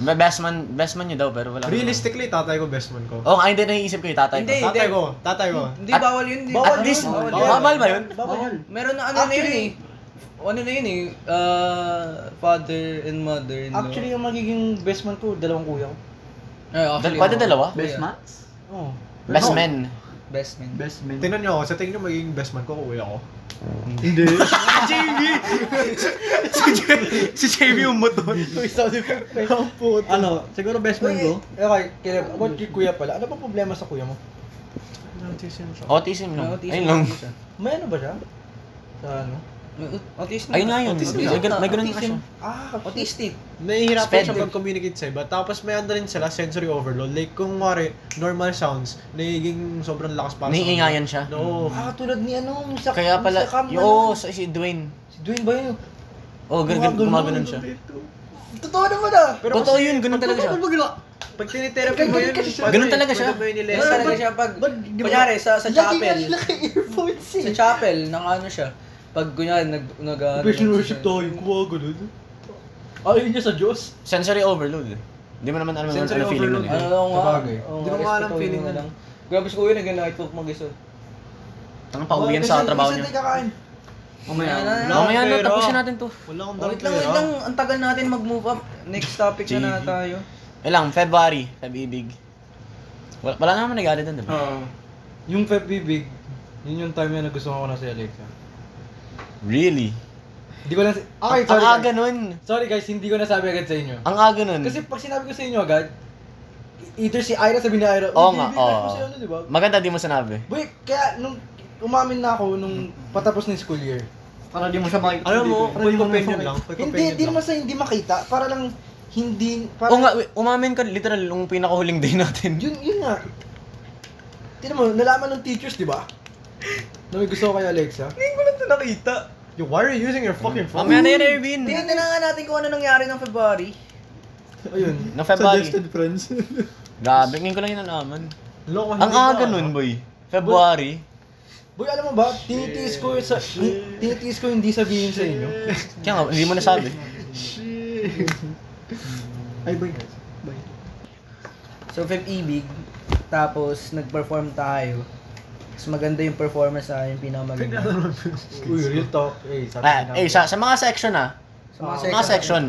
S1: May Best man, best man niyo daw pero wala.
S3: Realistically, tatay ko best man ko.
S1: Oo, oh, hindi naiisip ko yung tatay
S2: Hindi.
S1: ko.
S3: Tatay ko, tatay ko.
S2: Hindi,
S1: At-
S2: bawal yun. di-
S1: At least,
S2: bawal yun.
S1: bawal ba yun?
S6: Bawal.
S2: Meron na ano na yun eh. Ano na yun eh, ah, father and mother in law.
S8: Actually, yung magiging best man ko, dalawang kuya ko.
S2: Ay, actually, oh.
S1: Pwede
S2: oo.
S1: dalawa?
S6: Best man?
S8: Oh.
S1: Best men.
S2: Best man.
S6: Best man.
S3: Tingnan nyo ako, sa tingin nyo magiging best man ko, kuya ko.
S1: si JV umutot.
S6: Ano, siguro best man ko.
S2: eh,
S8: Okay, Caleb, about your kuya pala. Ano ba problema sa kuya mo?
S1: Autism lang. Ayun lang.
S8: May ano ba siya? Sa ano?
S2: uh, Autism.
S1: Ayun nga yun.
S2: Autism.
S1: May gan- may ganun nga siya.
S3: Ah,
S2: Autistic.
S3: nahihirapan
S1: Sped.
S3: siya mag-communicate sa iba. Tapos may ano rin sila, sensory overload. Like, kung wari, normal sounds, nagiging sobrang lakas para
S1: Naiingayan siya.
S3: No.
S6: Ah, tulad ni ano, sa
S1: Kaya pala,
S6: sa cam,
S1: yung,
S6: ano,
S1: oh, si, si Dwayne.
S6: Si Dwayne ba yun?
S1: Oh, gan, gan, gumaganon siya.
S6: Totoo naman ah!
S1: Totoo yun, ganun talaga siya.
S6: Ano ba ginawa?
S3: Pag tiniterapy mo yun,
S1: Ganun talaga siya.
S3: eh. pwede mo yun
S2: Yes,
S3: i-lesson.
S2: talaga siya pag...
S6: Ba't di ba-
S2: Kunyari, sa, sa
S6: Lagi nga
S2: chapel.
S6: sila kay earphones
S2: Sa
S6: eh.
S2: chapel, nang ano siya. Pag kunyari, nag... nag ano,
S3: tayo, kuha ganun.
S4: Ayun niya sa Diyos.
S1: Sensory overload. eh. Hindi mo naman alam ano
S3: Sensory
S1: ano feeling nun.
S2: Ano
S1: eh.
S2: lang nga.
S4: Sabagay.
S2: Oo
S3: Hindi ko nga alam
S2: respetuhin
S3: feeling
S2: mo
S3: nun.
S2: lang. Grabe si kuya, nag-night walk mag-isa.
S1: Tangang pauwi yan sa trabaho niya.
S2: Mamaya na.
S3: Wala
S1: Mamaya
S3: akong
S1: na,
S3: pera.
S1: tapusin natin to.
S3: Wala akong eh, ah.
S2: Wait lang, wait lang. Ang tagal natin mag-move up. Next topic na na
S1: GG.
S2: tayo.
S1: Eh lang, February, Febibig. Wala, wala naman nag-aaral doon, di ba?
S4: Oo. yung Feb Bibig, yun yung time na nagustuhan ko na si Alexa.
S1: Really?
S4: Hindi ko lang... Okay,
S1: ang
S4: sorry
S1: aga Hmm.
S4: guys.
S1: nun.
S4: Sorry guys, hindi ko nasabi agad sa inyo.
S1: Ang aga nun.
S4: Kasi pag sinabi ko sa inyo agad, either si Ira sabi ni Ira, "Uy,
S1: Oo nga,
S4: Bibig,
S1: oo.
S4: crush mo si ano, di ba?
S1: Maganda di mo sinabi.
S4: Boy, kaya nung umamin na ako nung patapos ng school year.
S6: Para di mo siya makikita.
S3: Alam mo,
S4: Parang
S3: quick
S4: hindi mo
S3: opinion
S4: ma-
S3: lang. Quick
S4: Hindi,
S3: opinion
S4: hindi
S3: lang.
S4: naman sa hindi makita. Para lang hindi... Para,
S1: Oo nga, wait, umamin ka literal nung pinakahuling day natin.
S4: Yun, yun nga. Tinan mo, nalaman ng teachers, di ba? Na may gusto ko kay Alexa.
S3: Yo, why are you using your fucking phone?
S1: Mamaya na yan, Erwin.
S2: Tingnan na nga natin kung ano nangyari ng February.
S4: Ayun.
S1: Na February.
S3: friends.
S1: Grabe, ngayon ko lang yun nalaman.
S3: Loko,
S1: Ang aga nun, boy. February.
S4: Boy, alam mo ba, tinitiis ko sa tinitiis ko hindi sabihin sa inyo.
S1: Kaya nga, hindi mo nasabi.
S6: Ay, boy.
S2: So, Feb Ibig. Tapos, nag-perform tayo. Mas maganda yung performance sa akin, pinakamaganda.
S4: Uy, real talk. Eh, sabi
S1: Ah,
S4: na-
S1: eh, sa, sa mga section ah.
S2: Sa mga
S1: Sa mga section.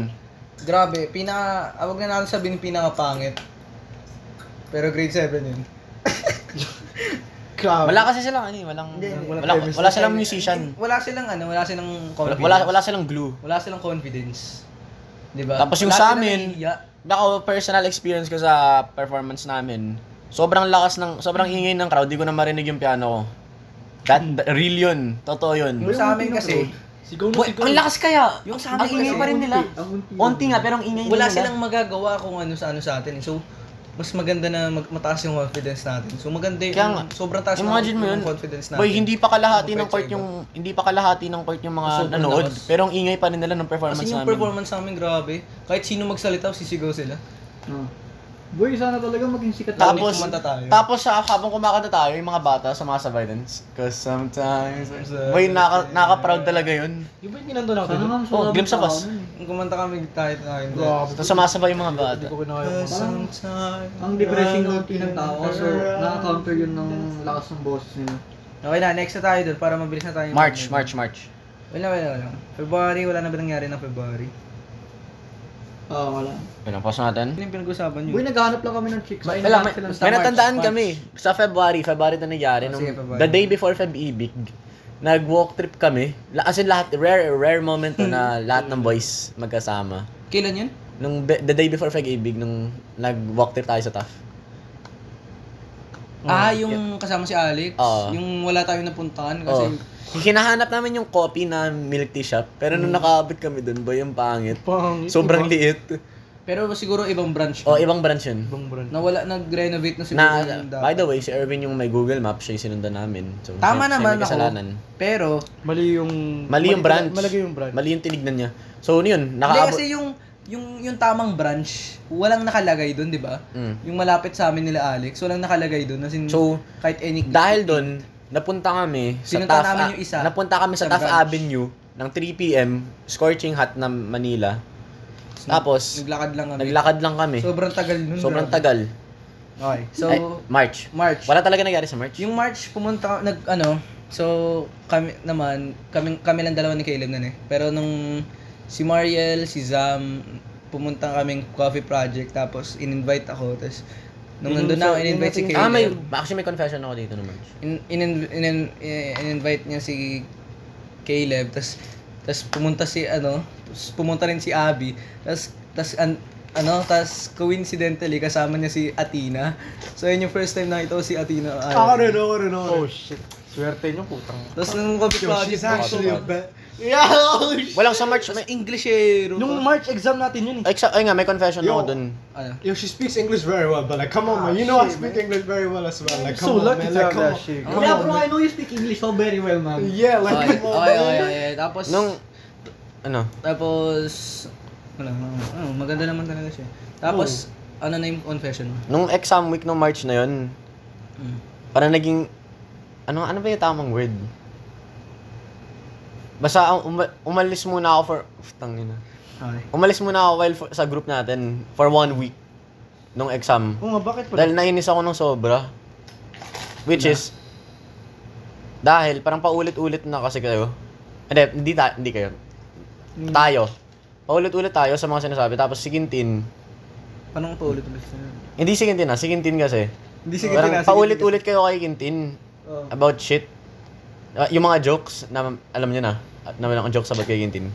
S2: Grabe, pinaka... Ah, wag na natin sabihin pinaka-pangit. Pero grade 7 yun.
S4: Grabe.
S1: Wala kasi silang ano, eh, walang
S4: Wala
S1: wala,
S4: premise.
S1: wala silang musician.
S2: Wala silang ano, wala silang
S1: Wala,
S2: confidence.
S1: wala, wala silang glue.
S2: Wala silang confidence. Di ba?
S1: Tapos yung
S2: Wala
S1: sa
S2: silang
S1: amin,
S2: nahihiya.
S1: Nako, personal experience ko sa performance namin. Sobrang lakas ng sobrang ingay ng crowd, di ko na marinig yung piano ko. That, that- real yun. Totoo yun.
S2: Yung sa amin kasi,
S4: Sigaw na
S1: Boy,
S4: sigaw.
S1: ang lakas kaya.
S2: Yung sa
S1: Ang
S2: amin
S1: ingay
S2: kasi,
S1: pa rin nila. Onti nga, pero ang ingay
S2: wala
S1: nila.
S2: silang magagawa kung ano sa ano sa atin. So, mas maganda na mag- mataas yung confidence natin. So, maganda yung
S1: Kaya nga.
S2: sobrang taas ng-
S1: Imagine mo
S2: ng
S1: yun.
S2: confidence natin.
S1: Boy, hindi pa kalahati ng
S2: Compared sa
S1: court
S2: iba.
S1: yung hindi pa kalahati ng court yung mga
S2: Sobrang
S1: nanood,
S2: lakas.
S1: pero ang ingay pa rin nila ng performance
S2: Kasi yung
S1: namin.
S2: performance namin, grabe. Kahit sino magsalita, sisigaw sila.
S6: Boy, sana talaga maging sikat ako.
S1: Hmm. Tapos,
S2: kumanta tayo.
S1: tapos sa habang kumakanta tayo, yung mga bata sumasabay din. Cause sometimes, boy, naka, naka-proud talaga yun.
S4: Yung ba yung kinanto na ako?
S6: Sana nga eh.
S1: Oh,
S6: masarap
S1: glimpse of us.
S2: Nung kumanta kami tayo tayo.
S4: Grabe.
S1: Tapos sumasabay yung mga
S4: Hindi
S1: bata.
S4: ko kinaya ko.
S2: Sometimes.
S6: Ang depressing ng ng tao, so nakaka-counter yun ng lakas ng boses nila.
S2: Okay na, next na tayo doon para mabilis na tayo.
S1: March, March, March.
S2: Wala, wala, wala. February, wala na ba nangyari ng February?
S6: Oo, wala.
S1: Ayun, pause natin.
S2: Ano yung pinag-usapan nyo?
S6: Boy, naghahanap lang kami ng chicks.
S1: May, may,
S6: Kailangan sila ng-
S1: may natandaan
S2: March.
S1: kami sa February, February na nangyari.
S2: Oh,
S1: Nung,
S2: sige, February.
S1: the day before Feb Ibig, nag-walk trip kami. La- As in lahat, rare, rare moment to na lahat ng boys magkasama.
S2: Kailan yun?
S1: Nung be- the day before Feb Ibig, nung nag-walk trip tayo sa TAF. Oh,
S2: ah, yung kasama si Alex.
S1: Oo.
S2: Yung wala tayong napuntahan kasi...
S1: Oh. Hinahanap namin yung copy na milk tea shop, pero
S2: Hmm.
S1: nung nakaabot kami dun, boy, yung pangit.
S4: Pangit.
S1: Sobrang liit.
S2: Pero siguro ibang branch.
S1: O, oh, ibang branch yun.
S4: Ibang brand.
S2: Nawala, nag-renovate na siguro.
S1: Na,
S2: yung dati.
S1: by the way, si Erwin yung may Google Maps, siya yung sinundan namin. So,
S2: Tama
S1: siya- siya
S2: naman
S1: may
S2: ako.
S1: kasalanan.
S2: Pero,
S4: Mali yung...
S1: Mali yung branch.
S4: Mali yung branch.
S1: Mali yung tinignan niya. So, yun,
S2: hindi
S1: nakaabot.
S2: kasi yung, yung, yung tamang branch, walang nakalagay doon, di ba?
S1: Mm.
S2: Yung malapit sa amin nila Alex, walang nakalagay doon. As in,
S1: So,
S2: kahit any...
S1: dahil doon, napunta kami sa
S2: Pinunta
S1: Taft,
S2: namin
S1: A-
S2: yung isa.
S1: napunta kami sa
S2: Sa
S1: Taft
S2: branch.
S1: Avenue ng 3 p.m., scorching hot na Manila. Tapos,
S2: naglakad lang kami.
S1: naglakad lang kami.
S2: Sobrang tagal nun.
S1: Sobrang
S2: grabe.
S1: tagal.
S2: Okay. So,
S1: Ay, March.
S2: March.
S1: Wala talaga nangyari sa March.
S2: Yung March, pumunta, nag, ano, so, kami naman, kami, kami lang dalawa ni Caleb nun eh. Pero nung si Mariel, si Zam, pumunta kaming coffee project, tapos in-invite ako, tapos nung
S1: Mm-hmm.
S4: Yun yung
S2: nandun na ako,
S4: sa-
S2: in-invite si
S4: yun
S2: Caleb.
S1: Ah, may, actually may confession ako dito ng March.
S2: in, in, in, in- in-invite niya si Caleb, tapos tas pumunta si ano, tas pumunta rin si Abby, tas tas an, ano, tas coincidentally kasama niya si Athena. ah, So yun yung first time nakita ko si Athena.
S3: Ako Ah, rin, ako rin, ako rin.
S4: Oh, shit. Swerte nyo, putang.
S2: Tapos nung COVID
S3: Yo,
S2: project,
S3: she's actually a bad...
S1: Walang sa March. May,
S2: Englishero.
S4: Nung March exam natin yun eh.
S1: ay, sa- ay nga, may confession
S3: Yo.
S1: ako dun.
S2: ano?
S3: Yo, she speaks English very well, but like, come on, Ah, man. You know I speak English very well as well. Like,
S4: so
S3: come on,
S4: lucky
S3: man.
S4: to
S3: Like,
S4: have
S3: come
S4: that
S3: on.
S4: shit.
S3: Come on,
S6: Yeah, bro,
S3: man.
S6: I know you speak English so very well, man.
S3: Yeah, like,
S2: Okay,
S3: come on,
S2: okay, okay,
S3: man.
S2: okay. Tapos,
S1: Nung, ano?
S2: tapos, wala, wala, wala. Ano, maganda naman talaga siya. Tapos,
S3: Oh.
S2: ano na yung confession mo?
S1: Nung exam week nung March na yun,
S2: Mm.
S1: parang naging, ano, ano ba yung tamang word? Basta um, uma- umalis muna ako for, putang ina.
S2: Okay.
S1: Umalis muna ako while for- sa group natin for one week nung exam.
S4: Oo nga, bakit pala?
S1: Dahil nainis ako ng sobra. Which is, dahil parang paulit-ulit na kasi kayo. Hindi, hindi, ta- hindi kayo.
S4: Hmm.
S1: Tayo. Paulit-ulit tayo sa mga sinasabi. Tapos si Quintin,
S2: Paano ko paulit ulit?
S1: hindi si Quintin ah, si Quintin kasi.
S2: Hindi
S4: ah,
S1: parang paulit-ulit kayo kay Quintin
S6: Oh.
S1: about shit. Ah, yung mga jokes, na, alam niyo na, na wala akong jokes about kay Quintin.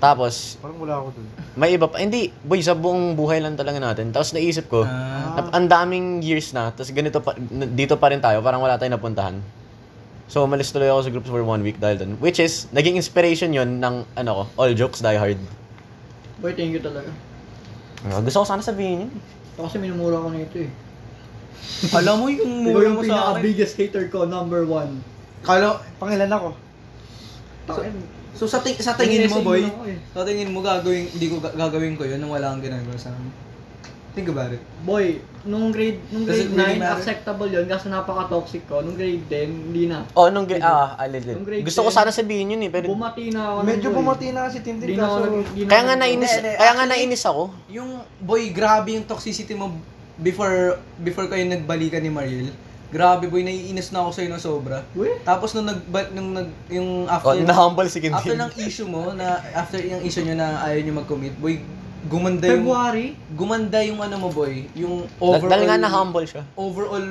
S1: Tapos,
S4: Parang wala ako dun.
S1: may iba pa. Hindi, boy, sa buong buhay lang talaga natin. Tapos naisip ko,
S2: Ah,
S1: Nap- ang daming years na, tapos ganito pa, n- dito pa rin tayo, parang wala tayong napuntahan. So, umalis tuloy ako sa groups for one week dahil dun. Which is, naging inspiration yon ng, ano ko, All Jokes Die Hard.
S6: Boy, thank you talaga.
S1: Ah, gusto ko sana sabihin yun.
S6: Ito kasi minumura ko nito eh.
S2: alam mo yung
S6: Ikaw
S2: mura
S6: yung
S2: mo sa akin.
S6: pinaka-biggest hater ko, number one.
S4: Kala, pangilan ako.
S6: Takin.
S2: So sa, ting- sa tingin mo,
S6: Inising
S2: boy,
S6: ako eh.
S2: sa tingin mo gagawin, hindi ko ga- gagawin ko yun nung wala kang ginagawa sa akin. Think about it.
S6: Boy, nung grade, nung
S2: Does it
S6: grade 9,
S2: really matter?
S6: acceptable yun kasi napaka-toxic ko. Nung grade 10, hindi na.
S1: Oh, nung, gra- ah, ah, legit.
S6: Nung grade
S1: Gusto ko
S6: 10.
S1: sana sabihin yun eh, pero...
S6: Bumati na ako. nun,
S4: Medyo
S6: boy.
S4: bumati na kasi Tintin
S6: Hindi eh. na ako.
S4: kaso.
S6: nag- hindi na
S1: Kaya
S6: ako
S1: nga
S6: nag-
S1: nainis,
S2: Hindi, hindi,
S1: kaya nga
S2: actually-
S1: nainis ako.
S2: Yung, boy, grabe yung toxicity mo before before kayo nagbalikan ni Mariel. Grabe boy, naiinis na ako sa'yo na sobra.
S6: Uy,
S2: Tapos nung nag nung nag yung
S1: Oh,
S2: after
S1: na-humble si Quintin.
S2: after ng issue mo na after yung issue nyo na ayaw nyo mag-commit, boy, gumanda yung
S6: February?
S2: gumanda yung ano mo boy, yung
S1: Dahil-
S2: overall
S1: Dahil nga na-humble siya.
S2: overall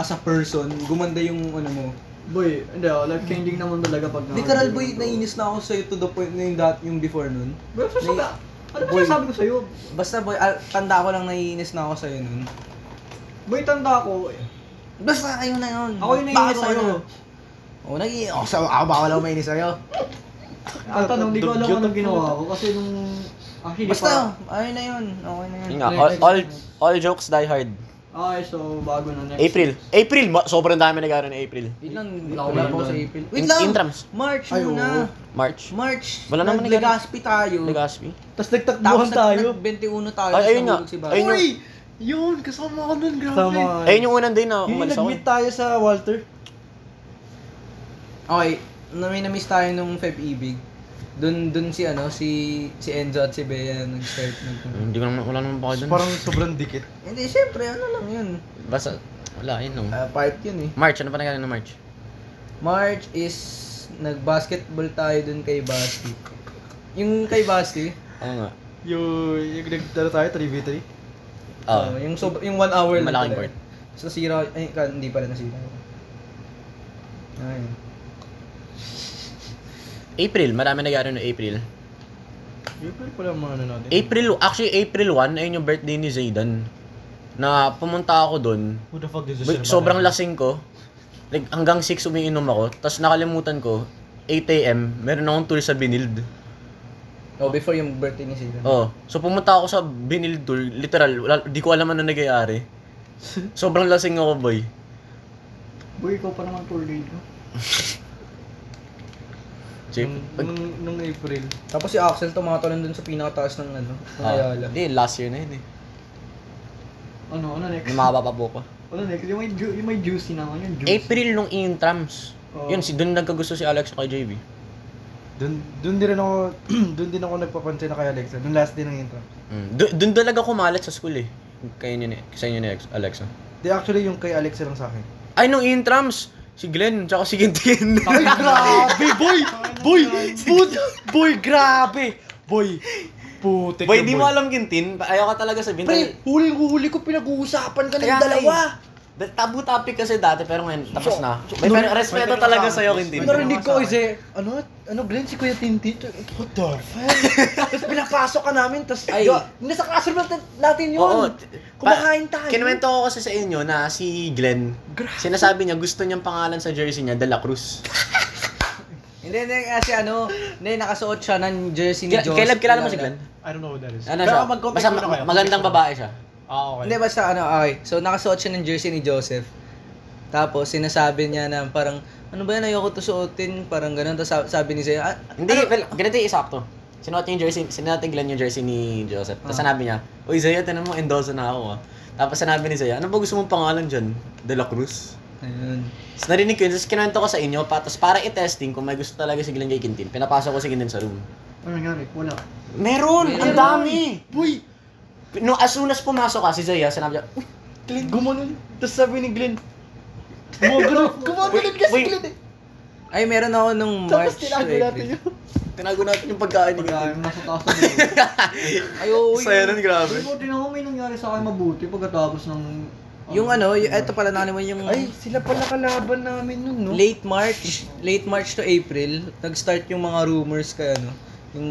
S2: as a person, gumanda yung ano mo.
S6: Boy, hindi ako. Life changing naman talaga pag
S2: Literal boy, nainis na ako sa'yo to the point na yung, dat, yung before nun.
S6: Boy, so,
S2: Nai-
S6: sa- ano ba
S2: Boy.
S6: sinasabi ko sa'yo?
S2: Basta boy, al- tanda ko lang naiinis na ako sa'yo nun.
S6: Boy, tanda ako.
S2: Basta kayo na yun. Oh,
S6: Ako yung naiinis sa'yo.
S2: Oo, nag-iinis ako sa'yo. Ako bawal ako mainis sa'yo.
S6: Ang tanong, hindi ko alam kung anong ginawa ko kasi nung... Ah, Actually, di pa-
S2: Basta, ayun na yun. Okay na yun.
S1: Yun nga, all, all, all Jokes Die Hard.
S6: Okay, so bago na next.
S1: April. April, ma- sobrang dami nag ng April.
S2: Wait lang,
S6: wala
S2: wala
S6: pa
S2: po
S6: ako
S2: sa
S6: sa
S2: April.
S1: In- Intrams.
S2: March
S4: Ay, oo.
S2: muna.
S1: March.
S2: March.
S1: Wala naman nag-
S2: Legaspi tayo.
S1: Legaspi.
S6: Tapos
S2: Tapos
S6: nagtakbuhan tayo.
S2: tayo. 21
S1: Ay,
S2: tayo. tapos
S1: ayun nga.
S2: nahulog Si Bobby.
S1: Ayun yung,
S3: Uy! Yun, kasama ko nun, grabe.
S4: Tama.
S1: ayun yung unang day
S4: Yun
S1: na
S4: yung
S1: umalis ako.
S4: nag-meet tayo sa Walter.
S2: Okay, na may na-miss tayo nung Feb Ibig. Doon doon si ano si si Enzo at si Bea nag-start nag
S1: Hindi ko naman, wala naman pa ako dun.
S4: Parang sobrang dikit.
S2: Hindi syempre ano lang 'yun.
S1: Basta, wala, yun lang.
S2: Ah, part 'yun eh.
S1: March, ano pa nangyari ng March?
S2: March is nag-basketball tayo doon kay Basti. Yung kay Basti,
S1: Oo nga.
S4: Yung, yung nagtalo tayo, 3v3.
S1: Oo.
S2: oh, yung sob- yung one hour lang
S1: Ah, Malaking
S2: pala.
S1: part.
S2: So nasira, ay ka- hindi pala nasira. Ayun.
S1: April, marami nangyari ng April.
S4: April pala ang mga ano natin.
S1: April, actually April 1, ayun yung birthday ni Zaydan. Na pumunta ako dun.
S4: Who the fuck is this?
S1: Wait, sobrang lasing ko. Like, hanggang 6 umiinom ako. Tapos nakalimutan ko, 8am, meron akong tool sa Binild.
S2: Oh, before yung birthday ni Sila.
S1: Oo. Oh, So pumunta ako sa Binild tool, literal, wala, di ko alam ano nangyayari. Sobrang lasing ako, boy.
S6: Boy, ikaw pa naman tour lead ko.
S1: Chip.
S4: Nung, nung, nung April.
S2: Tapos si Axel tumatalon doon sa pinakataas ng ano,
S4: mm,
S2: ng Ayala.
S1: Hindi, Ah, last year na yun eh.
S6: Ano, ano next?
S1: Lumaba pa po ko.
S6: Ano next? Yung may, ju- yung may juicy naman, yung juicy.
S1: April nung intrams.
S4: Oh.
S6: Oo.
S1: Yun, si doon nagkagusto si Alex kay JB.
S4: Doon doon din rin ako doon din ako nagpapansin na kay Alexa. Doon last din ng intro.
S1: Mm. Do- doon talaga kumalat sa school eh. Kay inyo ni, sa inyo ni Ex- Alexa.
S4: Di actually yung kay Alexa lang sa akin.
S1: Ay, nung intrams, si Glenn, tsaka si Gintin.
S3: Ay, grabe, boy! Boy! Boy! Boy, grabe! Boy! Putik
S1: Boy, di mo alam Gintin. Ayaw ka talaga sabihin.
S3: Pre, huling huli ko pinag-uusapan ka ng
S1: Kaya nga
S3: dalawa.
S1: Da- Tabu topic kasi dati pero ngayon tapos na. May pero respeto talaga sa iyo hindi.
S4: Narinig ko kasi, ano, ano Glenn, si Kuya Tintin, t- what the fuck? tapos pinapasok ka namin, tapos,
S1: Ay.
S4: yo, nasa classroom natin, natin yun.
S1: Oo.
S4: Kumakain tayo.
S1: Kinuwento ko kasi sa inyo na si Glenn, sinasabi niya gusto niyang pangalan sa jersey niya Dela Cruz.
S2: Hindi, hindi, kasi ano, hindi, nakasuot siya ng jersey ni
S1: Kila-
S2: Josh.
S1: Caleb, kilala mo si Glenn?
S3: I don't know what that is.
S1: Ano siya? Basta ma- magandang babae siya.
S3: Ah, okay.
S2: Hindi, basta ano, okay. So, nakasuot siya ng jersey ni Joseph. Tapos, sinasabi niya na parang, ano ba yan, ayoko to suotin, parang ganun. Tapos sab- sabi ni Zay, ah,
S1: Hindi, well, ganito yung isakto. Sinuot niya yung jersey, sinuot ni Glenn yung jersey ni Joseph. Tapos
S2: Ah.
S1: sinabi niya, Uy, Zaya, tanong mo, endorse na ako ah. Tapos sinabi ni Zaya, ano ba gusto mong pangalan dyan? De La Cruz?
S2: ayun.
S1: Tapos narinig ko yun, tapos kinuwento ko sa inyo, pa, tapos para i-testing kung may gusto talaga si Glenn kay Quintin, pinapasok ko si Quintin sa room.
S6: Ano nangyari? Wala.
S1: Meron! Ang
S2: Meron!
S1: dami!
S6: Uy!
S1: No, as soon as pumasok ka, si Zaya, sinabi niya, Uy,
S6: Glenn, gumanon. Tapos sabi ni Glenn, Gumagano! Gumagano kasi
S1: Wait.
S6: Glenn eh!
S2: Ay, meron ako nung March.
S6: Tapos tinago
S2: eh.
S6: natin yun.
S1: tinago natin yung pagkain ni Quintin.
S6: ah, nasa taas na yun.
S2: Ay, oo,
S1: Saya
S2: yung,
S1: nun, grabe.
S6: Uy, buti na ako may nangyari sa akin mabuti pagkatapos ng... ah,
S2: yung ano, yung, eto pala nakalimutan yung
S4: Ay, sila pala kalaban namin nun, no?
S2: late March, late March to April, nag-start yung mga rumors kay ano, yung,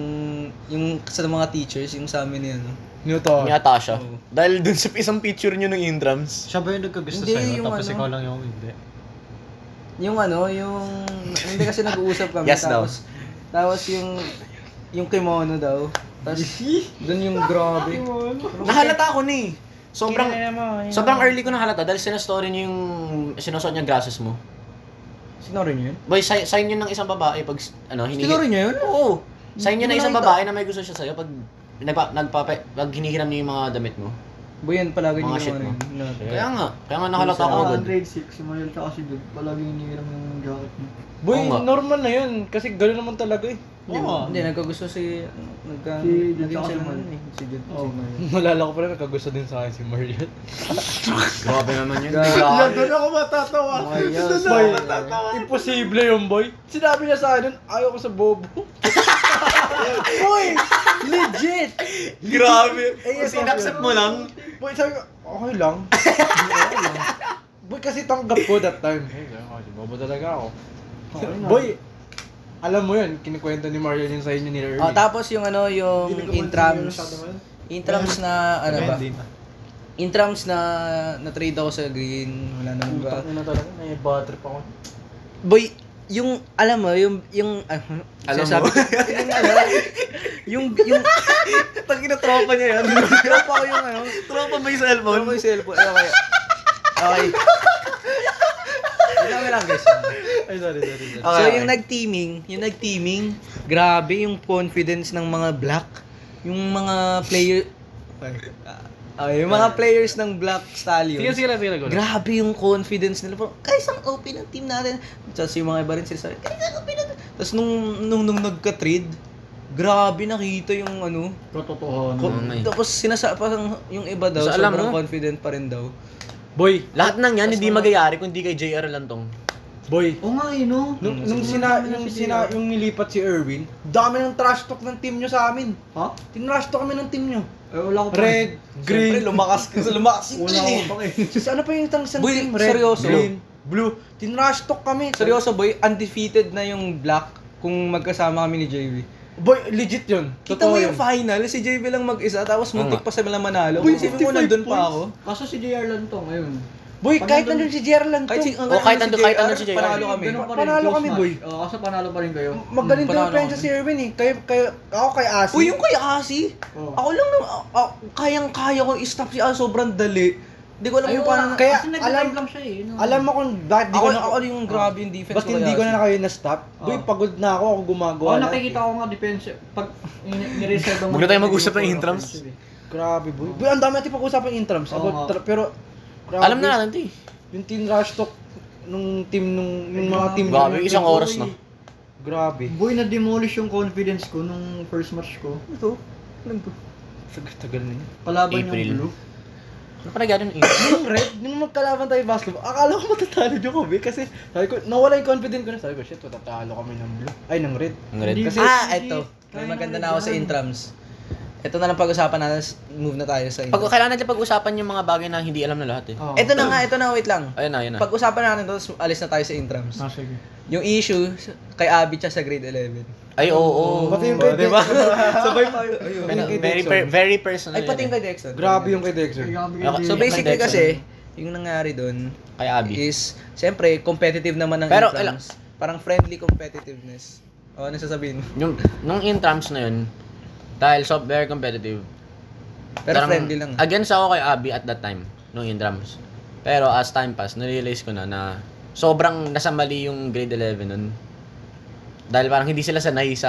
S2: yung sa mga teachers, yung sa amin ni ano.
S4: Newton.
S1: Ni Atasha.
S2: Oo.
S1: Dahil dun sa isang picture niyo nung intrams.
S6: Siya ba yung nagkagusto
S2: Hindi, sa'yo? yung Tapos ano. ikaw
S6: lang yung hindi.
S2: Yung ano, yung hindi kasi nag-uusap kami
S1: Yes daw.
S2: tapos tapos yung yung kimono daw. Tapos doon yung grabe.
S1: Nahalata ako ni. Sobrang Sobrang early ko nahalata dahil sinastory niyo yung sinusuot niya glasses mo.
S2: Sinoro niyo yun?
S1: Boy, sign, sign yun ng isang babae pag s- ano, hinihit.
S2: Sinoro niyo yun?
S1: Oo. Sign yun ng
S2: Hindi ko
S1: isang
S2: nakita.
S1: babae na may gusto siya sa'yo pag nagpa, nagpape, pag hinihiram niya yung mga damit mo.
S2: Boyan palagi
S1: Mga
S2: yung
S1: shit mo.
S2: ano yun. Lahat.
S1: Kaya nga, kaya nga nahalata ako agad.
S6: grade 6, si Mariel tsaka si Jude, palagi hinihiram yung jacket niya.
S4: Boy,
S1: Oo nga.
S4: normal na yun. Kasi gano'n naman talaga eh.
S2: Oo. Oh, Hindi, nagkagusto si... Nagka,
S6: Si Jude
S2: naging
S6: tsaka si Oh.
S2: sila
S6: Mal.
S2: nun eh. Si Jude.
S4: Oh,
S6: Oo.
S4: Malala ko pala, nagkagusto din sa akin si Mariel.
S1: Grabe naman yun.
S3: Yan, doon ako matatawa. Doon ako
S4: Boy,
S3: matatawa.
S4: imposible yun, boy. Sinabi niya sa akin, nun, ayaw ko sa bobo. boy, legit.
S1: Grabe.
S4: Kung
S1: sinaccept mo lang.
S4: Boy, sabi ko, okay lang. Okay lang. Boy, kasi tanggap ko that time. Hey, okay, bobo talaga ako. Boy, alam mo yun, kinikwento ni Mario yun sa inyo ni Ernie.
S2: Oh, tapos yung ano, yung
S3: Hindi ko man sinabi
S2: intrams.
S3: masyado ngayon.
S2: Intrams na, ano ba?
S3: Hindi.
S2: Intrams na na-trade ako sa green. Wala na ba?
S4: Putak na talaga, may bad trip ako.
S2: Boy, yung alam mo, yung yung ah,
S1: Alam
S2: sinasabi
S1: mo.
S2: ko, yung ano, yung yung
S1: Tangin na tropa niya yan.
S2: tropa ko yung ano,
S1: tropa mo yung
S2: tropa
S1: cellphone.
S2: ko yung cellphone. Okay. Okay. Wala lang guys.
S3: Ay, sorry, sorry. sorry.
S2: so yung nag-teaming, yung nag-teaming, grabe yung confidence ng mga black, yung mga player Ah, yung mga players ng Black Stallions.
S4: Sige, sige lang, sige lang. go lang.
S2: Grabe yung confidence nila. Parang, guys, ang OP ng team natin. Tapos yung mga iba rin sila sabi, guys, ang OP natin. Tapos nung, nung, nung nagka-trade, grabe nakita yung ano.
S6: Katotohanan.
S2: Ko-
S1: Mm.
S2: Tapos sinasa parang yung iba daw,
S1: Basta alam
S2: sobrang
S1: mo.
S2: confident pa rin daw.
S4: Boy,
S1: Lahat ng yan hindi magyayari kundi kay JR Lantong.
S4: boy.
S6: Oo nga eh, no?
S4: Nung, nung sina, yung sina, yung nilipat si Erwin, dami ng trash talk ng team nyo sa amin.
S6: Ha?
S4: Tinrash talk kami ng team nyo.
S6: Eh, wala ko pa.
S4: Red,
S2: Siyempre,
S4: green,
S2: lumakas ka. Lumakas
S6: Wala ko pa eh.
S4: Sis, ano pa yung isang isang
S2: Boy,
S4: team? Red,
S2: seryoso?
S4: green, blue. Tinrash talk kami.
S2: Seryoso boy, undefeated na yung Black kung magkasama kami ni JV.
S4: Boy, legit yun.
S2: Kita
S4: Totoo
S2: mo
S4: yun.
S2: yung final, si JV lang mag-isa, tapos
S1: Oo nga.
S2: muntik pa sa mga manalo.
S6: Boy,
S2: Isipin mo, nandun pa ako.
S6: Kaso si JR lang to ngayon.
S4: Boy,
S6: Pag
S4: kahit
S6: nandun-
S4: nandun si JR lang
S2: Kahit si,
S4: to.
S1: Oh, kahit nandun- kahit
S2: JR,
S1: nandun si JR.
S2: Panalo kami.
S6: Ganun pa rin,
S4: Panalo
S6: close
S4: kami,
S6: match.
S4: boy.
S6: Oo, kaso panalo pa rin kayo. Mm.
S4: Magaling daw
S2: Panalo
S4: yung pensa
S2: kami.
S4: si Erwin eh. Kayo, kayo, ako kay Asi.
S2: Uy, yung kay Asi.
S6: Oo.
S2: Ako lang nung, a- a- kayang-kaya ko i-stop si Asi, sobrang dali. Hindi ko alam
S6: Ayun,
S2: yung paano.
S6: wala.
S4: kaya
S6: Kasi
S4: alam-
S6: nag-live lang siya eh. yun ang-
S4: Alam mo kung bakit di
S2: ako,
S4: ko
S2: ako,
S4: na...
S2: yung grabe yung defense
S4: Ba't hindi ko na kayo na-stop?
S1: Oh.
S4: Boy,
S6: Oo.
S4: pagod na ako. Ako gumagawa.
S6: Oo,
S4: lahat
S6: nakikita ko nga defensive. Pag ni- nireserve ang
S1: Huwag na tayo mag-usap ng
S6: defensive,
S1: intrams.
S6: offensive eh.
S4: eh. Grabe, boy. Boy, ang dami natin pag-usapan yung intrams.
S2: Ah,
S6: Oo
S4: about
S6: nga.
S4: tra- pero, grabe.
S1: Alam na natin, ti.
S4: Yung team rush talk nung team nung yung mga team nung-
S1: Grabe, isang oras na.
S4: Grabe.
S6: Boy, na-demolish yung confidence ko nung first match ko.
S2: Ito, alam ko.
S4: Tagal-tagal na yun.
S6: Kalaban
S1: April.
S6: yung blue.
S1: Ano pa nag-ano ng intrams?
S4: Yung red, nung magkalaban tayo basketball, akala ko matatalo yung kami kasi sabi ko, nawala yung confidence ko na. Sabi ko, shit, matatalo kami ng blue. Ay, ng red.
S1: Ang red.
S6: Hindi.
S2: Kasi, ah,
S6: Hindi.
S2: ito.
S6: Kaya
S2: May
S6: na
S2: maganda
S6: rin
S2: na ako sa
S6: yan.
S2: intrams. Ito na lang pag-usapan natin, s- move na tayo sa
S1: Pag,
S2: intro.
S1: kailangan natin pag-usapan yung mga bagay na hindi alam na lahat eh.
S6: Oo.
S2: Ito
S4: Oh.
S2: na nga, ito na, wait lang.
S1: Ayun na, ayun na.
S2: Pag-usapan natin to, tapos alis na tayo sa intrams.
S6: Ah, sige.
S2: Yung issue s- kay Abby siya sa grade 11.
S1: Ay, oo.
S2: Oh,
S1: oo.
S4: Pati yung
S1: Oo,
S4: kay
S1: diba?
S2: Sabay pa yun. Ayun.
S4: Ayun. Kay
S1: very,
S4: Dexon.
S1: per- very personal.
S2: Ay,
S1: yun
S2: pati
S1: eh.
S2: yung kay Dexon.
S4: Ano Grabe yung kay Dexter.
S1: Okay.
S2: So basically
S1: Kay Dexon.
S2: kasi, yung nangyari doon
S1: Kay Abby.
S2: is, siyempre, competitive naman ang
S1: Pero,
S2: intrams. Parang friendly competitiveness. O, ano sasabihin?
S1: Yung, nung intrams na yun, dahil so very competitive.
S2: Pero
S1: parang
S2: friendly lang.
S1: Against ako kay Abby at that time, nung intrams. Pero as time passed, narealize ko na na sobrang nasa mali yung grade 11 nun. Dahil parang hindi sila sanay sa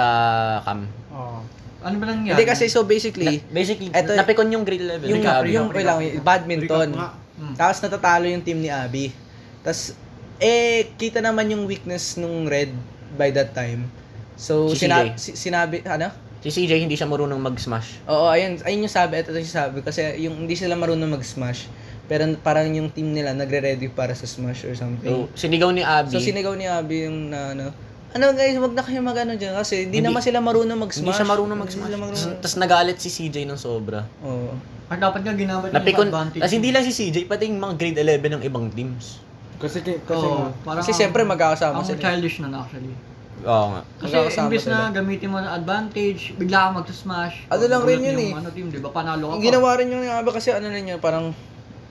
S1: cam.
S4: Ah.
S6: Oo. Ano ba nangyari?
S2: Hindi kasi, so basically,
S1: Basically,
S2: Eto,
S1: napikon yung grade 11.
S2: yung,
S1: kay Abby.
S2: yung, wait lang, yung badminton.
S3: Recap nga.
S6: Mm.
S2: Tapos natatalo yung team ni Abby. Tapos, eh, kita naman yung weakness nung Red by that time. So,
S1: Si
S2: sina-
S1: CJ.
S2: si- sinabi, ano?
S1: Si CJ hindi siya marunong mag-smash.
S2: Oo, ayun, ayun yung sabi, ito yung sabi. Kasi yung hindi sila marunong mag-smash. Pero parang yung team nila nagre-ready para sa smash or something.
S1: So, sinigaw ni Abby.
S2: Eh. So, sinigaw ni Abby yung na, ano, ano guys, wag na kayo mag-ano dyan kasi hindi,
S1: Hindi-
S2: naman sila marunong mag-smash.
S1: hindi siya marunong
S2: Hindi
S1: mag-smash.
S2: sila marunong-
S1: Tapos nagalit si CJ ng sobra.
S2: Oo.
S6: At Ah, dapat nga ginamit yung
S1: Napikon.
S6: advantage. eh.
S1: Tapos hindi lang si CJ, pati yung mga grade 11 ng ibang teams.
S4: Kasi, kasi nga.
S6: Oo, parang
S2: Kasi
S6: ang-
S2: siyempre magkakasama
S6: Ang
S2: sila.
S6: childish nun actually.
S1: Oo nga.
S6: Kasi
S2: Magkakasama
S6: imbis na
S2: sila.
S6: gamitin mo na advantage, bigla ka mag-smash.
S2: Ano lang rin
S6: Gulat
S2: yun
S6: yung
S2: eh.
S6: Ano team, di ba? Panalo ka
S2: Yung
S6: pa.
S2: ginawa rin yung Abby kasi ano na niya, parang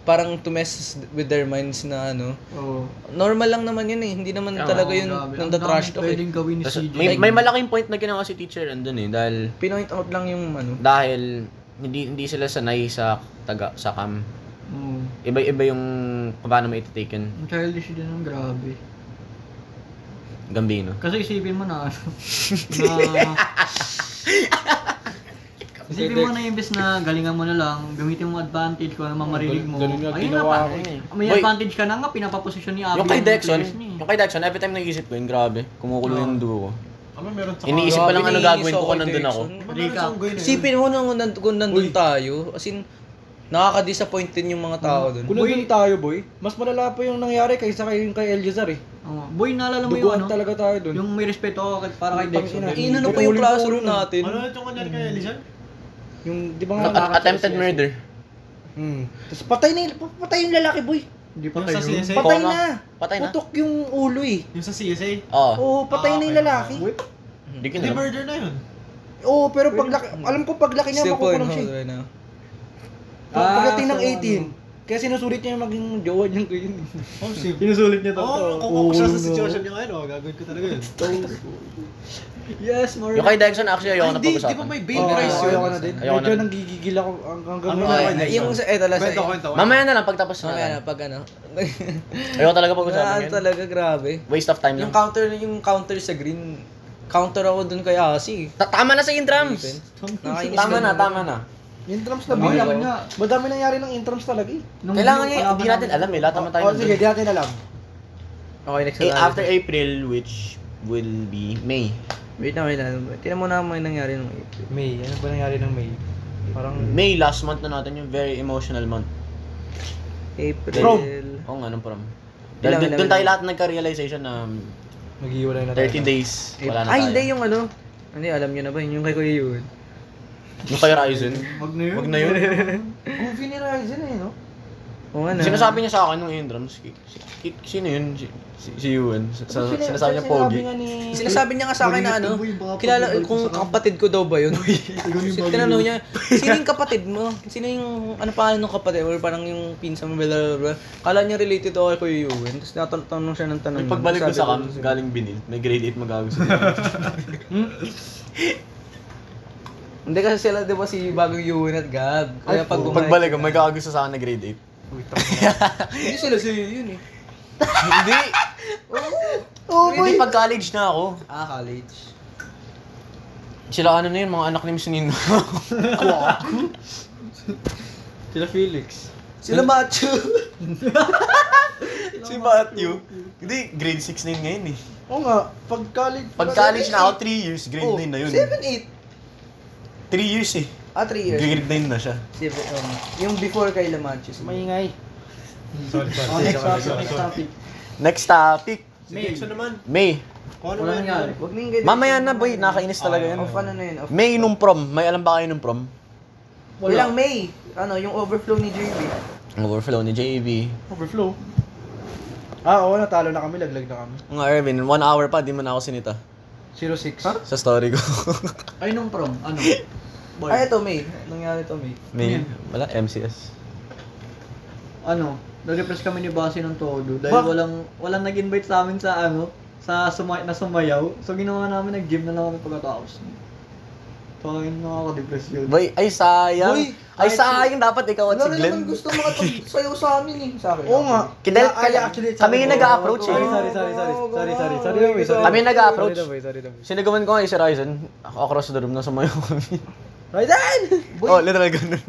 S2: parang to mess with their minds na ano.
S6: Oo.
S2: Normal lang naman yun eh. Hindi naman
S1: Oo,
S2: talaga
S6: Oo,
S2: yun
S6: grabe.
S2: nang
S6: Ang
S2: trash
S6: daming
S2: talk eh.
S6: Pwedeng gawin ni
S1: Tas
S6: CJ.
S1: may, may malaking point na ginawa si teacher andun eh. Dahil,
S2: Pinoint out lang yung ano.
S1: dahil hindi hindi sila sanay sa taga sa cam.
S6: Oo.
S1: Iba-iba yung kung paano may ititaken.
S6: Ang childish din nun, grabe.
S1: Gambino.
S6: Kasi isipin mo na ano. na, isipin mo na imbes na galingan mo na lang, gamitin mo advantage kung ano mamarinig mo.
S4: Ganun nga,
S6: Ayun
S4: ginawa
S6: pa.
S4: ko yun
S6: May
S1: eh. Boy.
S6: advantage ka na nga, pinapaposisyon ni Abby.
S1: Yung kay Dexon,
S6: Ah, players niya eh.
S1: yung kay Dexon, every time naisip ko yun, grabe. Kumukulo yung dugo ko.
S3: Ano meron sa
S1: Iniisip pa lang ano
S2: Grabe,
S1: gagawin ko
S2: naiinis
S1: kung nandun ako.
S2: Jackson.
S3: Meron sa unggoy na yun.
S2: eh. Isipin mo nung nan- kung nandun tayo. As in, nakaka-disappoint din yung mga tao dun.
S4: Kung nandun tayo, boy, mas malala pa yung nangyari kaysa kay, kay Eljazar eh.
S6: Oo. Boy, naalala mo yung
S4: Duguan
S6: ano?
S4: talaga tayo dun.
S6: Yung may respeto ako kay- para kay Dexon.
S4: Tangina.
S6: ganun.
S2: Inano pa yung classroom natin.
S3: Ano ulit yung kanyari kay Elijah?
S4: Yung, di ba nga?
S1: At- attempted murder.
S4: Hmm. Tapos patay na yun- patay yung lalaki, boy.
S6: Hindi pa
S3: Yung
S6: tayo.
S3: sa CSA?
S4: Patay
S1: Koma.
S4: na.
S1: Patay na.
S4: Putok yung ulo eh.
S3: Yung sa CSA?
S1: Oo.
S4: Oo, patay
S3: Ah,
S4: na yung
S3: okay.
S4: lalaki.
S1: Hindi ko
S3: Hindi
S1: na.
S3: murder na yun.
S4: Oo, pero paglaki, Mm. alam ko paglaki niya
S2: Still point
S4: makukulong siya.
S2: hold
S4: eh.
S2: right now.
S4: Pag-
S6: Ah,
S4: Pagdating ng
S6: so
S4: 18, kaya sinusulit niya yung maging jowa niyang kayo.
S3: Oh, save.
S4: Sinusulit niya
S3: Oo,
S4: talaga.
S3: kung ako siya sa situation niya ngayon, oh, gagawin ko talaga yun.
S6: Yes, more.
S1: Yung kay Dexon, actually, ayoko na
S3: Hindi, di ba
S1: pag-usapan.
S3: may
S4: Big
S3: bail
S4: oh,
S3: price yun?
S4: Ayoko na din.
S1: Ayoko
S4: Medyo
S1: na.
S4: nang gigigil ako hanggang ngayon.
S3: Ano na
S2: Okay,
S3: yun?
S2: na- yung sa, eh, talaga
S3: Kwento,
S2: sa,
S3: kwento.
S1: Mamaya na lang, pagtapos na.
S2: mamaya na pag ano.
S1: Ayoko talaga pag-usapan
S2: Ano
S1: yun.
S2: talaga, grabe.
S1: Waste of time
S2: Yung
S1: lang.
S2: counter, yung counter sa green, counter ako dun kay Asi.
S1: Ta- tama na sa intrams!
S2: Nakainis
S1: Tama
S2: ka
S1: na,
S2: dun.
S1: tama na.
S4: Intrams na
S6: Boy,
S4: bigla.
S6: ako nga.
S4: Madami nangyari ng intrams talaga eh.
S6: Nung-
S1: Kailangan
S6: nung
S1: niya,
S6: kalaban
S1: hindi natin
S6: namin-
S1: alam eh. Lahat naman tayo.
S4: Oh, sige,
S1: nandun.
S4: di natin alam.
S2: Okay, next
S1: Eh,
S2: na
S1: after April, which will be May.
S2: Wait na, wait na. Tingnan mo na mo yung nangyari nung April.
S4: May, ano ba nangyari ng May? Parang...
S1: May, last month na natin yung very emotional month.
S2: April.
S4: Prom.
S1: Oo nga, nung prom.
S2: Ilang-
S1: Dahil
S2: ilang-
S1: doon tayo lahat nagka-realization na
S4: Nag-iwalay na
S1: 30 days, wala na tayo.
S2: Ay, hindi yung ano. Hindi, alam nyo na ba yun? Yung kay Kuya Yun.
S1: Yung kay Ryzen.
S6: Wag na yun.
S1: Wag na yun.
S4: Goofy ni Ryzen eh, no?
S2: Oo nga na.
S1: Sinasabi niya sa akin nung intrams, si, si, si- sino yun? Si, si, si Ewan. Sa- sa-
S4: Sina-
S1: Sinasabi niya, Pogi.
S4: nga ni-
S2: Sinasabi niya nga sa akin na ano, kilala kung kapatid ko daw ba yun. Tinanong niya, sino yung kapatid mo? Sino yung, ano pangalan ng kapatid? Or parang yung pinsan mo, blah, blah, blah. Kala niya related ako kay Kuya Yun. Tapos natanong siya ng tanong.
S1: Yung pagbalik Mm. ko
S2: Sabi
S1: sa cam, galing binil, may grade 8 magago sa
S2: Hindi kasi sila, di ba, si bagong Yun at Gab. Kaya pag
S1: Pagbalik ko, may gago sa akin na grade 8.
S2: Hindi sila si Yun eh.
S1: Hindi!
S4: Oh, boy!
S1: Hindi, pag college na ako.
S2: Ah, college.
S1: Sila ano na yun, mga anak ni Miss Nino.
S4: Sila Felix.
S2: Sila macho.
S1: si Matthew. Hindi, grade 6 na yun ngayon eh.
S4: Oo nga, pag college... Oh,
S1: Pag college na ako, 3 years, grade
S2: Oh,
S1: 9 na yun.
S2: 7-8.
S1: 3 years eh.
S2: Ah, 3 years.
S1: Grade 9 na siya.
S2: Seven, um, yung before kay Lamancho.
S4: Maingay.
S3: Sorry, sorry.
S6: Oh, next topic, next topic.
S1: Next topic,
S3: May. So naman,
S1: May.
S3: kung ano
S6: Wala
S3: man
S6: nangyari.
S2: Huwag na yung ganyan.
S1: Mamaya na boy, nakakainis talaga yun.
S2: Off ano na yun. Off.
S1: May nung prom, may alam ba kayo nung prom?
S2: Walang May. Ano, yung overflow ni JB.
S1: Overflow ni JB.
S4: Overflow. Ah, oo, natalo na kami, laglag na kami.
S1: Nga, Erwin, one hour pa, di mo na ako sinita.
S4: 0-6.
S1: Sa story ko.
S6: Ay, nung prom, ano? Boy.
S2: Ay, ito Ah, May. Nangyari to May.
S1: May, wala, MCS.
S6: ano, nag-repress kami ni Basi ng todo dahil
S4: Bak-
S6: walang walang nag-invite sa amin sa ano, sa sumay na sumayaw. So ginawa namin nag-gym na lang kami pagkatapos. Tangin nakaka-depress yun.
S1: Boy, ay sayang. ay
S2: Boy, kahit si-
S1: sayang dapat
S4: Oh,
S1: ikaw at
S2: Wala
S1: si
S2: rin
S1: Glenn.
S2: naman gusto makapagsayaw sa amin eh. Sa akin.
S4: Oo nga.
S1: Kidel-
S4: Ah, ay, actually,
S1: kami yung
S4: sorry.
S1: nag-a-approach
S2: oh,
S1: eh.
S4: Sorry, sorry, sorry. Sorry, sorry. Sorry, sorry. sorry.
S1: Kami yung nag-a-approach.
S4: Sorry, sorry, sorry.
S1: Sinigawan ko nga si Ryzen. Ako across the room na sumayo kami.
S4: Raiden!
S1: oh, literal ganun.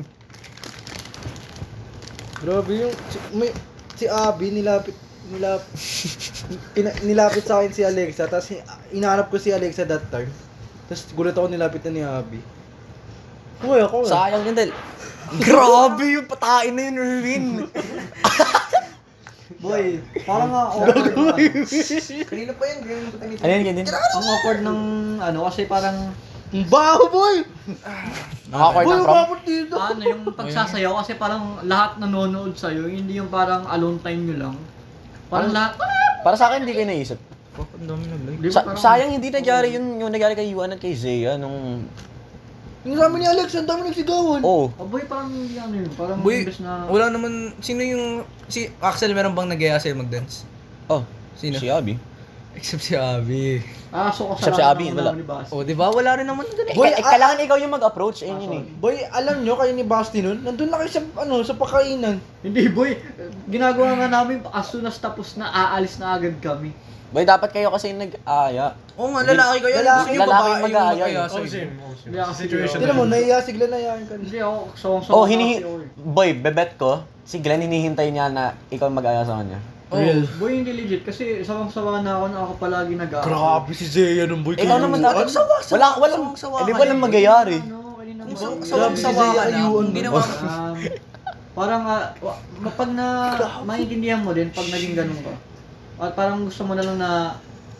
S4: Grabe yung... Si, may, si Abby nilapit... Nilap, pina, nilapit sa akin si Alexa. Tapos inaanap ko si Alexa that time. Tapos gulat ako nilapit na ni Abby. Uy, ako eh.
S1: Sayang yun dahil. Grabe yung patain na yun, Erwin.
S6: Boy, parang nga awkward. ano.
S2: Kanina pa yun. Kanina pa tayo
S1: ano yun, ganyan?
S6: Ang awkward ng ano kasi parang
S4: Ang baho, boy!
S1: Nakakawin
S4: Boy,
S1: ng
S4: ang
S1: prom.
S4: baho dito!
S6: ano yung pagsasayaw kasi parang lahat nanonood sa iyo, hindi yung parang alone time nyo lang. Parang lahat.
S1: Para Ano? sa akin, hindi kayo naisip.
S6: Di ba
S1: Sa-
S6: parang- ano?
S1: sayang hindi nangyari yun yung nangyari kay Yuan at kay Zaya nung...
S4: Yung sabi ni Alexa, ang dami nagsigawan.
S1: Oh.
S6: Oh, boy, parang hindi ano yun. Parang
S2: Boy,
S6: imbes na
S2: Oh, Wala naman, sino yung, si Axel meron bang nag-aya sa'yo mag-dance?
S1: Oh.
S2: Sino?
S1: Si Abby.
S2: Except si Abi.
S6: ah, so
S1: Except si
S6: kasalanan
S1: Abby,
S6: naman
S1: wala.
S6: namin ni Basi.
S2: O, di ba? Wala rin naman dun eh.
S1: Boy, kailangan ikaw yung mag-approach.
S6: Ah,
S1: Ayun yun eh.
S4: Boy, alam nyo kayo ni Basti nun, nandun na kayo sa, ano, sa pakainan.
S6: Hindi boy, ginagawa nga namin as soon as tapos na aalis na agad kami.
S1: Boy, dapat kayo kasi yung nag-aya.
S2: Oo nga, lalaki kayo.
S1: Lalaki
S2: Lalaki,
S1: yung mag-aaya
S2: mag-aya
S1: eh.
S2: sa'yo.
S6: Hindi ako
S3: Situation.
S4: Tignan mo, nahiya si Glenn, nahiyain ka na.
S6: oh, Hindi ako song song.
S1: Oh, hini...
S6: eh.
S1: Boy, bebet ko. Si Glenn, hinihintay niya na ikaw mag-aya sa kanya.
S6: Real. Boy, hindi legit kasi sawang-sawa na ako na ako palagi nag
S4: Grabe si Zaya nun, boy.
S1: Ikaw naman dapat. Wala, walang...
S2: sawang-sawa
S1: Hindi
S2: ka
S1: walang
S2: eh.
S1: magyayari.
S6: Ano, kanina mo.
S2: Kung
S6: Grabe. ano,
S4: sawang-
S2: sawang-sawa ka na,
S4: Ayun.
S2: kung ginawa mo.
S6: Um, parang ah, wa- kapag na maintindihan mo din pag naging ganun ka. At parang gusto mo na lang na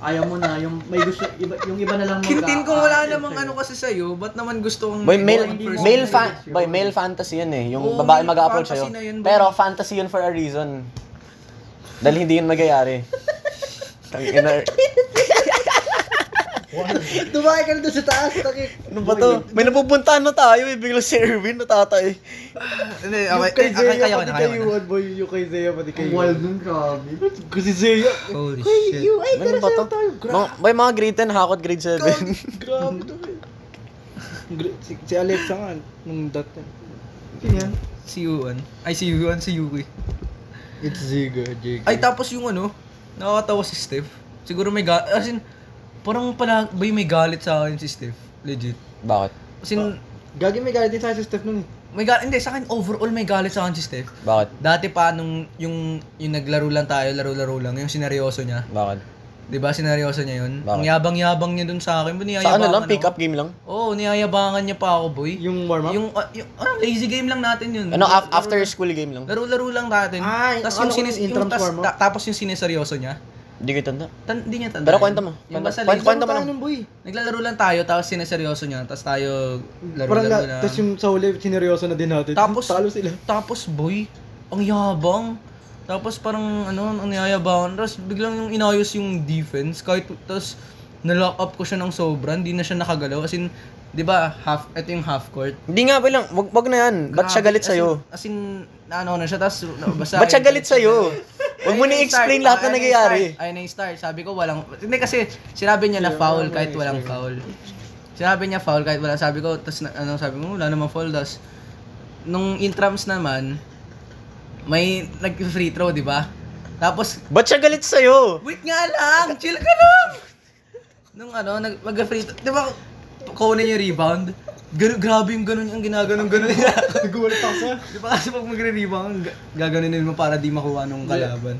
S6: ayaw mo na yung may gusto iba, yung iba na lang mag-
S2: Kintin kung wala
S6: aayaw
S2: namang
S6: sa'yo.
S2: ano kasi sa'yo, ba't naman gusto kong...
S1: Boy, male,
S6: Hindi mo-
S1: male,
S6: hindi
S1: fan,
S6: mo-
S1: boy, male fantasy yun eh. Yung
S2: Oo,
S1: babae
S2: Oh, male
S1: mag-approach
S2: fantasy
S1: sa'yo.
S2: na yun, boy.
S1: Pero fantasy yun for a reason. Dahil hindi yun magyayari. Tangina.
S4: Tumakay ka na doon sa taas, takik.
S1: Ano ba to? May napupuntahan na tayo eh. Biglang si Erwin natatay.
S2: Hindi,
S4: Yung
S2: okay,
S4: kay
S2: eh,
S4: Zaya,
S2: okay, kaya ko
S4: pati
S2: na,
S4: kay
S2: kaya ko na.
S4: Yuan, boy. Yung kay Zaya, pati kay
S6: Ang
S4: Yuan.
S6: wild nun, grabe.
S4: Kasi Zaya,
S2: Holy
S4: kay
S2: shit.
S4: Yuan, ay,
S1: Ano
S4: tara
S1: ba to?
S4: sa'yo tayo. Grabe,
S1: Mga, boy, mga grade 10, hakot grade 7.
S4: grabe to. eh. Gra- Si, si Alexa nga, nung that time.
S6: Yan.
S2: Si Yuan. Ay, si Yuan, si Yuki.
S4: It's Ziga, Jake.
S2: Ay, tapos yung ano, nakakatawa si Steph. Siguro may galit, as in, parang pala, bay may galit sa akin si Steph. Legit.
S1: Bakit?
S2: As in,
S4: Gagi may galit din sa Steph nun eh.
S2: may galit, hindi, sa akin overall may galit sa akin si Steph.
S1: Bakit?
S2: Dati pa nung yung yung naglaro lang tayo, laro-laro lang, yung sineryoso niya.
S1: Bakit?
S2: 'Di ba? Sineryoso niya 'yun.
S1: Bakit?
S2: Ang yabang-yabang niya dun sa akin, niyayabangan.
S1: Sa ano lang,
S2: ako.
S1: pick up game lang?
S2: Oo, niyayabangan niya pa ako, boy.
S4: Yung warm-up.
S2: Yung ah, yung, ah, lazy game lang natin 'yun.
S1: Ano, af- after school game lang?
S2: Laro-laro lang natin.
S4: Ay,
S2: tapos
S4: akala Ah,
S2: yung,
S4: ano ko
S2: sinis,
S4: yung
S2: yung,
S4: entrance
S2: tas-
S4: warm-up.
S2: ta- tapos yung sineseryoso niya.
S1: Hindi ko tanda.
S2: Tan, hindi niya tanda.
S1: Pero kwento mo.
S2: Yung
S1: Kwento-
S2: basta
S1: kwento-
S2: lazy-
S1: kwento mo
S4: tayo
S1: lang.
S4: nun, boy.
S2: Naglalaro lang tayo, tapos sineseryoso niya, tapos tayo
S4: Parang
S2: laro-laro
S4: la,
S2: lang.
S4: tapos yung sa huli, sineryoso na din natin.
S2: Tapos-
S4: talo sila.
S2: Tapos boy, ang yabang. Tapos parang ano, ang niyayabangan. Tapos biglang yung inayos yung defense. Kahit tapos na-lock up ko siya ng sobra, hindi na siya nakagalaw. As in, di ba, half, ito yung half court.
S1: Hindi nga, boy lang. Wag, wag na yan. Ba't siya
S2: Grabe,
S1: galit
S2: as in-
S1: sa'yo?
S2: As in, ano na siya, tapos na- basta...
S1: Ba't siya galit sa'yo? Wag mo na explain lahat na nangyayari.
S2: Ayun na yung start. Sabi ko, walang... Hindi kasi, sinabi niya na foul kahit walang foul. Sinabi niya foul kahit walang... Sabi ko, tapos ano, sabi ko, wala namang foul. Tapos, nung intrams naman, may nag-free throw, di ba? Tapos,
S1: Ba't siya galit sa'yo?
S2: wait nga lang! Chill ka lang! Nung ano, nag- mag-free throw, di ba, kunin yung rebound. Gano, grabe yung ganun yung ginaganon ganun niya.
S4: Nagulat ako sa'yo.
S2: Di ba kasi pag magre-rebound, ga- gaganunin mo para di makuha nung kalaban.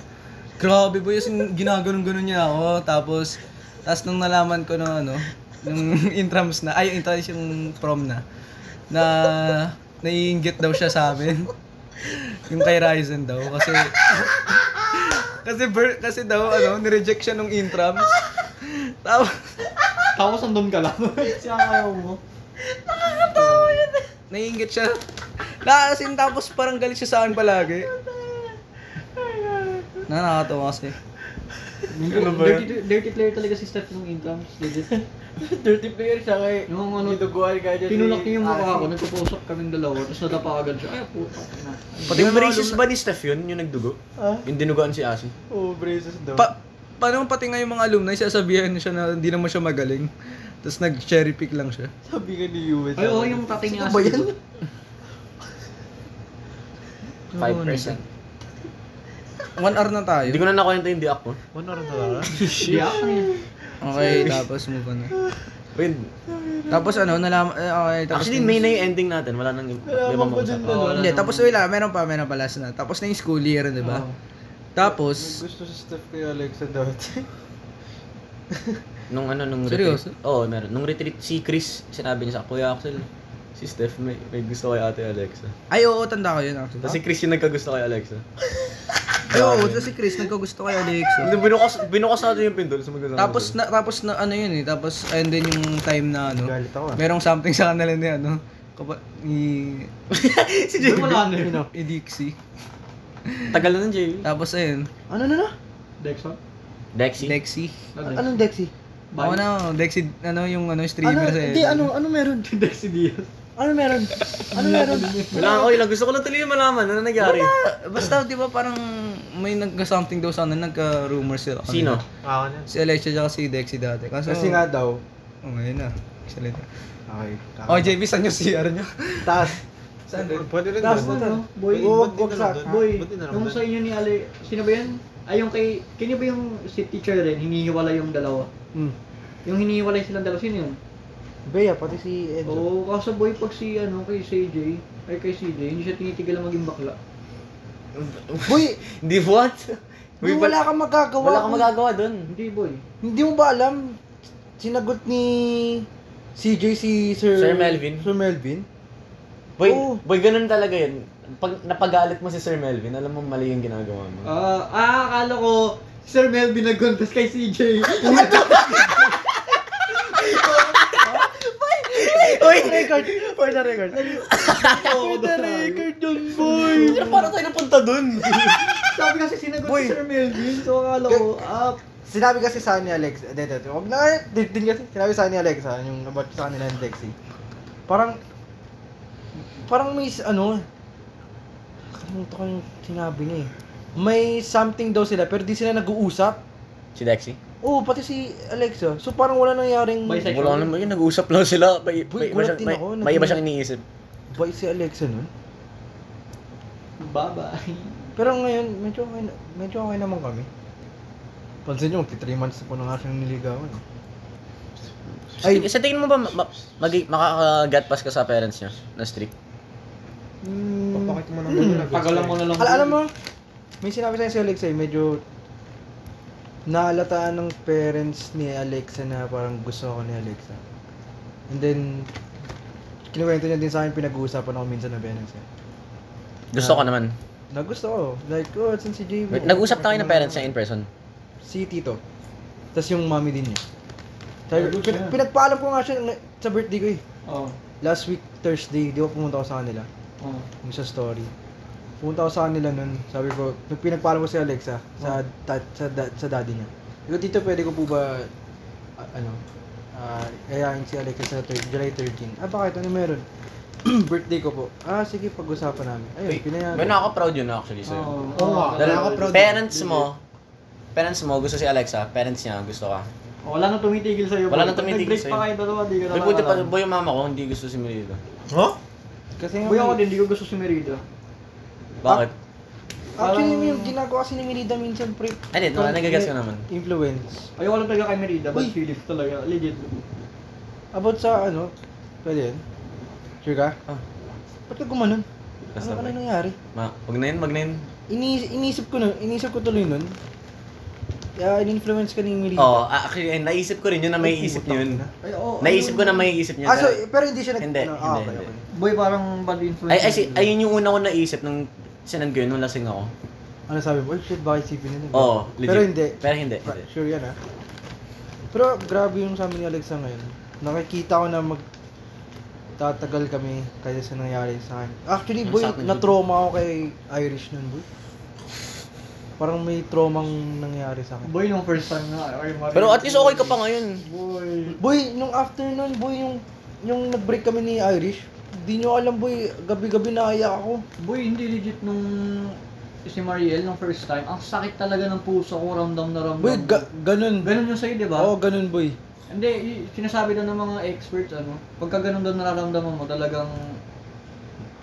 S2: Grabe boy, yung ginaganon-ganon niya ako. Tapos, tapos nung nalaman ko na ano, nung intrams na, ay, intrams yung prom na, na naiinggit daw siya sa amin. yung kay Ryzen daw. Kasi, kasi, ber- kasi daw, ano, nireject siya nung intrams. Tapos,
S6: Tapos andun ka lang. Siya ayaw mo.
S2: Nakakatawa yun. naiingit siya. Nakasin tapos parang galit siya sa akin palagi. Na, nakakatawa kasi.
S6: Ano Dirty, dirty player talaga si Steph nung incomes. Legit.
S5: Dirty player siya kay
S6: Yung ano,
S5: duguan kaya dyan.
S6: tinulak niya yung mukha ko, nagpapausap kaming dalawa, tapos nadapa agad siya. Ay, puta. ina.
S1: Pati yung braces ba ni Steph yun, yung nagdugo? Yung dinugaan si Asi?
S3: Oh, braces daw.
S2: Pa paano pati nga yung mga alumni, sasabihan siya na hindi naman siya magaling. Tapos nag-cherry pick lang siya.
S3: Sabi nga ni US.
S6: Ay, oo, yung tatay
S2: Ano
S6: niya.
S1: 5%.
S2: One hour na tayo.
S1: Hindi ko na nakwento yung diak ko.
S3: One hour na talaga.
S6: Diyak niya.
S2: Okay, tapos move on na.
S1: Wait,
S2: Tapos ano, nalaman, eh, okay, tapos...
S1: actually may na yung ending natin. Wala nang ibang mausap.
S6: Oo, wala
S2: Hindi,
S6: naman.
S2: tapos wala, meron pa, meron pa last na. Tapos na yung school year, di ba?
S6: Oo.
S2: Tapos,
S3: Gusto sa Steph kay Alexa dati.
S1: Nung ano, nung
S2: Seryoso?
S1: retreat. Oo, meron. Nung retreat, si Chris, sinabi niya sa akin, Kuya Axel, si Steph may, may gusto kay ate Alexa.
S2: ay oo, tanda ko yun actually.
S1: Tapos si Chris yung nagkagusto kay Alexa.
S2: Ay oo, tapos si Chris, nagkagusto kay Alexa.
S1: Hindi, binukas, binukas natin yung pinto. sumagot ako.
S2: Tapos na tapos na ano yun eh, tapos and then yung time na ano,
S3: Galit ako ah.
S2: merong something sa kanila ni ano, kapa ni
S1: si JB.
S6: Wala na yun. ah.
S2: ni Dixie.
S1: Tagal na ng JB.
S2: Tapos ayun,
S6: Ano na na? Dexon?
S1: Dexy.
S2: Dexie.
S6: Ano?
S8: Dexy?
S2: Ako na, Dexie, ano yung ano streamer sa
S8: ano meron?
S6: Dexy Diaz.
S8: Ano meron? Ano meron?
S1: Wala, oy, lang gusto ko lang tuloy yung malaman. Ano nangyari?
S2: Basta 'di ba parang may nagka-something daw sa ano, nagka-rumor sila.
S1: Sino?
S2: kanila.
S3: Ako na.
S2: Si Alexia tsaka si Dexie dati. Kaso,
S3: Kasi nga daw.
S2: Oh, ngayon na. Salita.
S3: Okay. tama.
S2: Oh, JB, saan yung CR niyo?
S3: Taas. Saan doon? Pwede rin
S6: Tapos
S3: doon.
S6: ano, boy,
S3: Oo,
S6: ba't
S3: wag
S6: di
S3: sa-
S6: ka- boy,
S3: ba't di na
S6: yung
S3: naman?
S6: sa inyo ni Ale, sino ba yan? Ay, yung kay, kanya ba yung si teacher rin, hinihiwala yung dalawa?
S3: Hmm.
S6: Yung hinihiwalay silang dalawa, sino yun?
S8: Bea, pati si Enzo.
S6: Oo, kaso boy, pag si, ano, kay CJ, ay kay CJ, hindi siya tinitigil na maging bakla.
S8: Boy,
S1: Di what? Uy,
S8: boy, wala kang magagawa.
S1: Wala kang magagawa dun.
S6: Hindi, boy.
S8: Hindi mo ba alam? Sinagot ni CJ si Sir...
S1: Sir Melvin.
S8: Sir Melvin? Oh.
S1: Boy,
S8: Oo.
S1: boy, ganun talaga yun. Pag napagalit mo si Sir Melvin, alam mo mali yung ginagawa mo.
S6: Ah, ah, akala ko, Sir Mel binagkontas kay CJ.
S1: Uy! record! For the record.
S6: For the record yun, boy.
S1: Pero parang tayo napunta dun.
S6: Sabi kasi sinagot
S8: Boy.
S6: si Sir Melvin, so akala ko, ah,
S8: Sinabi kasi sa ni Alex, eh, dito, dito, huwag na, din din kasi, sinabi sa ni Alex, ha, yung about sa kanila ng Dexy. Parang, parang may, s- ano, kalimutan ko yung sinabi niya eh. May something daw sila, pero di sila nag-uusap.
S1: si Dexy?
S8: Oo, pati si Alexa. So parang wala nangyaring...
S6: Bisexual.
S1: Wala naman yun, nag-uusap lang sila. May, may,
S8: Boy,
S1: iba
S8: gulat
S1: siyang-
S8: din
S1: may,
S8: ako,
S1: may iba
S8: nagulat.
S1: siyang iniisip.
S8: Boy, si Alexa nun.
S6: bye-bye.
S8: Pero ngayon, medyo okay, na- medyo okay naman kami. Pansin nyo, 3 months na po nang aking niligawan.
S1: Ay, sa tingin mo ba ma- ma- magi- makaka-gut pass ka sa parents niya na strict?
S8: Hmm,
S3: Papakit mo naman yung
S6: Pagalan mo na lang.
S8: Al- alam mo, may sinabi sa'yo si Alexa, eh, medyo naalataan ng parents ni Alexa na parang gusto ako ni Alexa. And then, kinuwento niya din sa akin, pinag-uusapan ako minsan ng parents niya.
S1: Gusto
S8: Ah.
S1: ko naman.
S8: Na gusto ko. Like, oh, it's si JV.
S1: Wait, Nag-usap na kayo ng parents niya in person.
S8: Si Tito. Tapos yung mommy din niya. Sabi,
S6: Ay, gusto
S8: pin-
S6: niya.
S8: pinagpaalam ko nga siya ng- sa birthday ko eh.
S6: Oo,
S8: Last week, Thursday, di ko pumunta ako sa kanila.
S6: oo.
S8: yung sa story. Pumunta ako sa kanila nun, sabi ko, nung pinagpaalam ko si Alexa sa,
S1: Oh.
S8: ta- sa, da- sa daddy niya. Sabi ko, tito, pwede ko po ba, a- ano, ah, yayain si Alexa sa thir- July 13. Ah, bakit? Ano meron? Birthday ko po. Ah, sige, pag-usapan namin. Ayun, pinayaan.
S1: May nakaka-proud yun actually sa'yo.
S6: Oo nga.
S1: Dahil
S3: Nakaka-proud
S1: parents mo, parents mo, gusto si Alexa, parents niya, gusto ka.
S6: Wala nang tumitigil sa'yo.
S1: Wala
S6: boy.
S1: nang tumitigil
S6: Nag-break
S1: sa'yo.
S6: pa kayo dalawa, di ka na
S1: May buti pa,
S6: nakalaban.
S1: boy, yung mama ko, hindi gusto si Merida.
S3: Huh?
S8: Kasi nga,
S6: Boy, ako din, di ko gusto si Merida.
S1: Bakit?
S8: actually,
S6: Parang-
S8: yung ginagawa kasi ni Merida minsan, pre,
S1: Ah, Ay, hindi,
S8: Parang-
S1: nagagas ka naman.
S8: influence.
S6: Ayoko lang talaga kay Merida, but
S8: Uy.
S6: Philip talaga, legit.
S8: About sa, ano, pwede yun? Sure ka?
S1: Ah.
S8: Ba't ka gumanon? Ano,
S1: Basta,
S8: ano
S1: boy.
S8: nangyari?
S1: Ma, wag na yun, wag na yun.
S8: Ini inisip ko nun, inisip ko tuloy nun. Kaya in-influence ka ni Melita.
S1: Oo, oh, actually, eh, naisip ko rin yun na may isip niya yun.
S6: Ay, oo.
S1: Naisip ko na may isip niya.
S8: Ah, so,
S1: pero-
S8: pero hindi siya nag...
S1: Hindi,
S8: ano, ah,
S1: hindi,
S8: okay,
S1: hindi.
S8: okay.
S6: Boy, parang bad influence.
S1: Ay, ay, si, ayun yung una ko naisip nung sinand ko yun, nung lasing ako.
S8: Ano sabi mo? Uy, shit, baka isipin nila.
S1: Oo, legit.
S8: Pero hindi.
S1: Pero hindi.
S8: Right,
S1: hindi.
S8: Sure yan, ha? Pero grabe yung sa amin ni Alexa ngayon. Nakikita ko na mag... nagtatagal kami kaya sa nangyari sa akin. Actually,
S1: Ang
S8: boy,
S1: sakit dito.
S8: na-trauma ako kay Irish nun, boy. Parang may trauma nangyari sa akin.
S6: Boy, nung first time na, ay, Mario.
S1: Pero at least okay ka pa ngayon.
S6: Boy.
S8: Boy, nung afternoon, boy, yung yung nag-break kami ni Irish, di nyo alam, boy, gabi-gabi naiyak ako.
S6: Boy, hindi legit nung si Mariel nung first time. Ang sakit talaga ng puso ko, ramdam na ramdam.
S8: Boy, ga- ganun.
S6: ganun yung sa'yo, di ba?
S8: Oo, ganun, boy.
S6: Hindi, y- sinasabi daw ng mga experts, ano, pagka ganun daw nararamdaman mo, talagang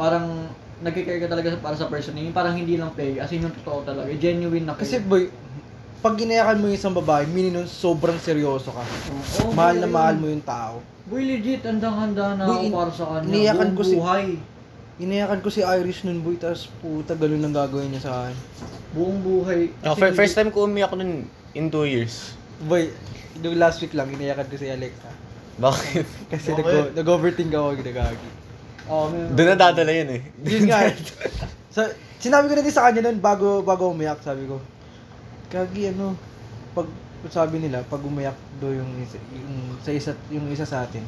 S6: parang nagkikare ka talaga sa- para sa person. Yung parang hindi lang fake, as in yung totoo talaga. yung Genuine na care.
S8: Kasi, boy, pag ginayakan mo yung isang babae, meaning nun, sobrang seryoso ka.
S1: Oh,
S6: Oo,
S8: mahal
S6: boy,
S8: na
S6: ayun.
S8: mahal mo yung tao.
S6: Boy, legit, andang-handa na
S8: Boy,
S6: ako
S8: in-
S6: para sa kanya.
S8: iniyakan
S6: Buong
S8: ko si-
S6: buhay.
S8: Inayakan ko si Irish nun, boy, tapos puta, ganun ang gagawin niya sa akin.
S6: Buong buhay.
S1: Ako,
S6: As
S1: Oh, fir-
S6: in,
S1: first time ko umiyak nun in two years.
S8: Boy, nung last week lang, inayakan ko si Alexa.
S1: Bakit?
S8: Kasi
S3: Okay.
S8: nag- nag-overthink ako, ginagagi.
S6: Oo, may-
S1: Doon na dadala yun eh.
S8: Yun nga. eh. so, sinabi ko na din sa kanya nun, bago, bago umiyak, sabi ko, Kagi, ano, pag sabi nila, pag umiyak do yung, isa, yung, sa isa, yung isa sa atin,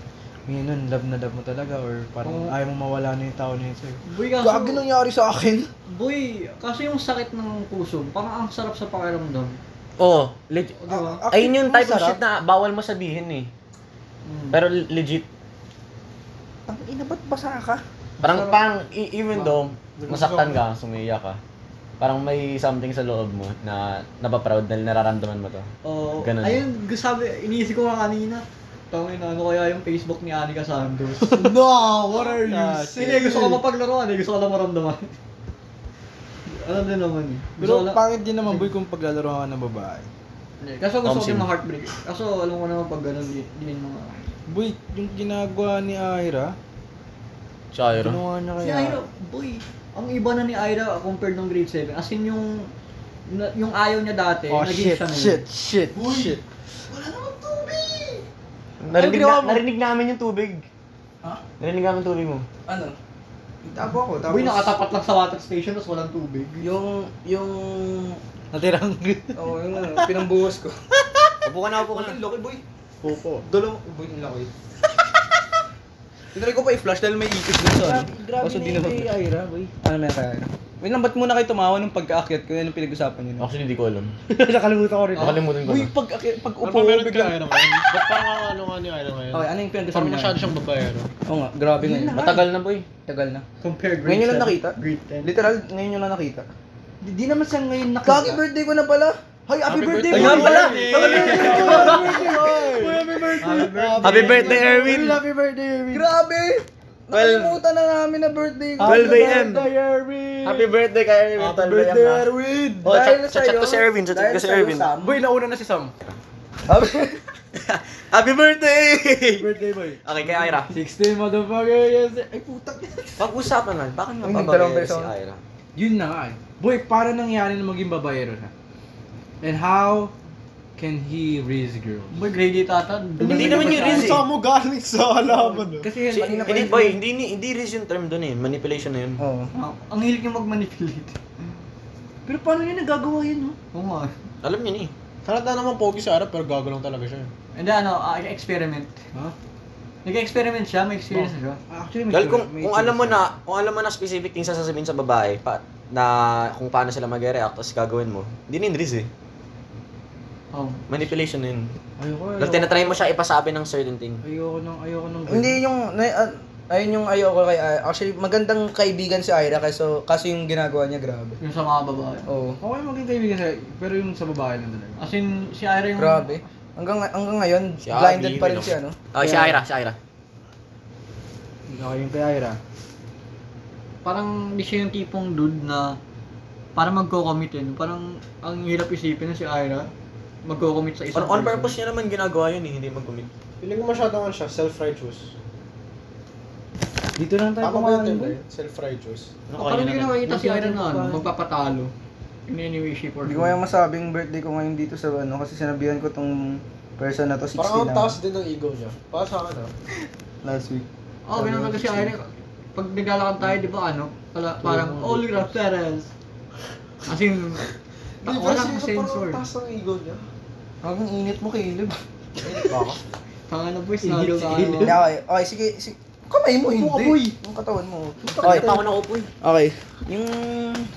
S8: may nun, love na love mo talaga, or parang
S6: Oo.
S8: ayaw mo mawala na yung tao na yun sa'yo.
S6: Boy, kaso-
S8: Gagi nangyari sa akin.
S6: Boy, kaso yung sakit ng puso, parang ang sarap sa pakiramdam.
S1: Oo, Oh, legit.
S6: O, di ba?
S8: Ah,
S1: Ayun yung type of
S8: masarap.
S1: shit na bawal mo sabihin eh.
S6: Mm.
S1: Pero le- legit.
S8: Ang ina, ba't basa ka?
S1: Parang, parang e- even though masaktan ka, sumiya ka, parang may something sa loob mo na napaproud dahil nararamdaman mo to.
S6: Oo.
S1: Ganun.
S6: Oh, Ayun, gu- sabi, iniisip ko nga kanina. Tangin na, ano kaya yung Facebook ni Anika Santos?
S8: No, what are
S6: Ah, Hindi, gusto ko mapaglaruan eh. Gusto ko lang maramdaman. Alam din naman eh. Gusto ko
S8: Pero
S6: lang...
S8: pangit din naman boy kung paglalaro ka ng babae.
S6: Hindi, Kaso gusto ko
S1: Thompson.
S6: din ma-heartbreak. Kaso alam ko naman pag ganun, di, di yun mga...
S8: Boy, yung ginagawa ni Aira,
S1: Chairo.
S8: ginawa niya
S6: Si
S8: ano kaya.
S6: Ira, boy. Ang iba na ni Ira compared nung grade 7. As in yung... na- yung ayaw niya dati,
S8: Oh
S6: naging
S8: shit,
S6: siya na yun.
S8: shit, shit, shit.
S1: Narinig, na,
S8: ginawa mo?
S1: narinig namin yung tubig.
S2: Ha?
S1: Narinig namin yung tubig mo.
S2: Ano?
S8: Tabo ako,
S6: Boy, nakatapat lang sa water station tapos walang tubig.
S2: Yung, yung,
S8: Natirang
S2: oh, yung ano, pinambuhos ko.
S1: Upo ka na, upo ka na.
S2: Ang laki, boy.
S3: Popo.
S2: Dalawang, boy, ang laki. Tinry ko pa i-flash dahil may ikis na sa ano.
S8: Grabe
S2: Kaso
S8: na
S2: di
S8: yun
S2: naman.
S8: kay Aira, boy.
S2: Ano meron kaya? Wait lang, ba't muna kayo tumawa nung pagka-akyat ko? Yan ang pinag-usapan nyo. no?
S1: Actually, di ko alam.
S8: Nakalimutan ko rin.
S1: Nakalimutan ko
S2: Uy,
S1: na.
S2: pag, akyat- pag
S3: Ano ba
S2: upo ko
S3: meron kay
S2: bigla.
S3: Ira ngayon? Ba't parang ang ano nga ni Ira ngayon?
S2: Okay, ano yung pinag-usapan
S3: Parang
S2: nyo?
S3: masyado siyang babae, ano?
S2: Oo nga, grabe ngayon.
S1: Matagal na, boy.
S2: Tagal na.
S6: Compare grade
S2: Ngayon nyo lang
S6: 7,
S2: nakita?
S6: Grade 10.
S2: Literal, ngayon nyo lang nakita.
S8: Di, di naman siya ngayon nakita. Kagi birthday ko na pala. Hi, happy,
S3: birthday,
S8: birthday, boy!
S3: Happy
S8: Wala!
S3: birthday!
S8: Happy birthday, boy! Happy birthday, boy!
S1: Happy birthday, Erwin!
S8: Erwin, Happy birthday, Erwin! Grabe!
S1: Well-
S8: Nakalimutan na namin na birthday
S1: 12
S8: ko.
S1: a.m.
S8: Happy birthday, Erwin!
S1: Happy birthday kay Erwin.
S8: Happy
S1: Tol, bayang
S8: birthday,
S1: na.
S8: Erwin!
S1: Oh, chat- chat ko si Erwin, chat ko si Erwin.
S8: Boy, nauna na si Sam.
S1: Happy birthday!
S8: Birthday, boy.
S1: okay, kay Ira.
S8: 16, motherfucker! Yes! Ay, putak!
S1: Pag-usapan na, bakit nga
S2: Ang dalawang
S1: babae si
S2: person.
S1: Ira?
S8: Yun na nga eh. Boy, para nangyari na maging babayero na? And how can he raise girls?
S6: Boy, grade 8 ata.
S1: Hindi naman yung
S6: Kasi-
S1: Riz eh.
S3: mo galing sa halaman?
S6: Kasi
S1: Si-
S6: kanina pa
S1: Hindi,
S6: yun.
S1: boy, hindi, ni- hindi Riz yung term doon eh. Manipulation na yun.
S2: Oo.
S6: Ah, Ang hilig niya mag-manipulate. Oh,
S8: Pero paano niya nagagawa yun, no?
S6: Oo nga.
S1: Alam niya eh.
S3: Halata naman pogi si Ira pero gago lang talaga siya.
S6: Hindi ano, ah, experiment.
S8: Huh?
S6: Nag-experiment siya, may experience na siya.
S8: Actually,
S1: Dahil kung, kung alam mo na, kung alam mo na specific things na sasabihin sa babae, pa, na kung paano sila mag-react, tapos gagawin mo, hindi na yun Riz eh.
S6: Oh.
S1: Manipulation na yun.
S8: Ayoko,
S1: Dahil
S8: ayoko.
S1: tinatry mo siya ipasabi ng certain thing.
S8: Ayoko nang, ayoko nang...
S2: Hindi yung, na, ah, ayun yung ayoko kay Ira. Actually, magandang kaibigan si Ira kaso, kaso yung ginagawa niya, grabe.
S6: Yung sa mga babae.
S2: Oo.
S8: Okay, maging kaibigan sa'yo. Pero yung sa babae lang talaga.
S6: As in, si Ira yung...
S2: Grabe. Hanggang, hanggang ngayon,
S1: Si Abby,
S2: blinded pa rin
S1: yun,
S2: si ano.
S1: Okay, si Ira, si Ira.
S8: Okay, yung kay Ira.
S6: Parang hindi siya yung tipong dude na para magko-commit yun. Parang ang hirap isipin na si Ira magko-commit sa
S1: On,
S6: isang
S1: on purpose niya naman ginagawa yun eh, hindi mag-commit.
S3: Feeling ko masyado nga siya, self-righteous.
S8: Dito lang tayo
S3: Tama ba yung
S8: kumain,
S3: term na
S8: boy.
S3: yun? Self-righteous.
S6: Oh, parang hindi
S1: naman.
S6: nakakita si Ira na ano, magpapatalo. In any way, shape, or
S2: Hindi ko
S6: form.
S2: ngayong masabing birthday ko ngayon dito sa ano kasi sinabihan ko tong person na to 16
S3: Parang ang
S2: na
S3: taas din ng ego niya. Para sa akin ah.
S2: last week.
S6: Oo, oh, ganun lang kasi ayun. eh. Pag naglalakad tayo, di ba ano? Pala, parang, all your parents. As in,
S3: Hindi,
S6: ta-
S3: pero
S6: walang
S3: seryoso,
S6: sensor.
S3: Parang ang taas ng ego niya.
S2: Ang init mo, Caleb.
S3: Baka.
S6: Tanga na boys, nalo ka.
S2: Hindi,
S6: ano.
S2: okay. okay, sige, sige. Kamay mo, hindi.
S8: Upo, boy.
S2: Yung katawan mo.
S1: Hindi pa ako nakupo eh.
S2: Okay. Yung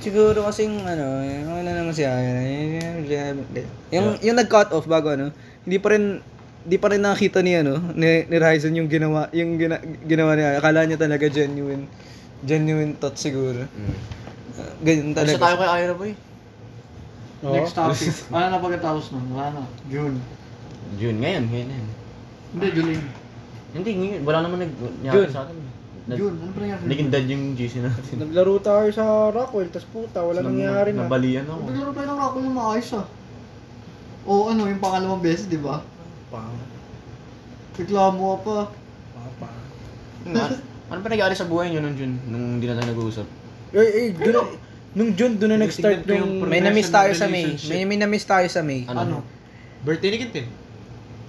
S2: siguro kasing ano, yung ano naman siya, yun, yun, yung, yung nag-cut off bago ano, hindi pa rin hindi pa rin nakita ni ano ni, ni Ryzen yung ginawa yung gina, ginawa niya. Akala niya talaga genuine genuine thought siguro.
S1: Mm.
S2: Uh, ganyan
S1: Basta
S2: talaga.
S1: tayo kay Ira boy.
S6: Next topic. ano na pagkatapos nun? Wala na. June.
S1: June ngayon, ngayon na yun.
S6: Hindi,
S1: Ah.
S6: July.
S1: Hindi, ngayon. Wala naman nag...
S8: June.
S1: June. Sa atin. Nag-
S6: June. Ano ba nangyari?
S1: Naging dead yung GC natin.
S8: Naglaro tayo sa Rockwell, tas puta, wala nangyayari na.
S1: Nabalian ako.
S6: Naglaro tayo ng Rockall ng maayos ah. Oo, ano, yung pangalawang beses, di ba? Reklamo ka pa.
S1: Ano, ano pa nangyari sa buhay niyo nung June? Nung hindi na tayo nag-uusap?
S8: Eh, eh, doon, na- nung June, doon na nag-start yung...
S2: May na-miss tayo sa May. May, may na-miss tayo sa May.
S6: Ano?
S3: Birthday ni Quintin.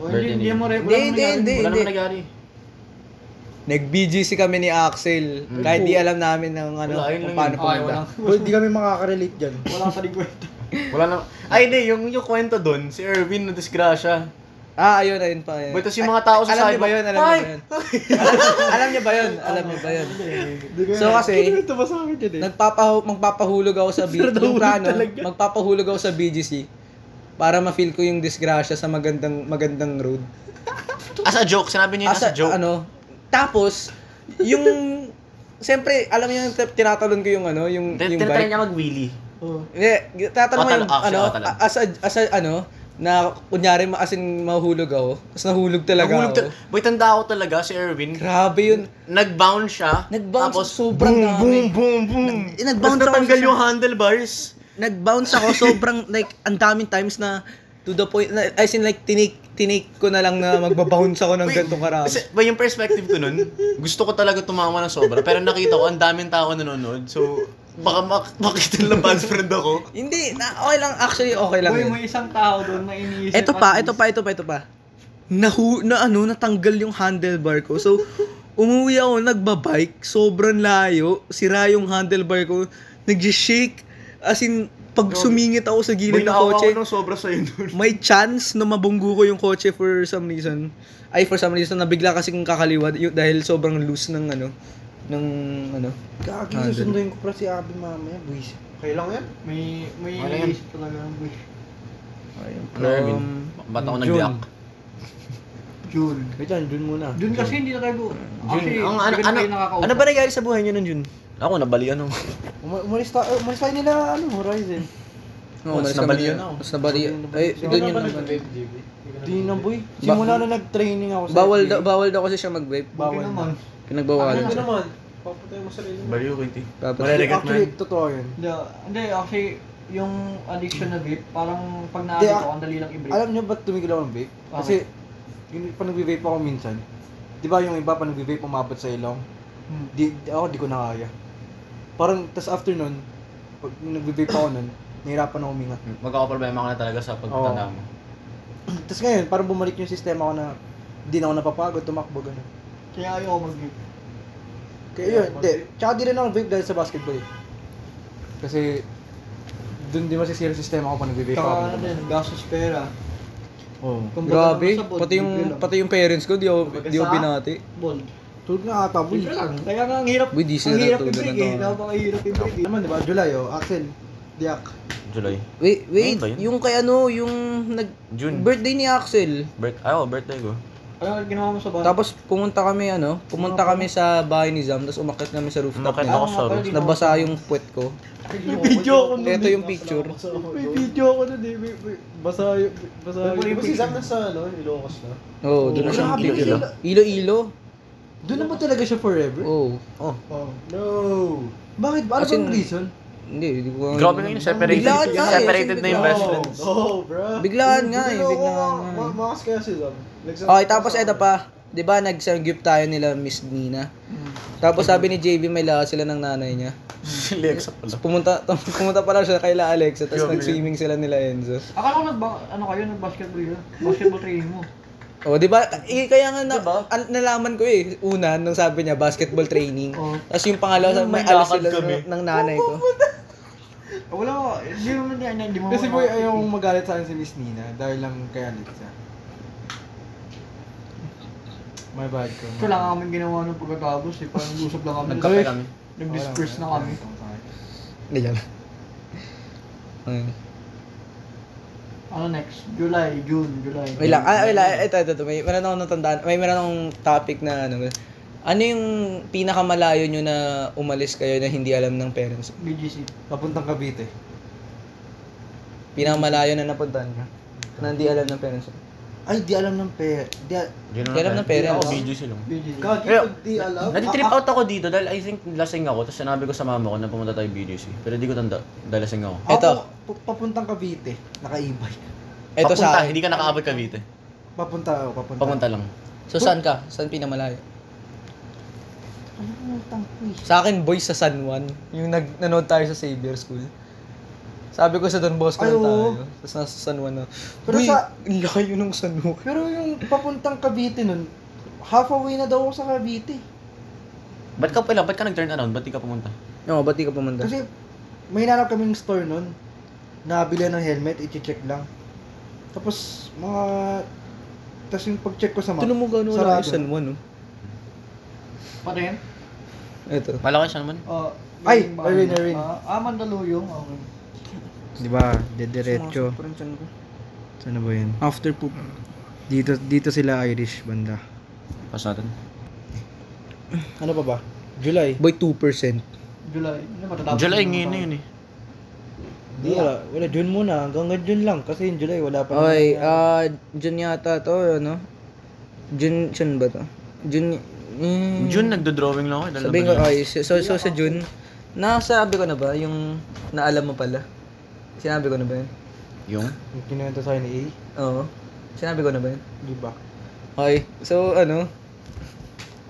S6: O, hindi, hindi mo rin.
S2: Hindi, hindi, hindi,
S1: Wala
S2: hindi.
S1: naman nangyari.
S2: Nag-BGC kami ni Axel.
S1: Mm.
S2: Kahit di alam namin ng ano,
S1: Wala, yun lang
S2: kung paano
S1: yun.
S6: Okay, walang,
S2: pumunta.
S8: Boy, di kami makakarelate dyan.
S6: walang pa rin kwento.
S1: Wala na. Ay, hindi. Yung, yung kwento doon, si Erwin na disgrasya.
S2: Ah, ayun, ayun pa. Ayun.
S1: Boy, tas yung mga tao sa
S2: Alam niyo ba
S1: sidewalk,
S2: yun? Alam niyo ba yun? alam niyo ba yun? Alam niyo ba yun? So kasi,
S8: Ito ba sa akin yan
S6: eh?
S2: nagpapahu magpapahulog ako sa BGC. Yung plano, magpapahulog ako sa BGC para ma-feel ko yung disgrasya sa magandang magandang road.
S1: As a joke. Sinabi niya yun as, a joke.
S2: Ano, tapos, yung... Siyempre, alam niyo yung tin- tinatalon ko yung ano, yung,
S1: Tin-
S2: yung
S1: Tinatry
S2: bike.
S1: niya mag-wheelie.
S2: Hindi,
S1: Otalan,
S2: tatanong mo yung
S1: ah, siya,
S2: ano,
S1: otalan.
S2: a- as a, as a, ano, na kunyari ma- as in mahuhulog ako, tapos nahulog talaga
S1: Nahulog
S2: ako.
S1: tal- Boy, tanda ako talaga si Erwin.
S2: Grabe yun.
S1: Nag-bound siya.
S2: Nag-bounce
S1: tapos,
S2: sobrang
S1: boom,
S2: dami.
S1: boom, boom, boom.
S2: Eh, nag-bounce
S1: Tapos
S2: ako
S1: natanggal
S2: siya.
S1: yung handlebars.
S2: nag-bounce ako sobrang like ang daming times na to the point na, as in like tinik tinik ko na lang na magbabounce ako ng
S1: Wait,
S2: gantong karami.
S1: Kasi, ba yung perspective ko nun, gusto ko talaga tumawa ng sobra. Pero nakita ko, ang daming tao nanonood. So, baka mak- makita nila bad friend ako.
S2: Hindi, na, okay lang actually okay lang.
S6: Uy,
S2: yun.
S6: may isang tao doon na iniisip.
S2: Ito pa,
S6: at
S2: ito pa, ito pa, ito pa. Nahu, na ano, natanggal yung handlebar ko. So, umuwi ako, nagbabike, sobrang layo, sira yung handlebar ko, nag-shake, as in, pag sumingit ako sa
S1: Boy,
S2: gilid ng
S1: naawa
S2: kotse,
S1: ko ng sobra sa'yo nun.
S2: may chance na mabunggo ko yung kotse for some reason. Ay, for some reason, nabigla kasi kong kakaliwa yun- dahil sobrang loose ng ano, ng ano.
S8: Kaki,
S2: Ah,
S8: susunduin ko pa si Abby mamaya, boys.
S3: Okay lang yan.
S6: May, may
S1: Wala yan.
S6: iniisip talaga ng boy.
S1: Ano, Erwin? Ba't ako nag-react?
S6: June.
S8: Wait lang, June muna.
S6: June kasi hindi na tayo. Actually,
S1: Ang,
S6: ano,
S1: ano, ano, ano ba nangyari sa buhay niyo nun, June? Ako, ano? nabalian ako.
S8: Uma- Umalis tayo, umalis tayo nila, ano, Horizon.
S1: Oo, mas nabalian ako.
S2: Mas nabalian. Ay, doon yun.
S8: Di na, boy. Simula na nag-training ako sa
S2: Bawal
S8: FBA.
S2: daw, bawal daw kasi siya mag-vape.
S8: Bawal na.
S6: naman.
S2: Pinagbawalan.
S6: Ano
S2: siya.
S3: naman. Papatay mo sarili mo.
S1: Baliw ko, hindi.
S2: Tapos-
S1: Mareregat mo
S8: Actually,
S1: yan.
S8: totoo yun.
S6: Hindi, Hindi, actually, yung addiction na vape, parang pag
S8: Hindi,
S6: naabot
S8: ah,
S6: ko, ang dali lang i-break.
S8: Alam nyo ba't tumigil ako ng vape? Kasi, yun, pag nag-vape ako minsan, di ba yung iba pag nag-vape umabot sa ilong?
S6: Hmm.
S8: Di, di- ako, di ko na kaya. Parang, tas after nun, pag nag-vape ako nun, nahirapan ako huminga.
S1: Magkakaproblema ka na talaga sa pagtanda mo.
S8: tas ngayon, parang bumalik yung sistema ko na hindi na ako napapagod, tumakbo, gano'n.
S6: Kaya ayaw ko mag-vape.
S8: Kaya yun, di. Tsaka di rin ako vape dahil sa basketball eh. Kasi, dun di masisira yung sistema ko pag nag-vape
S6: Tsaka
S8: ako.
S6: ano din, gastos pera.
S8: Oo.
S6: Kumbaga
S2: Oh, Grabe,
S6: naman sa bold,
S2: pati
S6: libre
S2: yung
S6: lang.
S2: pati yung parents ko, di ako
S6: Kumbaga
S2: di ako
S6: sa-
S2: binati.
S6: Bold.
S8: Tulog na ata, boy.
S6: Libre lang. Kaya nga ang hirap,
S2: Boy, di sila
S6: ang hirap
S2: natulog
S6: i-break
S2: na
S6: eh.
S2: to.
S6: Napakahirap i-break eh.
S8: Naman, di ba? July, oh. Axel, diak.
S1: July.
S2: Wait,
S1: Ayun
S2: wait,
S1: ba yun?
S2: yung kay ano, yung nag
S1: June.
S2: birthday ni Axel.
S1: Birth- ah, oh, birthday ko.
S6: Ano ang ginawa mo sa bahay?
S2: Tapos pumunta kami ano, pumunta kami sa bahay ni Zam, tapos umakyat kami sa rooftop
S1: Umakyat
S2: niya.
S1: Mm. ako sa ano. roof.
S2: Nabasa yung puwet ko.
S8: Video ako
S2: Ito yung picture.
S8: May video ako nun eh. May- may- Basa yung... Basa
S3: Di
S8: yung...
S3: ba si Zach nasa ano, Ilocos na?
S2: Oo, oh, doon na siya. Ilo-ilo.
S8: Doon na ba talaga siya forever?
S2: Oo.
S3: Oh. No!
S8: Bakit ba? Ano
S2: As in-
S8: bang reason?
S2: Hindi, hindi ko
S1: Grabe na yun, separated.
S2: Biglaan nga eh,
S1: separated na yung best
S2: biglaan.
S1: friends.
S3: Oh, bro.
S2: Biglaan nga eh,
S3: Niloko
S2: biglaan
S3: ka.
S2: nga.
S3: Ma- Makas kaya si Zach. Like,
S2: Okay, tapos eto pa. 'Di ba nag-gift tayo nila Miss Nina?
S6: Hmm.
S2: Tapos sabi ni JB may lakas sila ng nanay niya.
S1: Lexa pala.
S2: So, pumunta pumunta pala siya kay La Alexa, tapos nag-swimming sila nila Enzo.
S6: Akala ko nag ano kayo, nag-basketball yun. Basketball training mo.
S2: Oh, 'di ba? Eh, kaya nga na, al- nalaman ko eh una nung sabi niya basketball training.
S6: Oo.
S2: Tapos yung pangalawa sabi, may alas sila ng, ng nanay ko.
S6: Ah, Wala ko, hindi mo hindi, hindi mo.
S8: Kasi boy, ayaw kong magalit sa akin si Miss Nina dahil lang kay Alexa. My bad ko.
S6: Ito lang kami ginawa nung pagkatapos eh. Parang usap lang kami.
S1: Nagkape kami.
S6: Nag-disperse na kami.
S2: Hindi yan. Ayun.
S6: Ano next? July, June, July.
S2: Wait lang. Ah, wait lang. Ito, ito, ito. May, meron akong natandaan. May meron akong topic na ano. Ano yung pinakamalayo nyo na umalis kayo na hindi alam ng parents?
S6: BGC.
S8: Papuntang Cavite.
S2: Pinakamalayo na napuntahan nyo? Na hindi alam ng parents?
S8: Ay, di alam ng pe. Di al-
S2: Di alam ng parents.
S1: Ako video sila.
S6: BGC.
S8: Kagi, pag di alam.
S1: Natitrip out ako dito dahil I think lasing ako. Tapos sinabi ko sa mama ko na pumunta tayo BDC. Pero di ko tanda dahil lasing ako.
S8: Ako,
S2: Eto.
S8: pu- papuntang Cavite. Naka-e-bike.
S2: Ito
S1: Papunta,
S2: sa akin.
S1: hindi ka nakaabot Cavite.
S8: Papunta ako, papunta.
S1: Papunta lang.
S2: So, saan ka? Saan pinamalayo?
S8: eh?
S2: Sa akin, boy, sa San Juan. Yung nag nanood tayo sa Xavier School. Sabi ko sa Don Bosco
S8: Ay,
S2: na
S8: oo.
S2: tayo. Tapos nasa San Juan na.
S8: Pero
S2: Uy,
S8: sa-
S2: ang layo ng San Juan.
S8: Pero yung papuntang Cavite nun, half away na daw ako sa Cavite.
S1: Ba't ka pala? Ba't ka nag-turn around? Ba't di ka pumunta?
S2: Oo, ba't di ka pumunta?
S8: Kasi may hinanap kaming store nun. Nabili ng helmet, i-check lang. Tapos mga tapos yung pag-check ko sa map.
S2: Tuno mo gano'n wala
S8: sarado.
S2: yung San Juan, oh. no?
S6: Pa rin?
S2: Ito.
S1: Malaki siya naman.
S6: Oh,
S8: Ay,
S6: yung
S8: Irene,
S6: bahay.
S8: Irene.
S6: Ah, ah, Mandaluyong. Okay.
S9: Di ba? Dediretso.
S2: Sumasakit pa rin siya, no?
S9: Saan na ba yun?
S2: After poop.
S9: Dito, dito sila Irish banda.
S1: Pass natin.
S8: Ano pa ba? July.
S2: By 2%.
S6: July. Ano, matatapos
S1: July
S6: yung
S1: ngayon na
S6: mga-
S1: yun eh.
S8: Di wala, wala June muna, hanggang nga June lang kasi yung July wala pa. naman
S2: Okay,
S8: nangyari.
S2: ah, June yata to, ano? June, June ba to? June, mm,
S1: June, nagdo-drawing lang ako. eh, dahil
S2: Sabihin ko,
S1: naman yun.
S2: okay, so, so, so sa June, nasabi ko na ba yung naalam mo pala? Sinabi ko na ba yun?
S1: Yung?
S8: Yung kinuwento sa akin ni A,
S2: Oo. Sinabi ko na ba yun?
S8: di ba?
S2: Okay, so ano,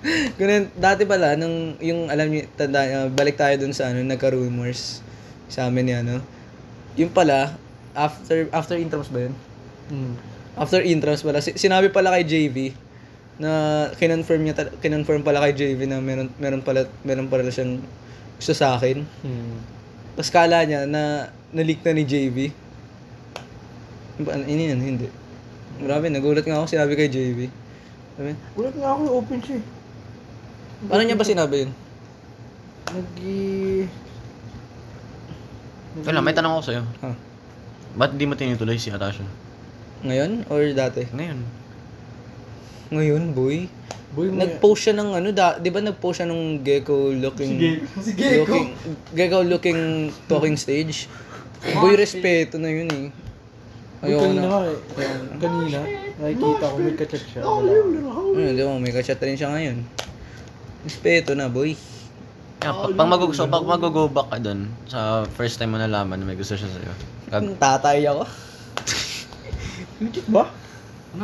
S2: ganun, dati pala, nung yung alam niyo, tanda, ah, balik tayo dun sa ano, nagka-rumors sa amin yan, ano. Yung pala, after, after intrams ba yun?
S8: Mm.
S2: After intrams pala, si- sinabi pala kay JV na kinonfirm niya, tal- kinonfirm pala kay JV na meron, meron pala, meron pala siyang gusto sa akin.
S8: Hmm.
S2: Tapos kala niya na na-leak na ni JV. Ba, ano, ini yan, hindi. Grabe, nagulat nga ako sinabi kay JV. Sabi,
S8: Ulit nga ako open siya. eh.
S2: paano niya ba sinabi yun?
S8: Nagi
S1: Wala, may tanong ako sa'yo.
S2: Huh.
S1: Ba't di mo tinutuloy si Atasha?
S2: Ngayon or dati?
S1: Ngayon.
S2: Ngayon, boy.
S8: boy mo.
S2: Nag-post siya ng ano, da, di ba nag-post siya ng gecko looking... Looking, gecko looking talking stage. Boy, respeto na yun eh.
S8: Boy,
S2: Ayoko
S8: kanina
S2: na.
S8: nga eh. Kanina, nakikita ko may ka-check siya. Wala.
S2: Ayun, Ano, di ba, may kachat rin siya ngayon. Respeto na, boy.
S1: Yeah,
S8: Oh,
S1: pag, pag mag so, pag mag-go back ka dun, sa first time mo nalaman na may gusto siya sa'yo. Gag-
S8: Hmm.
S2: Tatay ako.
S8: Legit ba?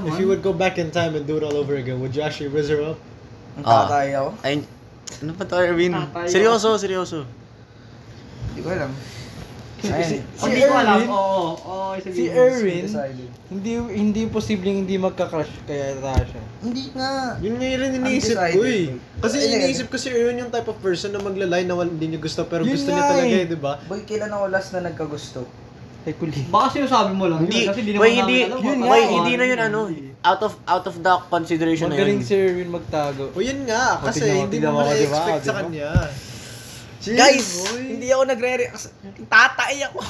S3: If you would go back in time and do it all over again, would you actually raise her up?
S2: Ang
S1: Ah.
S2: tatay ako.
S1: Ay, ano pa to, Erwin?
S8: oh.
S1: Seryoso, seryoso.
S2: Di ko alam.
S8: Si, si,
S6: Hindi ko alam.
S8: Erwin,
S6: Oo, oo.
S8: si Erwin, hindi hindi posibleng hindi magka-crush kaya Tasha.
S2: Hindi nga.
S3: Yun nga rin iniisip ko eh. Kasi iniisip ko si Erwin yung type of person na magla-lie na wala- hindi niya gusto pero
S8: Yun
S3: gusto
S8: nga
S3: niya talaga
S8: eh.
S3: eh, di ba?
S2: Boy, kailan ako last na nagkagusto?
S8: Ay, kuli.
S6: Baka sinasabi mo lang.
S1: Hindi,
S6: yun, Kasi
S1: wait, hindi,
S8: yun nga
S1: wait,
S8: eh.
S1: hindi na yun ano. Out of out of the consideration na
S8: Magaling
S1: yun.
S8: si Erwin magtago.
S3: O yun nga, kasi
S8: Tingnan mo,
S3: hindi
S8: tingnan
S3: mo
S8: mo ako, di ba?
S3: ma-expect
S8: Di
S3: sa
S8: ba?
S3: kanya.
S2: Guys, hindi ako nagre-react. Tatay ako.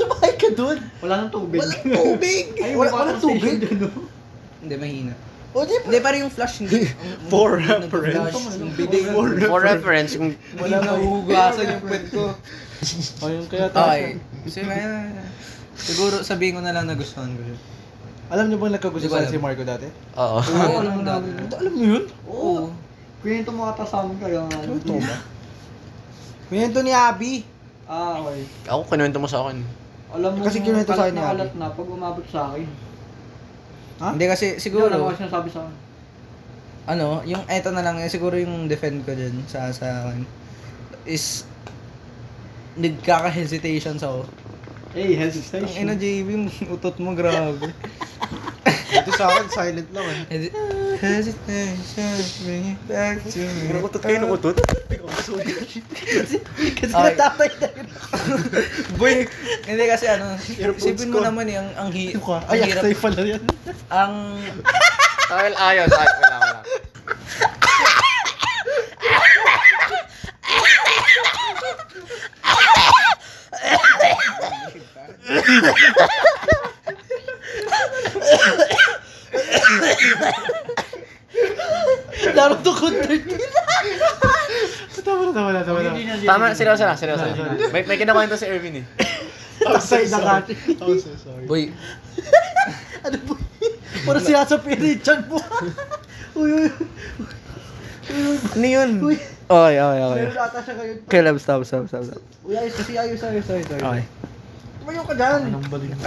S2: Tumahay ka doon.
S6: Wala nang tubig.
S2: Walang tubig.
S6: Ay,
S2: Wala,
S6: walang
S2: walang
S6: tubig.
S2: tubig. Hindi, mahina. O, di pa. Hindi, pero yung flash hindi. ano?
S3: For
S2: reference. Yung bidet.
S1: For reference, kung
S8: Wala na hugasan yung pet ko. Ayun kaya Tasha.
S2: Okay. Kasi, eh, siguro sabihin ko na lang nagustuhan ko siya.
S8: Alam niyo ba nagkagusto
S2: Di ko
S8: sa
S2: alam.
S8: si Marco dati?
S1: oo.
S6: Oo,
S2: Ah,
S6: alam mo na.
S8: Alam niyo yun?
S6: Oo. Kwento mo ata sa amin kaya nga.
S8: Totoo ba? Minento ni Abby.
S6: Ah, okay.
S1: Ako kinuwento mo sa akin.
S6: Alam mo,
S8: Kasi kinuwento
S6: kalat
S8: sa akin
S6: na
S8: ni Abby.
S6: kalat na pag umabot sa akin.
S8: Ha?
S2: Hindi kasi
S6: Siguro. Hindi
S2: siguro,
S6: ko sinasabi sa akin.
S2: ano, yung eto na lang, eh, siguro yung defend ko dyan sa, sa akin is nagkaka-hesitations ako.
S6: Hey, health
S2: Ang ina,
S6: station.
S2: JB, yung utot mo, grabe.
S3: Ito sa akin, silent lang eh.
S2: Hesi- Hesitations bring it back to me.
S3: Nakutot kayo ng utot?
S2: Kasi natatay na yun. Boy, hindi kasi ano,
S3: Earphones
S2: isipin mo
S3: ko.
S2: naman eh, ang, ang, hi-
S8: Ano ka?
S2: ang
S8: Ay,
S2: hirap,
S8: aktay pala yan.
S2: ang...
S1: Dahil ayos, ay, wala, wala.
S2: Naruto Hunter.
S3: Tama na, tama na, tama na.
S1: Tama, seryoso na, seryoso na. May, may kinakwento si Erwin eh.
S3: Tapsay na kati. I'm so sorry.
S2: Boy,
S10: Para siya sa pinichan mo.
S2: ano yun? Okay, okay, okay.
S10: Pero ata siya kayo.
S2: Okay, love, stop, stop, stop, stop.
S10: Uy, ayos kasi ayos, ayos, ayos. ayos.
S2: Okay.
S10: Tumayo ka dyan.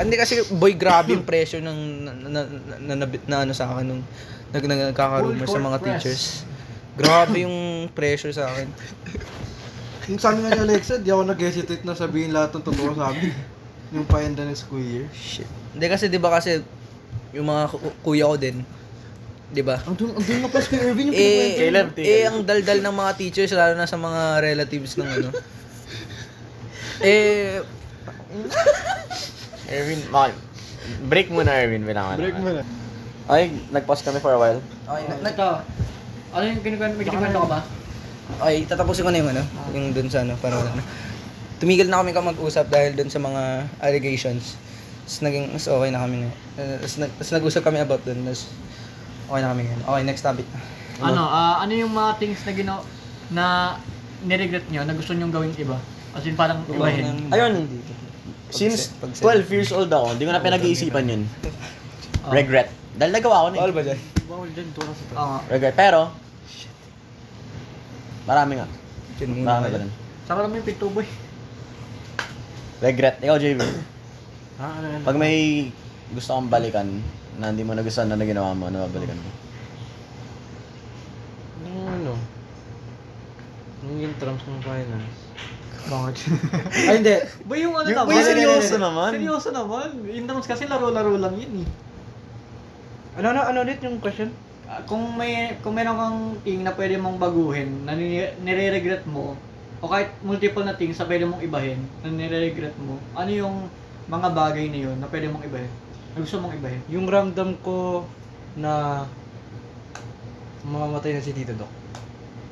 S2: Hindi kasi, boy, grabe yung pressure ng na, na, na, na, na- na- ano sa akin nung nag, nag, nagkaka-rumor sa mga teachers. Grabe yung pressure sa akin.
S8: Yung sa amin nga ni Alexa, di ako nag-hesitate na sabihin lahat ng totoo sa amin. Yung pa-enda ng school year.
S2: Shit. Hindi kasi, di ba kasi, yung mga ku- kuya ko din, di ba?
S8: Ang dun, ang dun na kay Irvin
S2: Eh,
S1: Caleb,
S2: eh, ang daldal ng mga teachers, lalo na sa mga relatives ng ano. eh,
S1: Erwin, bakit? Break muna, Erwin. Bilangan Break muna. Ay, nag-pause kami for a while.
S2: okay, na, na,
S6: Ito. Ano yung kinikwento? May kinikwento ka ba?
S2: okay, tatapusin ko na yung ano, yung dun sa ano, para ano. Tumigil na kami mag-usap dahil dun sa mga allegations. Tapos naging, mas okay na kami na. eh, Tapos nag, tapos nag-usap kami about dun. Tapos, okay na kami ngayon. Okay, next topic.
S6: Ano, ah, ano yung mga things na ginaw na niregret nyo na gusto nyong gawing iba? As in parang ibahin.
S1: Ayun, since 12 years old ako, hindi ko na pinag-iisipan yun. Regret. Dahil nagawa ko na
S2: Bawal
S1: eh.
S2: ba dyan?
S6: Oo.
S1: Regret. Pero, marami nga.
S2: Yun muna
S1: Marami
S2: kayo.
S1: pa rin.
S6: Saka naman yung pituboy.
S1: Regret. Ikaw, JB. Pag may gusto kang balikan, na hindi mo nagustuhan na ginawa mo, ano babalikan mo?
S8: Nung ano, nung yung trumps ng finance.
S2: Ay, hindi.
S6: Ba yung ano
S1: Yung-
S6: naman?
S1: Uy, seryoso naman.
S6: Seryoso naman. Yung drums kasi laro-laro lang yun eh.
S8: Ano na, ano ulit yung question?
S6: Ah, kung may kung meron kang thing na pwede mong baguhin, na nire- nire-regret mo, o kahit multiple na things na pwede mong ibahin, na nire-regret mo, ano yung mga bagay na yun na pwede mong ibahin? Na gusto mong ibahin?
S8: Yung ramdam ko na mamamatay na si Tito Doc.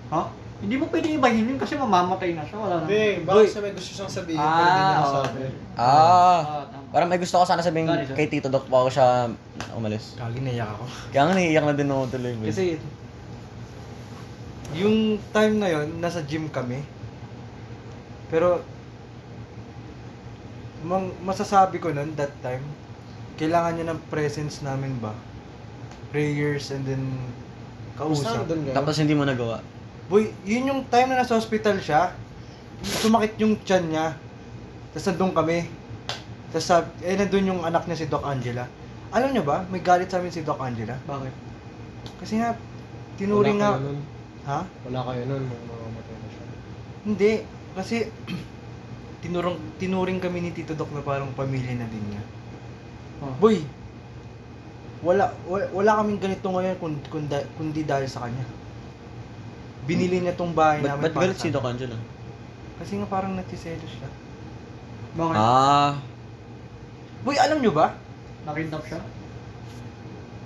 S6: Ha? Hindi mo pwede ibahin yun kasi mamamatay na siya, wala na.
S3: Hindi, baka siya may gusto siyang sabihin. pero hindi niya
S6: Ah, oo.
S3: nasabi.
S1: Ah!
S6: Ah, tama.
S1: Parang may gusto ko sana sabihin
S6: Sorry, sorry.
S1: kay Tito Doc bago siya umalis.
S8: Kagi naiyak ako.
S1: Kaya nga naiiyak na din ako tuloy. boy.
S8: Kasi yung time na yon nasa gym kami. Pero mang, masasabi ko nun that time, kailangan niya ng presence namin ba? Prayers and then kausap.
S1: Tapos hindi mo nagawa.
S8: Boy, yun yung time na nasa hospital siya. Sumakit yung tiyan niya. Tapos nandun kami. Tapos sab- eh, nandun yung anak niya si Doc Angela. Alam niyo ba, may galit sa amin si Doc Angela.
S6: Bakit?
S8: Kasi nga, tinuring nga... Ha?
S3: Wala kayo nun, mamamatay na siya.
S8: Hindi. Kasi, tinurong, tinuring kami ni Tito Doc na parang pamilya na din niya.
S6: Oh.
S8: Boy, wala, wala, wala kaming ganito ngayon kundi, kundi, kundi dahil sa kanya. Binili niya tong bahay
S1: Ba't
S8: namin
S1: ba't
S8: para
S1: galit si
S8: sa amin.
S1: Doc Angelo?
S8: Kasi nga parang nagsiselos siya.
S6: Bakit?
S1: Ah!
S8: Boy, alam niyo ba?
S6: Nakindap siya?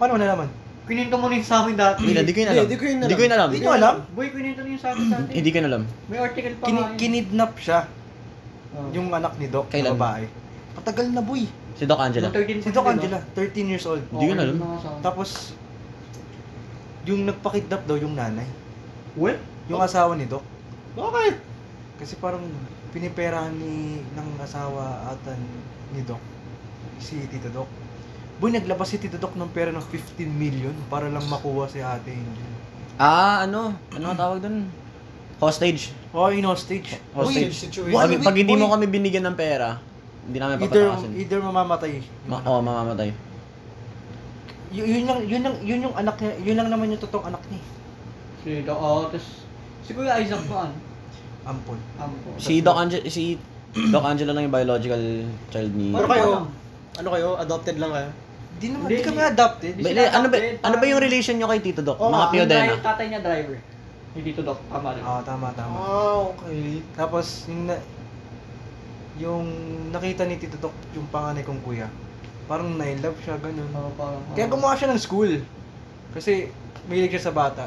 S8: Paano mo nalaman?
S6: Kininto mo na yung sa amin dati.
S1: Wait, hindi ko yun alam.
S8: Hindi, hindi ko yun
S1: Hindi ko yun alam.
S8: Hindi niyo alam?
S6: Boy, kininto na yung sa amin dati.
S1: Hindi ko yun alam.
S6: May article pa
S8: Kini,
S6: nga yun.
S8: kinidnap siya,
S6: Oh.
S8: yung anak ni Doc,
S1: Kailan?
S8: na babae. Patagal na, boy.
S1: Si Doc Angelo.
S6: Yung 13
S8: Si Doc
S6: pa sila.
S8: Angela, 13 years old.
S1: Hindi ko na alam.
S6: Oo, sa-
S8: Tapos, yung nagpakidnap daw yung nanay.
S6: Well,
S8: Yung asawa ni Doc.
S6: bakit?
S3: Ano
S8: Kasi parang piniperahan ni ng asawa atan ni Doc. Si Tito Doc. Boy, naglabas si Tito Doc ng pera ng 15 million para lang makuha si ate Angel.
S1: Ah, ano? Ano ang tawag doon? Hostage.
S8: Oh, in hostage.
S1: Hostage.
S3: Situation.
S1: Pag,
S8: One
S1: pag hindi
S8: week,
S1: mo kami binigyan ng pera, hindi namin
S8: Either, e-
S1: papatakasin.
S8: either mamamatay.
S1: Ma- oh, mamamatay.
S8: Y- yun lang, yun lang, yun yung anak niya, yun lang naman yung totoong anak niya. eh.
S6: Si Doc, oh, tapos... Si Kuya Isaac pa, ano?
S8: Ampon.
S6: Tama po.
S1: Si Doc Angelo, si Doc Angelo lang yung biological child ni...
S3: Pero kayo, ano kayo? Adopted lang kayo?
S8: Di naman,
S6: Hindi,
S8: di kami
S6: eh. di-
S8: adopted.
S1: Ba- ano ba ano ba yung relation nyo kay Tito Doc? Mga
S6: Yung
S1: piyodena.
S6: dri- tatay niya driver. Hindi to Doc, tama rin.
S8: Oo, Ah, tama, tama.
S3: Ah, okay.
S8: Tapos, yung, na, yung nakita ni Tito Tok yung panganay kong kuya, parang na-love siya, ganun.
S6: Oo, parang-
S8: Kaya gumawa siya ng school. Kasi, mahilig siya sa bata.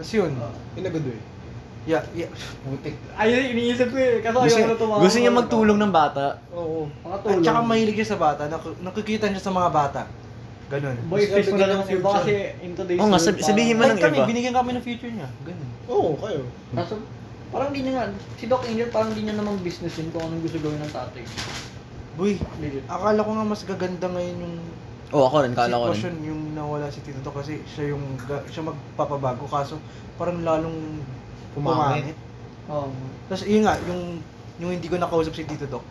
S8: Tapos yun,
S3: In a good way.
S8: Yeah, yeah. Putik.
S6: Ah. Ayun, iniisip ko eh. Kaso
S1: Gusto,
S6: ayaw na tumawa.
S1: gusto niya magtulong ng bata.
S8: Oo. At
S6: Makatulong.
S8: saka mahilig siya sa bata. Nak- nakikita niya sa mga bata. Ganun.
S6: Boy,
S8: Mas-
S6: fix mo na lang kasi baka kasi in today's
S1: Oo nga,
S6: world,
S1: sabi- sabihin mo
S8: Kahit
S1: ng
S8: kami,
S1: iba.
S8: binigyan kami ng future niya. Ganun.
S3: Oo, kayo.
S6: parang- Kaso, parang di niya nga, si Doc Angel parang di niya namang business yun kung anong gusto gawin ng tatay.
S8: Boy,
S6: Legit.
S8: akala ko nga mas gaganda ngayon yung
S1: Oo, Oh, ako rin, kala ko rin.
S8: sitwasyon yung nawala si Tito Tok kasi siya yung ga- siya magpapabago kaso parang lalong
S3: Pumangit.
S8: pumangit.
S6: Oo.
S8: Tapos yun nga, yung, yung hindi ko nakausap si Tito Doc.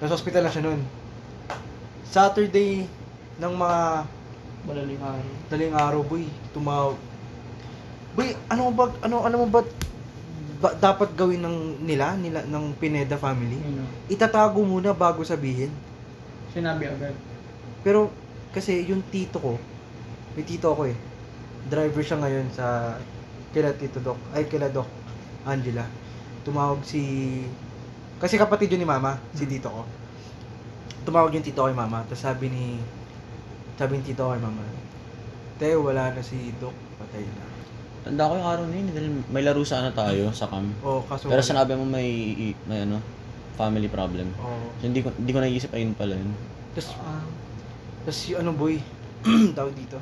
S8: Tapos hospital na siya nun. Saturday ng mga
S6: Malaling araw.
S8: daling araw, boy, tumaw. Boy, ano ba, ano, alam mo ba, ba- dapat gawin ng nila, nila, ng Pineda family?
S6: Yun o.
S8: Itatago muna bago sabihin.
S6: Sinabi agad.
S8: Pero kasi yung tito ko, may tito ako eh. Driver siya ngayon sa kila Tito Doc, ay kila Doc Angela. Tumawag si kasi kapatid yun ni Mama, si tito ko. Tumawag yung tito ko kay Mama, tapos sabi ni sabi ni tito ko kay Mama, Teo, wala na si Doc, patay na.
S1: Tanda ko yung araw na yun, dahil may laro sana tayo sa cam.
S8: Oh, kaso
S1: Pero
S8: wala.
S1: sinabi mo may, may ano, family problem.
S8: Oo.
S1: So, hindi ko, hindi ko naisip ayun pala yun.
S8: Tapos
S6: Ah,
S8: Tapos yung ano boy, tawag dito.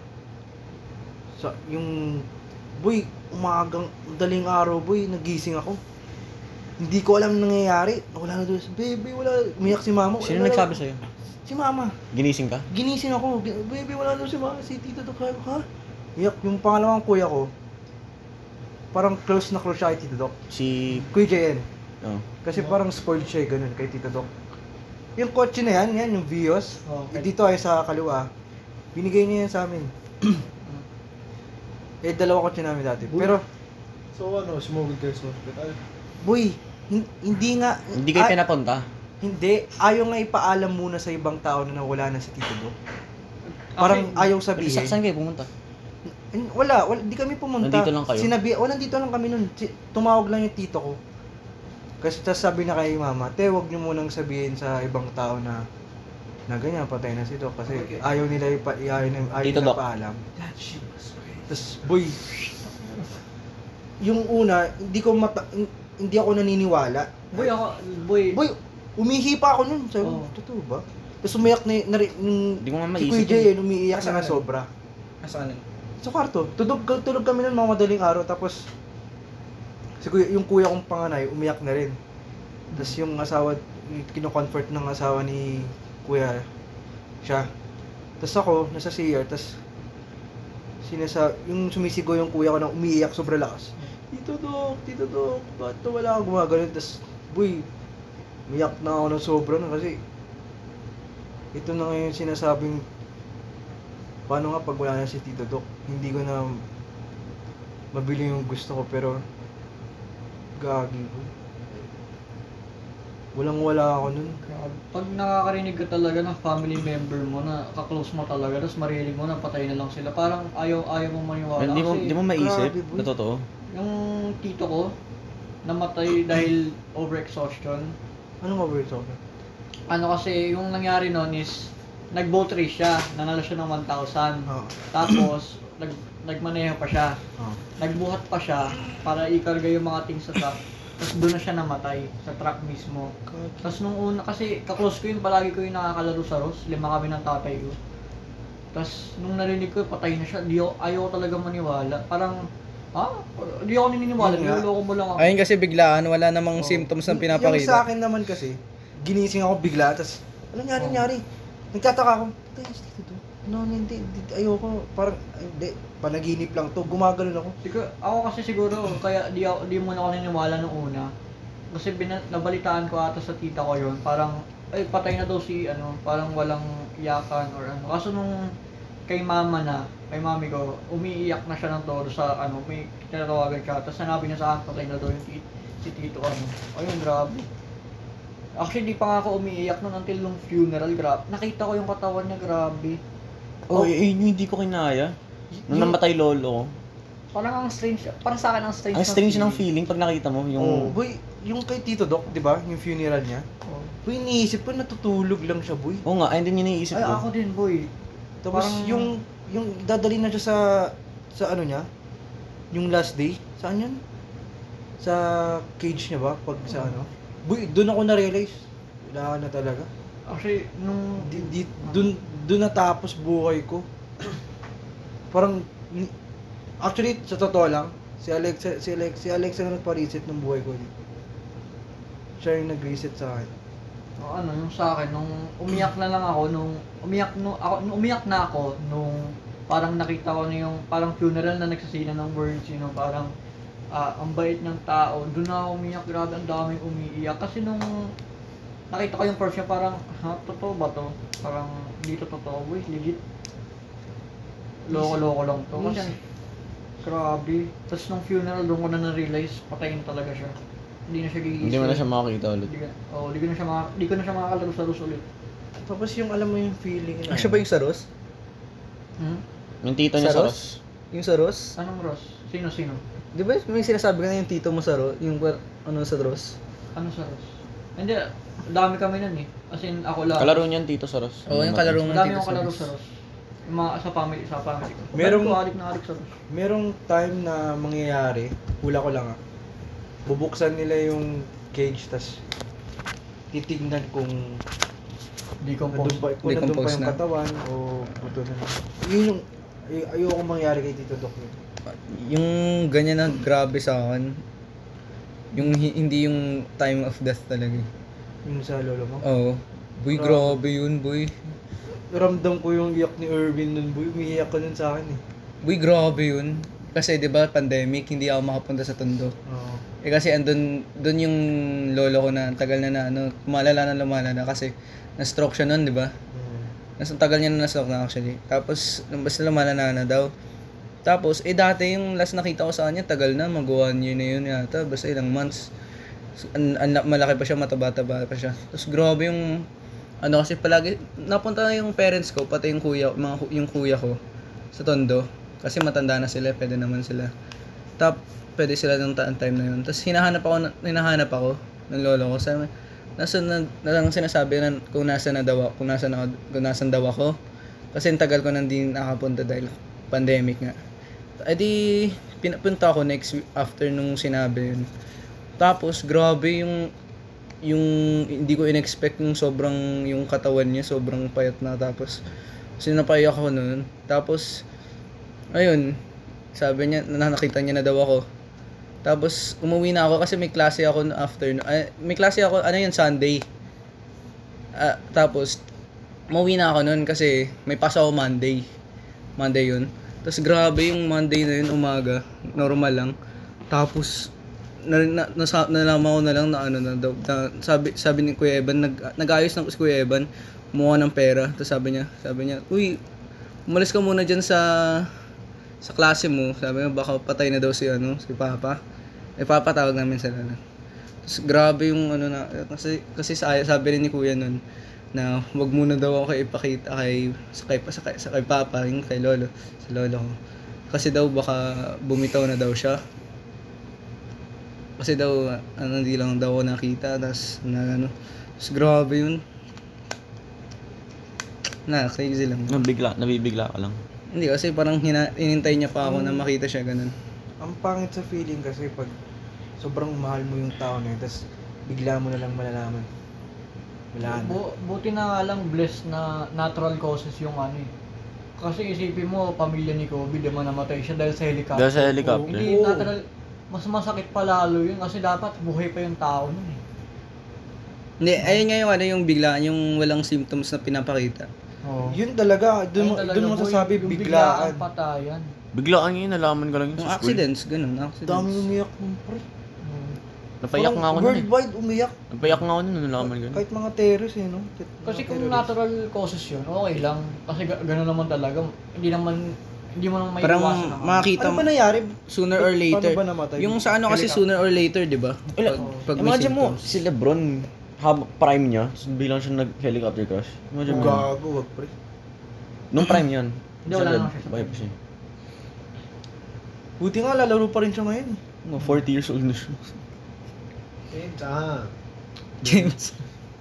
S8: So, yung boy, umagang, daling araw boy, nagising ako. Hindi ko alam nangyayari. Wala na doon. Baby, wala. Umiyak si mama.
S1: Sino
S8: Wala-
S1: nagsabi sa'yo?
S8: Si mama.
S1: Ginising ka?
S8: Ginising ako. Gi- Baby, wala na si mama. Si tito Doc. Sabi ko, Ha? Iyak. Yung pangalawang kuya ko, parang close na close siya kay tito Doc.
S1: Si,
S8: Kuya JN.
S1: oh,
S8: Kasi parang spoiled siya eh, ganun kay Tito Doc. Yung kotse na yan, yan yung Vios.
S6: Okay.
S8: Dito ay sa kaliwa. Binigay niya yan sa amin. eh, dalawa kotse namin dati. Pero,
S3: So ano, smuggled kayo sa hospital?
S8: boy, hin- hindi nga...
S1: hindi kayo
S8: ah,
S1: pinapunta.
S8: Hindi. Ayaw nga ipaalam muna sa ibang tao na nawala na si Tito Doc. Parang ayaw sabihin.
S1: Sa, saan kayo pumunta?
S8: And wala, wala, di kami pumunta.
S1: Nandito lang kayo?
S8: Sinabi, wala dito lang kami nun. Si- Tumawag lang yung tito ko. Kasi tas sabi na kay mama, te, wag niyo munang sabihin sa ibang tao na na ganyan, patay na si Doc. Kasi ayaw nila ipa, ayaw, nila- ayaw
S1: Tito
S8: nila
S1: Doc.
S8: paalam. Tapos, boy, yung una, hindi ko mata, hindi ako naniniwala.
S6: Boy, ako, boy,
S8: Boy, umihi pa ako nun. Sabi ko,
S6: Oo.
S8: totoo ba? Tapos umiyak na, na, yung
S1: Hindi ko nga
S8: si
S1: Oh. maisip.
S8: Kuya
S1: yun.
S8: Jay, umiiyak na nga sobra.
S4: Nasaan?
S8: Sa kwarto, tulog, tulog kami nun mga madaling araw, tapos si kuya, yung kuya kong panganay, umiyak na rin. Tapos yung asawa, kino-comfort ng asawa ni kuya, siya. Tapos ako, nasa CR, tapos sinasa, yung sumisigaw yung kuya ko na umiiyak sobra lakas. Tito Dok, Tito Dok, ba't to wala akong gumagano'n? Tapos, boy, umiyak na ako ng sobra na kasi ito na ngayon sinasabing paano nga pag wala na si Tito Doc, hindi ko na mabili yung gusto ko pero gagi ko. Walang wala ako nun.
S6: Grabe. Pag nakakarinig ka talaga ng family member mo na kaklose mo talaga, tapos marinig mo na patay na lang sila, parang ayaw ayaw mong maniwala.
S1: Hindi mo,
S6: Kasi
S1: hindi mo maisip,
S8: Grabe, boy.
S1: na totoo.
S6: yung tito ko, namatay dahil overexhaustion.
S8: Ano nga ba ito?
S6: Ano kasi, yung nangyari noon is, nag-boat race siya, nanalo siya ng 1,000.
S8: Oo.
S6: Tapos, nag, nagmaneho pa siya.
S8: Oo.
S6: Nagbuhat pa siya para ikarga yung mga things sa truck. Tapos doon na siya namatay, sa truck mismo. Tapos nung una, kasi kaklose ko yun, palagi ko yung nakakalaro sa Ross. Lima kami ng tatay ko. Tapos nung narinig ko, patay na siya. Di ako, ayaw ko talaga maniwala. Parang, ha? Di ako naniniwala.
S8: Yun nga.
S6: Niloloko mo lang ako.
S11: Ayun kasi biglaan, wala namang
S2: Oh.
S6: Oo.
S11: symptoms na
S8: Yung sa
S11: pinapakita.
S8: akin naman kasi, ginising ako bigla, tapos ano nangyari,
S6: Oo.
S8: nangyari? Nagtataka ako, tayo si Tito Doc. No, hindi, hindi, ayoko, parang, ay, hindi, panaginip lang to, gumagano'n ako.
S6: Siguro, ako kasi siguro, kaya di, ako, di muna ako naniniwala nung una. Kasi bina, nabalitaan ko ata sa tita ko yon parang, ay patay na daw si, ano, parang walang iyakan or ano. Kaso nung kay mama na, kay mami ko, umiiyak na siya ng todo sa, ano, may tinatawagan siya. Tapos sanabi niya sa akin, patay na daw yung tit- si tito ko, ano. Ayun, grabe. Actually, di pa nga ako umiiyak nun until nung funeral, grabe. Nakita ko yung katawan niya, grabe.
S1: Oo, oh, yun yung hindi ko kinaya. Nung namatay lolo ko.
S6: Parang ang strange, parang sa akin ang strange
S1: Ang
S6: na
S1: strange ng feeling pag nakita mo
S8: Oh.
S1: yung...
S8: Boy, yung kay Tito Doc, di ba, yung funeral niya,
S6: Oo.
S8: boy, iniisip ko, natutulog lang siya, boy.
S1: Oo nga, ayun din yung naisip
S8: Ano?
S1: ko.
S6: Ay, ako din, boy.
S8: Tapos
S6: Parang-
S8: yung yung dadalhin na siya sa sa ano niya, yung last day, saan yun? sa cage niya ba? Pag sa ano? Boy, doon ako na-realize. Wala na talaga.
S6: Actually, nung...
S8: Di, di, dun, dun natapos buhay ko. Parang, ni- actually, sa totoo lang, si Alexa, si Alexa, si Alexa na nagpa-reset ng buhay ko. Siya yung nag-reset sa akin.
S6: O ano, yung sa akin, nung umiyak na lang ako, nung umiyak, nung, ako, nung umiyak na ako, nung parang nakita ko na yung parang funeral na nagsasina ng words, you know, parang ah, ang bait ng tao, doon na ako umiyak, grabe, ang daming umiiyak. Kasi nung nakita ko yung first niya, parang, ha, totoo ba to? Parang, hindi to totoo, boy, legit. Loko-loko lang to. Kasi, grabe. Tapos nung funeral, doon ko na na-realize, patayin talaga siya. Hindi na siya gigising.
S1: Hindi mo na siya makakita ulit.
S6: Hindi ka- Oo, hindi ko na siya maka, hindi ko na siya makakalaro sa Rus ulit.
S8: Tapos yung alam mo yung feeling na.
S2: Ah, siya ba yung Saros?
S6: Hmm?
S1: Yung tito niya sa
S2: Saros?
S1: Ross.
S2: Yung Saros?
S6: Anong Rus? Sino sino?
S2: Di ba may sinasabi ka na yung tito mo sa Ros? Yung par- ano sa Ros?
S6: Ano sa Rus? Hindi, dami kami nun eh. As in, ako lang.
S1: Kalaro niya yung tito sa Ross.
S2: Oo, yung kalaro mo ng
S6: Dami
S2: tito
S6: akong
S2: sa
S6: kalaro
S2: Ros.
S6: sa Rus. Yung mga sa family, sa family ko.
S8: Merong-
S6: Meron ko alik na alik sa Rus.
S8: merong time na mangyayari, hula ko lang ah. Bubuksan nila yung cage, tas titignan kung nandun
S6: Decompose.
S8: pa, kung nandun pa
S2: Decompose
S8: yung
S2: na.
S8: katawan o buto na. Yun yung, ay- ayoko mangyari kay Tito Doc yun.
S2: Yung ganyan na grabe sa akin. Yung hi- hindi yung time of death talaga. eh.
S8: Yung sa lolo
S6: Oh.
S8: mo.
S2: Oo. Boy, grabe yun, boy.
S8: Ramdam ko yung iyak ni Irwin nun, boy. Umiiyak ko nun sa akin eh.
S2: Boy, grabe yun. Kasi 'di ba pandemic, hindi ako makapunta sa Tondo.
S8: Oo.
S2: Eh kasi andun doon yung lolo ko na ang tagal na na ano, lumalala na lumalala kasi na-stroke siya noon, 'di ba?
S8: Mm.
S2: Nas ang tagal niya na na-stroke na actually. Tapos nung basta lumalala na daw. Tapos eh dati yung last nakita ko sa kanya, tagal na, mag one year na yun yata, basta ilang months. So, an- an- malaki pa siya, mataba-taba pa siya. Tapos grabe yung ano kasi palagi napunta na yung parents ko pati yung kuya mga ku- yung kuya ko sa Tondo kasi matanda na sila, pwede naman sila. Tap, pwede sila nung ta- time na yun. Tapos hinahanap ako, na- hinahanap ako ng lolo ko. Sabi, nasa na, na lang sinasabi na kung nasa na daw ako, kung nasa na, kung nasan daw ako. Kasi ang tagal ko nang hindi nakapunta dahil pandemic nga. Eh di, pinapunta ako next week after nung sinabi yun. Tapos, grabe yung yung hindi ko inexpect yung sobrang yung katawan niya sobrang payat na tapos sinapaya ako noon tapos ayun sabi niya na nakita niya na daw ako tapos umuwi na ako kasi may klase ako no after ay, may klase ako ano yun Sunday Ah, tapos umuwi na ako noon kasi may pasok ako Monday Monday yun tapos grabe yung Monday na yun umaga normal lang tapos na, na, nasa, nalaman ko na lang na ano na daw na- sabi sabi ni Kuya Evan nag, nag-ayos ng si Kuya Evan kumuha ng pera tapos sabi niya sabi niya uy umalis ka muna diyan sa sa klase mo sabi niya baka patay na daw si ano si Papa eh Papa tawag namin sa lana tapos grabe yung ano na kasi kasi sa, sabi rin ni Kuya nun na wag muna daw ako ipakita kay sa kay, sa kay, sa kay Papa yung kay Lolo sa Lolo ko kasi daw baka bumitaw na daw siya kasi daw ano hindi lang daw ako nakita tas na ano tas grabe yun na crazy lang
S1: Nabigla, nabibigla ka lang.
S2: hindi kasi parang hina, inintay niya pa ako na makita siya ganun
S8: Ang pangit sa feeling kasi pag sobrang mahal mo yung tao na yun, tas bigla mo na lang malalaman. Wala na.
S6: Bu- buti na nga lang blessed na natural causes yung ano eh. Kasi isipin mo, pamilya ni Kobe, di ba namatay siya dahil sa helicopter.
S1: Dahil sa helicopter.
S6: Hindi natural, mas masakit pa lalo yun kasi dapat buhay pa yung tao nun eh.
S2: hindi ayun nga yung ano yung biglaan yung walang symptoms na pinapakita
S8: Yun talaga,
S6: Ayun
S8: dun, mo-
S6: talaga,
S8: dun mo
S6: boy,
S8: sasabi
S6: yung
S8: biglaan.
S6: patayan.
S1: Biglaan yun, nalaman ko lang yun
S2: yung
S1: sa school.
S2: accidents ganun
S8: Dami
S2: accidents
S8: umiyak ng pre.
S1: Napayak
S6: Hmm.
S8: Parang
S1: nga ako nun eh.
S8: Worldwide umiyak.
S1: Napayak nga ako nun, nung nalaman ko yun.
S8: Kahit mga terrorist eh, no?
S6: Kasi
S8: Mga
S6: kung
S8: terrorist.
S6: natural causes yun, okay lang. Kasi ga- gano'n naman talaga. Hindi naman, hindi mo naman may
S2: parang
S6: naman.
S2: makita
S8: Ano
S2: mo
S8: ba nangyari?
S2: sooner or later
S8: Paano ba namatay?
S2: yung sa ano kasi sooner or later di ba
S1: Wala.
S2: pag may
S1: Imagine mo,
S2: symptoms.
S1: si Lebron, hab prime niya, bilang siya nag-helicopter crash. Imagine mo. yun.
S8: Gago, wag pre.
S1: Nung prime yun.
S6: Hindi, wala naman siya sa
S1: Buhay pa siya.
S8: Buti nga, lalaro pa rin siya ngayon. eh.
S1: Mga 40 years old na siya.
S3: Ah.
S2: James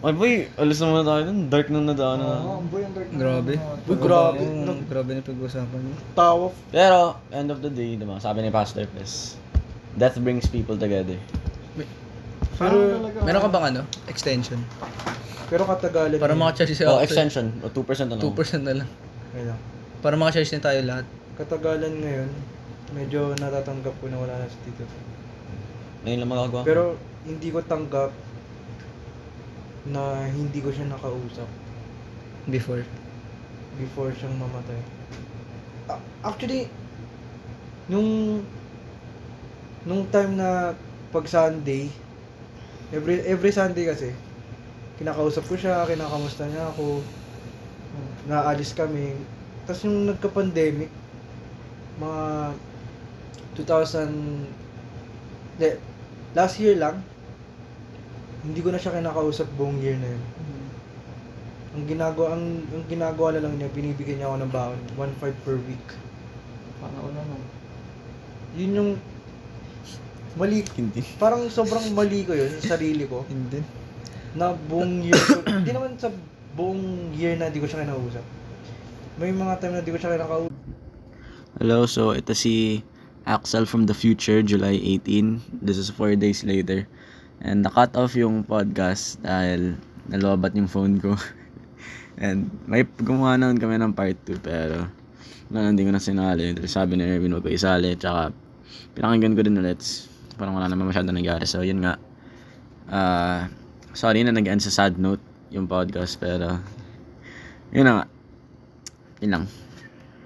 S1: Ay boy, alis na muna tayo dun. Dark na nadaanan
S6: Oo,
S1: natin.
S6: ang buhay ang dark na
S2: Grabe.
S6: ano,
S8: Uy, grabe.
S2: Oo,
S8: Nag-
S2: grabe na pag-usapan niyo
S8: Tawa.
S1: Pero, end of the day, diba, sabi ni Pastor Pes, Death brings people together.
S11: Pero,
S5: Meron ka bang ano?
S11: extension.
S8: Pero katagalan
S5: Para
S8: yun.
S5: maka-charge siya.
S1: Oh,
S5: Oh,
S1: ano? extension. O 2% na lang.
S5: 2% na lang.
S8: Ayun lang.
S5: Para maka-charge na tayo lahat.
S8: Katagalan ngayon, medyo natatanggap ko na wala na si Tito.
S1: Ngayon lang magagawa.
S8: Pero hindi ko tanggap na hindi ko siya nakausap
S11: Before.
S8: before siyang mamatay. A- Actually, nung nung time na pag Sunday, every every Sunday kasi kinakausap ko siya, kinakamusta niya ako.
S6: Hmm.
S8: Naalis kami. Tapos yung nagka-pandemic, mga 2000 de, last year lang, hindi ko na siya kinakausap buong year na yun.
S6: Hmm.
S8: Ang ginagawa ang, ang ginagawa na lang niya, binibigyan niya ako ng baon, 1.5 per week.
S6: Paano na nun?
S8: Yun yung mali,
S1: Hindi.
S8: parang sobrang mali ko yun sa sarili ko
S11: Hindi.
S8: na buong year ko, hindi naman sa buong year na di ko siya kinausap. May mga time na di ko siya kinakausap.
S1: Hello, so ito si Axel from the future, July 18. This is 4 days later. And na-cut off yung podcast dahil nalobat yung phone ko. And may gumawa naman kami ng part 2 pero wala, hindi ko na sinali. Sabi ni Erwin, huwag ko isali. Tsaka pinakinggan ko din ulit. Parang wala naman masyado nangyari. So yun nga. Ah, sorry na nag-end sa sad note yung podcast pero yun na nga. Yun lang.